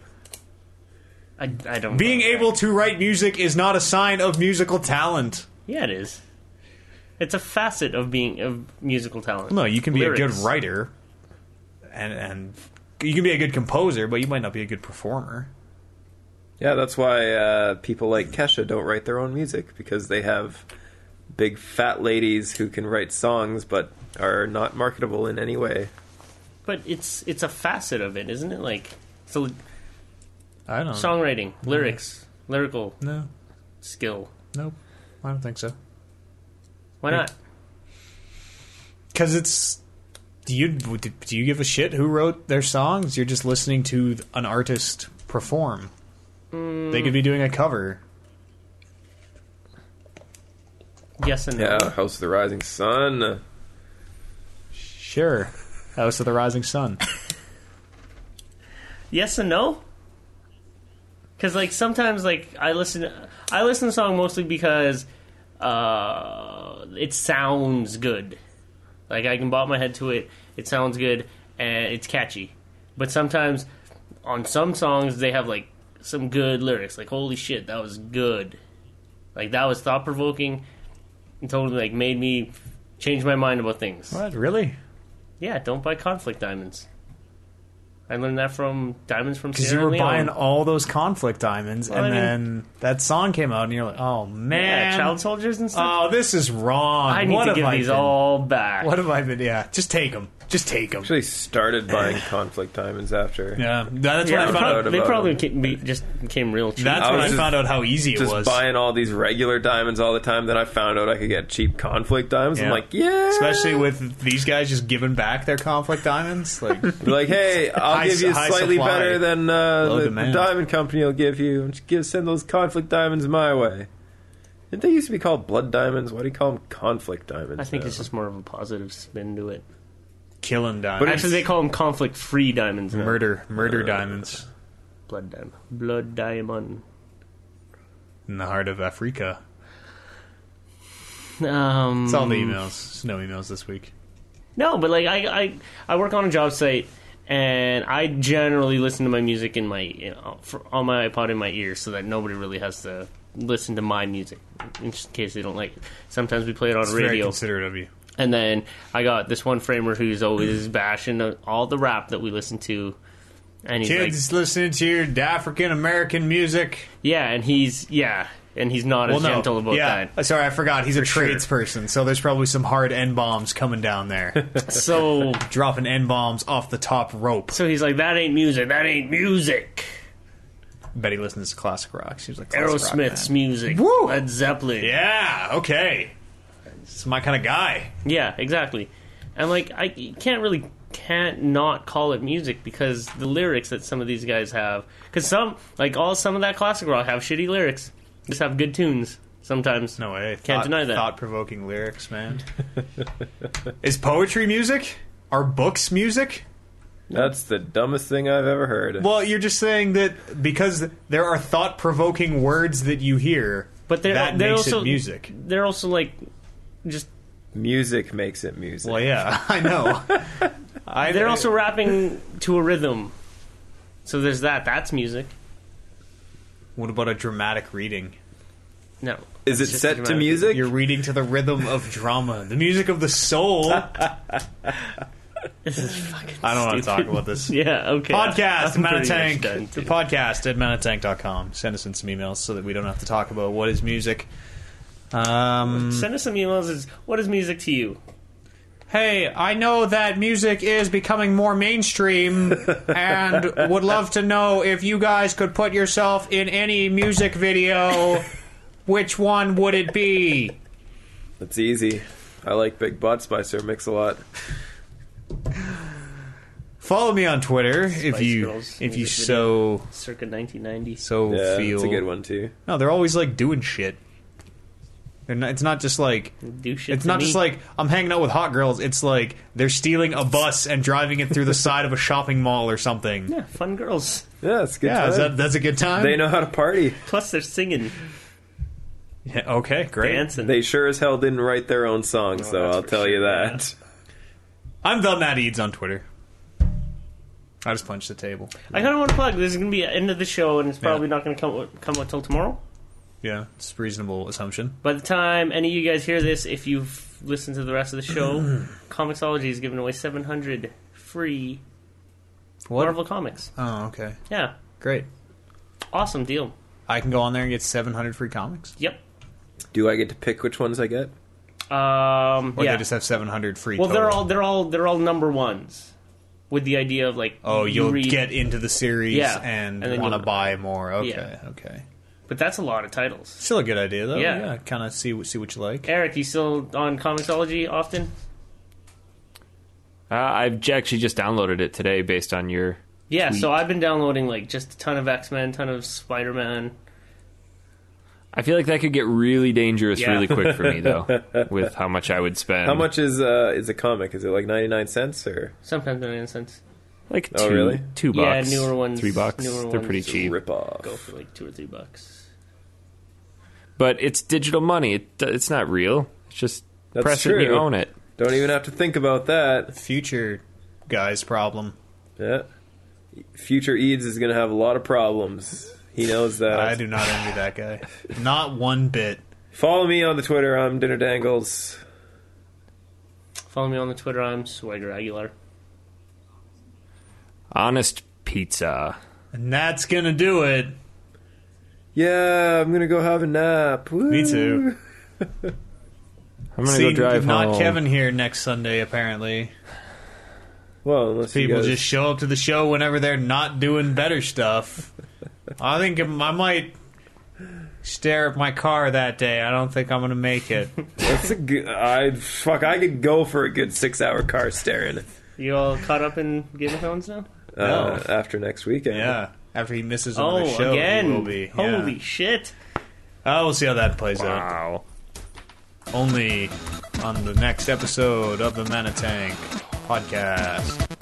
I, I don't. Being know. able to write music is not a sign of musical talent. Yeah, it is. It's a facet of being of musical talent. No, you can be a good Lyrics. writer, and and you can be a good composer, but you might not be a good performer. Yeah, that's why uh, people like Kesha don't write their own music because they have big fat ladies who can write songs but are not marketable in any way. but it's it's a facet of it, isn't it? Like so, I don't songwriting, Mm-hmm. lyrics, lyrical No, skill. nope. I don't think so. Why not? Because it's do you do you give a shit who wrote their songs? You're just listening to an artist perform. They could be doing a cover. Yes and no. Yeah, House of the Rising Sun. Sure, House of the Rising Sun. Yes and no. Because like sometimes like I listen, I listen to the song mostly because uh, it sounds good. Like I can bob my head to it. It sounds good and it's catchy. But sometimes on some songs they have like some good lyrics. Like holy shit, that was good. Like that was thought provoking. And totally like made me change my mind about things. What really? Yeah, don't buy conflict diamonds. I learned that from diamonds from Because Sierra you were Leone. buying all those conflict diamonds, Well, and I then that song came out, and you're like, "Oh man, yeah, child soldiers and stuff. oh this is wrong." I need what to have give I these been- all back. What have I been? Yeah, just take them. Just take them. Actually started buying Conflict Diamonds after. Yeah, that's Yeah, when I found prob- out. out they about probably it. ca- be- just became real cheap. That's I when was I just- found out how easy it Just was. buying all these regular diamonds all the time. Then I found out I could get cheap conflict diamonds. Yeah. I'm like, yeah. Especially with these guys just giving back their conflict diamonds, like Be like, hey, I'll High give you su- high slightly supply, better than uh, low the, the demand. diamond company will give you. Just give send those conflict diamonds my way. Didn't they used to be called blood diamonds? Why do you call them conflict diamonds? I think now? it's just more of a positive spin to it. killing But diamonds, actually, they call them conflict-free diamonds. now. murder, murder diamonds blood diamond, blood diamond. in the heart of Africa. Um, It's all Mm. the emails. It's no emails this week. No, but like I, I, I work on a job site, and I generally listen to my music in my you know, for, on my iPod in my ear, so that nobody really has to listen to my music in just case they don't like. it. Sometimes we play it on It's very radio. considerate of you. And then I got this one framer who's always bashing all the rap that we listen to. And he's Kids listening to your African American music. like, yeah, and he's, yeah, and he's not as gentle about yeah. Uh, that. Sorry, I forgot. He's a sure. tradesperson, so there's probably some hard n bombs coming down there, So, dropping n bombs off the top rope. so he's like, that ain't music, that ain't music. Bet he listens to classic rock. She was like classic rock, Aerosmith's man. music, Woo! Led Zeppelin. Yeah. Okay. It's my kind of guy. Yeah, exactly. And like, I can't really can't not call it music because the lyrics that some of these guys have, because some like all some of that classic rock have shitty lyrics, just have good tunes sometimes. No way. Can't deny that. Thought provoking lyrics, man. Is poetry music? Are books music? That's the dumbest thing I've ever heard. Well, you're just saying that because there are thought provoking words that you hear, But they're- that they're makes also- it music. They're also like, just music makes it music. Well, yeah, I know. I, They're also rapping to a rhythm. So there's that. That's music. What about a dramatic reading? No. Is it It's just a set to dramatic- music? You're reading to the rhythm of drama, the music of the soul. I This is fucking don't want to talk stupid. about this. Yeah, okay. Podcast, I'm pretty much Manatank. done, The too. podcast at Manatank.com. Send us in some emails so that we don't have to talk about what is music. Um, Send us some emails. Is what is music to you? hey, I know that music is becoming more mainstream and would love to know if you guys could put yourself in any music video. Which one would it be? It's easy. I like Big Butts by Sir Mix-a-Lot. Follow me on Twitter if Spice you Girls if you music so Circa 1990. so Yeah, feel. it's a good one too. No, they're always like doing shit. They're not, it's not just like Do shit it's to not me. just like I'm hanging out with hot girls. It's like they're stealing a bus and driving it through the side of a shopping mall or something. Yeah, yeah, fun girls. Yeah, it's a good. is time. that, that's a good time. they know how to party. Plus they're singing, Yeah, okay, great. dancing. They sure as hell didn't write their own songs, though. that's I'll for tell sure, you yeah. that. I'm the Matt Eads on Twitter. I just punched the table. I kind of want to plug. This is going to be the end of the show, and it's probably not going to come come out till tomorrow. Yeah, it's a reasonable assumption. By the time any of you guys hear this, if you've listened to the rest of the show, Comixology is giving away 700 free Marvel comics. Oh, okay, Yeah, great. awesome deal. I can go on there and get 700 free comics, Yep. Do I get to pick which ones I get? Um, or yeah. they just have 700 free. well, they're total. all they're all they're all number ones, with the idea of like Oh, you you'll read- get into the series Yeah, and, and then want to you'll- buy more. Okay, Yeah. okay. but that's a lot of titles. Still a good idea though. Yeah. kind of see what see what you like. Eric, you still on Comixology often? Uh, Uh, I've j- actually just downloaded it today based on your. Yeah, Sweet. so I've been downloading like just a ton of X Men, ton of Spider Man. I feel like that could get really dangerous Yeah. really quick for me though, with how much I would spend. How much is uh, is a comic? Is it like ninety nine cents or Sometimes an instance. Like two, Oh, really? two Yeah, bucks, newer ones- three bucks. newer They're ones pretty are cheap. rip off? Go for like two or three bucks. but it's digital money. It, uh, it's not real. It's just That's press it and you true. own it. Don't even have to think about that. Future guy's problem. Yeah. Future Eads is gonna have a lot of problems. He knows that. I do not envy that guy. Not one bit. Follow me on the Twitter. I'm Dinner Dangles. Follow me on the Twitter. I'm Swagger Aguilar. Honest pizza. And that's gonna do it. Yeah, I'm gonna go have a nap. Woo. Me too. I'm gonna See, go drive Mm. not home. Kevin here next Sunday. Apparently, Well, unless people you guys, just show up to the show whenever they're not doing better stuff. I think I might stare at my car that day. I don't think I'm gonna make it. that's a good. I fuck. I could go for a good six hour car staring. You all caught up in Game of Thrones now? Uh, After next weekend. Yeah. After he misses another Oh, show, he again! will be. Yeah. Holy shit! Uh, we'll see how that plays out. Wow. Only on the next episode of the Manatang podcast.